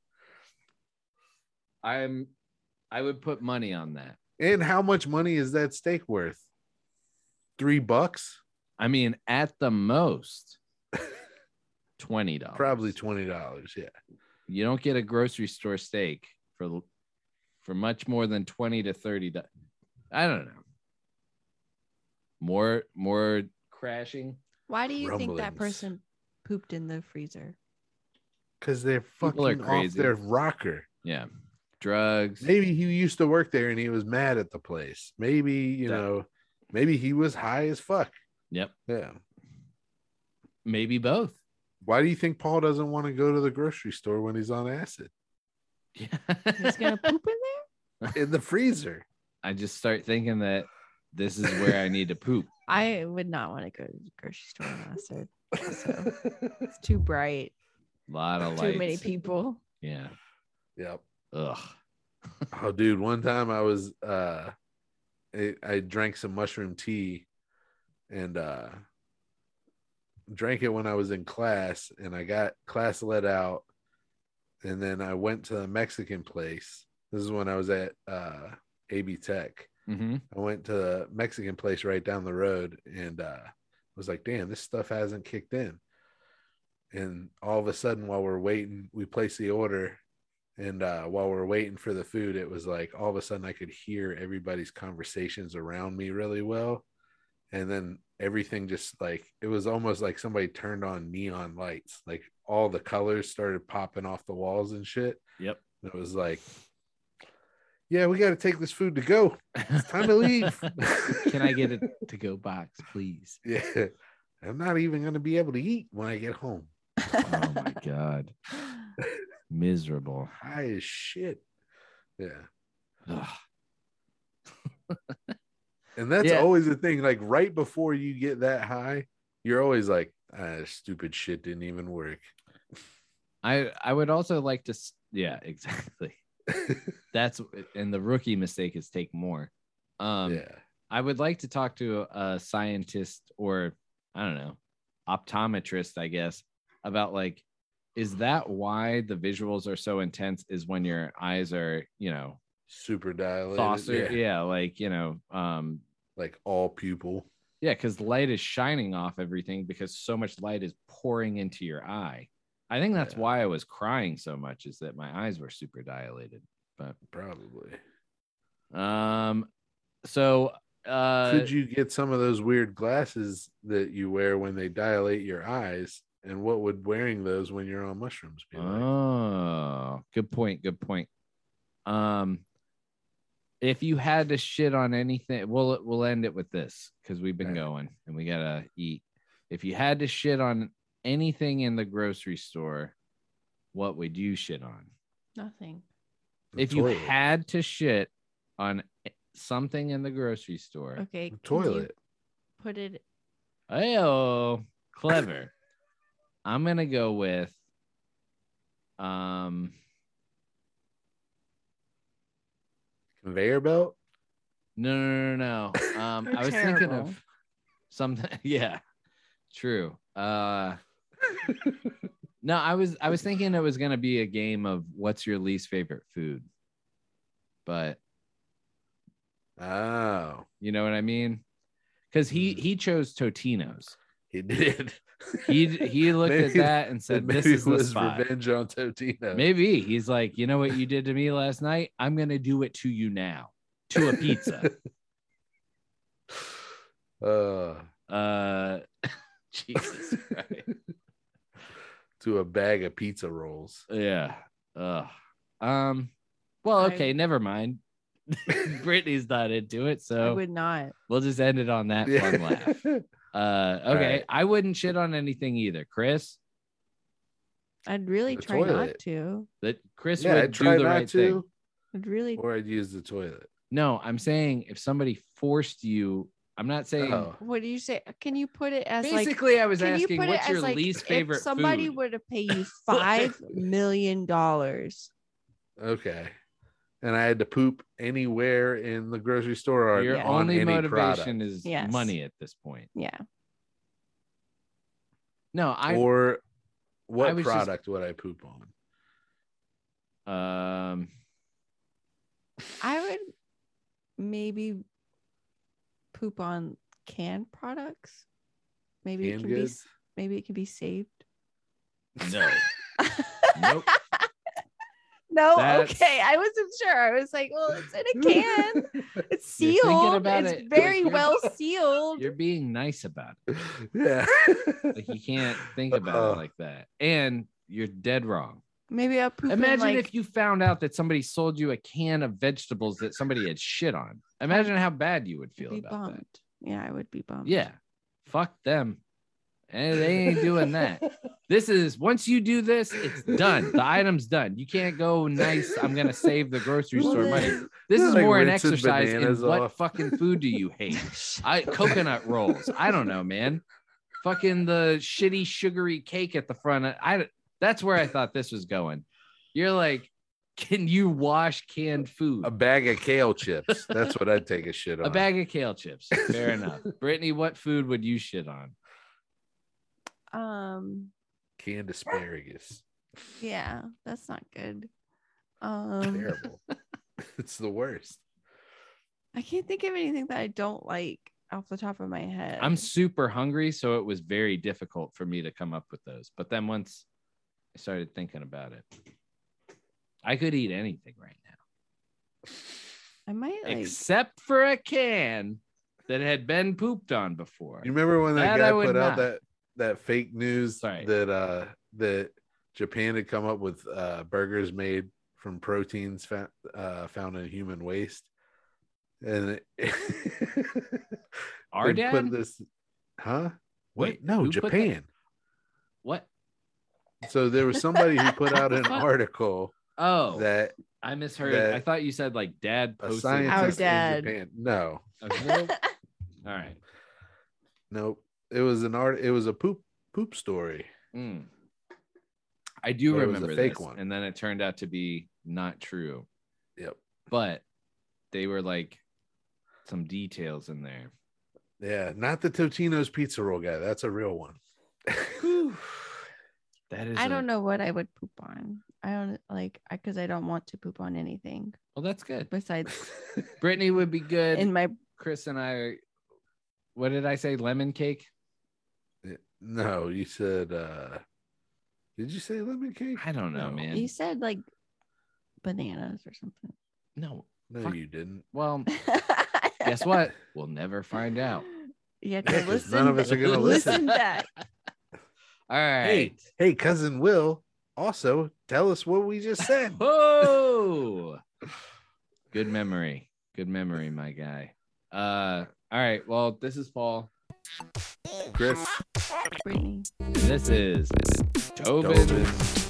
S1: I'm. I would put money on that.
S3: And how much money is that steak worth? Three bucks?
S1: I mean, at the most, twenty dollars.
S3: Probably twenty dollars. Yeah.
S1: You don't get a grocery store steak for for much more than twenty to thirty. do- I don't know. More, more crashing.
S7: Why do you think that
S3: Rumblings.
S7: person pooped in the freezer?
S3: Cause they're
S1: People are
S3: fucking off
S1: crazy.
S3: their rocker.
S1: Yeah, drugs.
S3: Maybe he used to work there and he was mad at the place. Maybe, you
S1: That-
S3: know, maybe he was high as fuck.
S1: Yep.
S3: Yeah.
S1: Maybe both.
S3: Why do you think Paul doesn't want to go to the grocery store when he's on acid?
S1: Yeah.
S7: He's
S1: [laughs]
S7: gonna poop in there.
S3: In the freezer.
S1: I just start thinking that this is where I need to poop.
S7: I would not want to go to the grocery store in acid. It's too bright.
S1: A lot of lights.
S7: Too many people.
S1: Yeah.
S3: yep.
S1: Ugh.
S3: Oh, dude! One time I was, uh, I, I drank some mushroom tea, and uh, drank it when I was in class, and I got class let out, and then I went to the Mexican place. This is when I was at uh, AB Tech.
S7: Mm-hmm.
S1: hmm
S3: I went to the Mexican place right down the road and uh was like, damn, this stuff hasn't kicked in. And all of a sudden, while we're waiting, we place the order. And uh while we're waiting for the food, it was like all of a sudden I could hear everybody's conversations around me really well. And then everything just like it was almost like somebody turned on neon lights, like all the colors started popping off the walls and shit.
S1: Yep.
S3: And it was like, yeah, we got to take this food to go time to leave.
S1: [laughs] Can I get a to go box, please?
S3: Yeah. [laughs] I'm not even going to be able to eat when I get home.
S1: Oh my god. Miserable.
S3: High as shit. Yeah.
S1: Ugh.
S3: And that's
S1: Yeah.
S3: always the thing. Like right before you get that high, you're always like, ah, stupid shit didn't even work. [laughs]
S1: I I would also like to. s- Yeah, [laughs] exactly. That's and the rookie mistake is take more. Um,
S3: yeah.
S1: I would like to talk to a scientist or I don't know, optometrist, I guess, about like, is that why the visuals are so intense? Is when your eyes are, you know,
S3: Super dilated.
S1: saucer,
S3: Yeah.
S1: Oh, yeah, like you know, um,
S3: Like all pupil.
S1: yeah, because light is shining off everything because so much light is pouring into your eye. I think that's
S3: Yeah.
S1: why I was crying so much is that my eyes were super dilated.
S3: Probably.
S1: Um, so uh,
S3: Could you get some of those weird glasses that you wear when they dilate your eyes? And what would wearing those when you're on mushrooms be like?
S1: Uh, Oh, good point. Good point. Um, if you had to shit on anything, we'll we'll end it with this because we've been
S3: Alright.
S1: going and we gotta eat. If you had to shit on anything in the grocery store, what would you shit on?
S7: Nothing.
S3: The
S1: if you
S3: toilet.
S1: had to shit on something in the grocery store,
S7: Okay.
S3: The
S7: can you
S3: toilet.
S7: Put it.
S1: oh, clever. I'm gonna go with um.
S3: Conveyor belt?
S1: No, no, no, no, no. Um, I was thinking
S7: Terrible.
S1: of something. [laughs] Yeah, true. Uh, no, I was I was thinking it was gonna be a game of what's your least favorite food, but
S3: Oh,
S1: you know what I mean? Because he
S3: Mm.
S1: he chose Totino's.
S3: he did.
S1: He
S3: [laughs]
S1: he looked at
S3: Maybe-
S1: that and said,
S3: maybe
S1: "This is
S3: it
S1: the
S3: was
S1: spot."
S3: revenge on Totino.
S1: Maybe he's like, you know what you did to me last night? I'm gonna do it to you now, to a pizza.
S3: [laughs] uh, [laughs]
S1: uh, [laughs] Jesus Christ.
S3: to a bag of pizza rolls.
S1: Yeah. Ugh. Um. Well,
S7: I-
S1: okay. Never mind. [laughs] Brittany's not into it,
S7: I
S1: so
S7: would not.
S1: we'll just end it on that fun laugh.
S3: [laughs]
S1: Uh. Okay.
S3: right.
S1: I wouldn't shit on anything either, Chris.
S7: I'd really
S3: The
S7: try
S3: toilet.
S7: not to.
S1: That Chris
S3: yeah,
S1: would
S3: I'd
S1: do
S3: try
S1: the
S3: not
S1: right thing.
S3: to,
S7: I'd really.
S3: or I'd use the toilet.
S1: No, I'm saying if somebody forced you, I'm not saying.
S3: Oh,
S7: What do you say? Can you put it as like?
S1: Basically, I was
S7: Can you
S1: asking,
S7: put it
S1: what's
S7: as
S1: your
S7: like
S1: least
S7: if
S1: favorite
S7: somebody
S1: food?
S7: were to pay
S1: [laughs]
S7: you five million dollars?
S3: okay. And I had to poop anywhere in the grocery store or
S1: Your
S7: Yeah.
S3: on
S1: only
S3: any
S1: motivation
S3: product.
S1: is
S7: Yes.
S1: money at this point.
S7: Yeah.
S1: No, I
S3: or what
S1: was just-
S3: product would I poop on?
S1: um
S2: I would maybe poop on canned products. Maybe
S3: Canned
S2: it can
S3: goods?
S2: be s- maybe it can
S7: [laughs]
S1: [laughs]
S2: be saved.
S1: no. [laughs] Nope.
S2: No,
S1: That's-
S2: okay. I wasn't sure. I was like, well,
S1: [laughs]
S2: it's in a can.
S3: [laughs]
S2: It's
S1: You're thinking
S2: sealed.
S1: about
S2: it's
S1: it, [laughs] like,
S2: very
S1: you're-
S2: well sealed.
S1: You're being nice about it.
S3: yeah.
S1: Like you can't think about it like that. And you're dead wrong.
S2: Maybe I'll poop in,
S1: Imagine
S2: like,
S1: if you found out that somebody sold you a can of vegetables that somebody had shit on. Imagine how bad you would feel
S2: be
S1: about
S2: bummed. Yeah, I would be
S1: that.
S2: bummed.
S1: Yeah. Fuck them. And they ain't doing [laughs] that. This is once you do this, it's done. The item's done. You can't go nice. I'm gonna save the grocery store money. This is
S3: Like
S1: more an
S3: rinsing
S1: exercise in
S3: bananas
S1: what
S3: off.
S1: fucking food do you hate?
S3: [laughs]
S1: I coconut rolls. I don't know, man. Fucking the shitty sugary cake at the front. I that's where I thought this was going. You're like, can you wash canned food?
S3: A bag of kale chips. That's what I'd take a shit on.
S1: A bag of kale chips.
S3: [laughs]
S1: Fair enough. Brittany, what food would you shit on?
S2: Um.
S3: canned asparagus.
S2: Yeah, that's not good. Um.
S3: Terrible.
S1: [laughs]
S3: it's the worst.
S2: I can't think of anything that I don't like off the top of my head.
S1: I'm super hungry, so it was very difficult for me to come up with those. But then once I started thinking about it, I could eat anything right now
S2: I might like
S1: except for a can that had been pooped on before.
S3: You remember when that,
S1: That I
S3: guy
S1: would
S3: put
S1: not.
S3: out that that fake news
S1: Sorry.
S3: that uh that Japan had come up with uh burgers made from proteins fa- uh, found in human waste, and it, [laughs]
S1: Our
S3: they
S1: dad?
S3: put this, huh?
S1: Wait,
S3: Wait, no,
S1: who put that-
S3: Japan.
S1: What?
S3: So there was somebody who put out
S1: [laughs]
S3: an
S1: What?
S3: article
S1: Oh,
S3: that
S1: I misheard.
S3: that-
S1: I thought you said like dad
S3: a
S1: posted.
S3: scientist
S2: dad.
S3: in Japan. No,
S1: Okay, nope. All right.
S3: no, it was an art. It was a poop poop story.
S1: Mm. I do
S3: But it was a
S1: remember
S3: fake
S1: this,
S3: one.
S1: and then it turned out to be not true.
S3: Yep.
S1: But they were like some details in there.
S3: Yeah, not the Totino's pizza roll guy. That's a real one. [laughs]
S1: That is.
S2: I don't know what I would poop on. I don't like I because I don't want to poop on anything
S1: Well, that's good.
S2: besides
S1: [laughs] Brittany would be good.
S2: in my
S1: Chris and I. Are, what did I say? Lemon cake.
S3: no, you said uh did you say lemon cake?
S1: I don't know,
S3: No.
S1: man.
S2: you said like bananas or something. [laughs]
S1: No.
S3: No,
S1: Fuck.
S3: you didn't.
S1: Well, guess
S2: [laughs]
S1: what? We'll never find out.
S2: You
S3: [laughs]
S2: have
S3: Yeah,
S2: to
S3: 'cause
S2: listen.
S3: none of us are gonna
S2: listen
S3: listen. [laughs]
S2: back.
S1: All right.
S3: Hey. Hey, cousin Will, also tell us what we just said.
S1: Oh, good memory. Good memory, my guy. Uh, all right. Well, this is Paul.
S3: Chris
S2: Brittany.
S1: This is Tobin
S3: Tobin.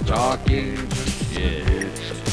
S1: talking shit.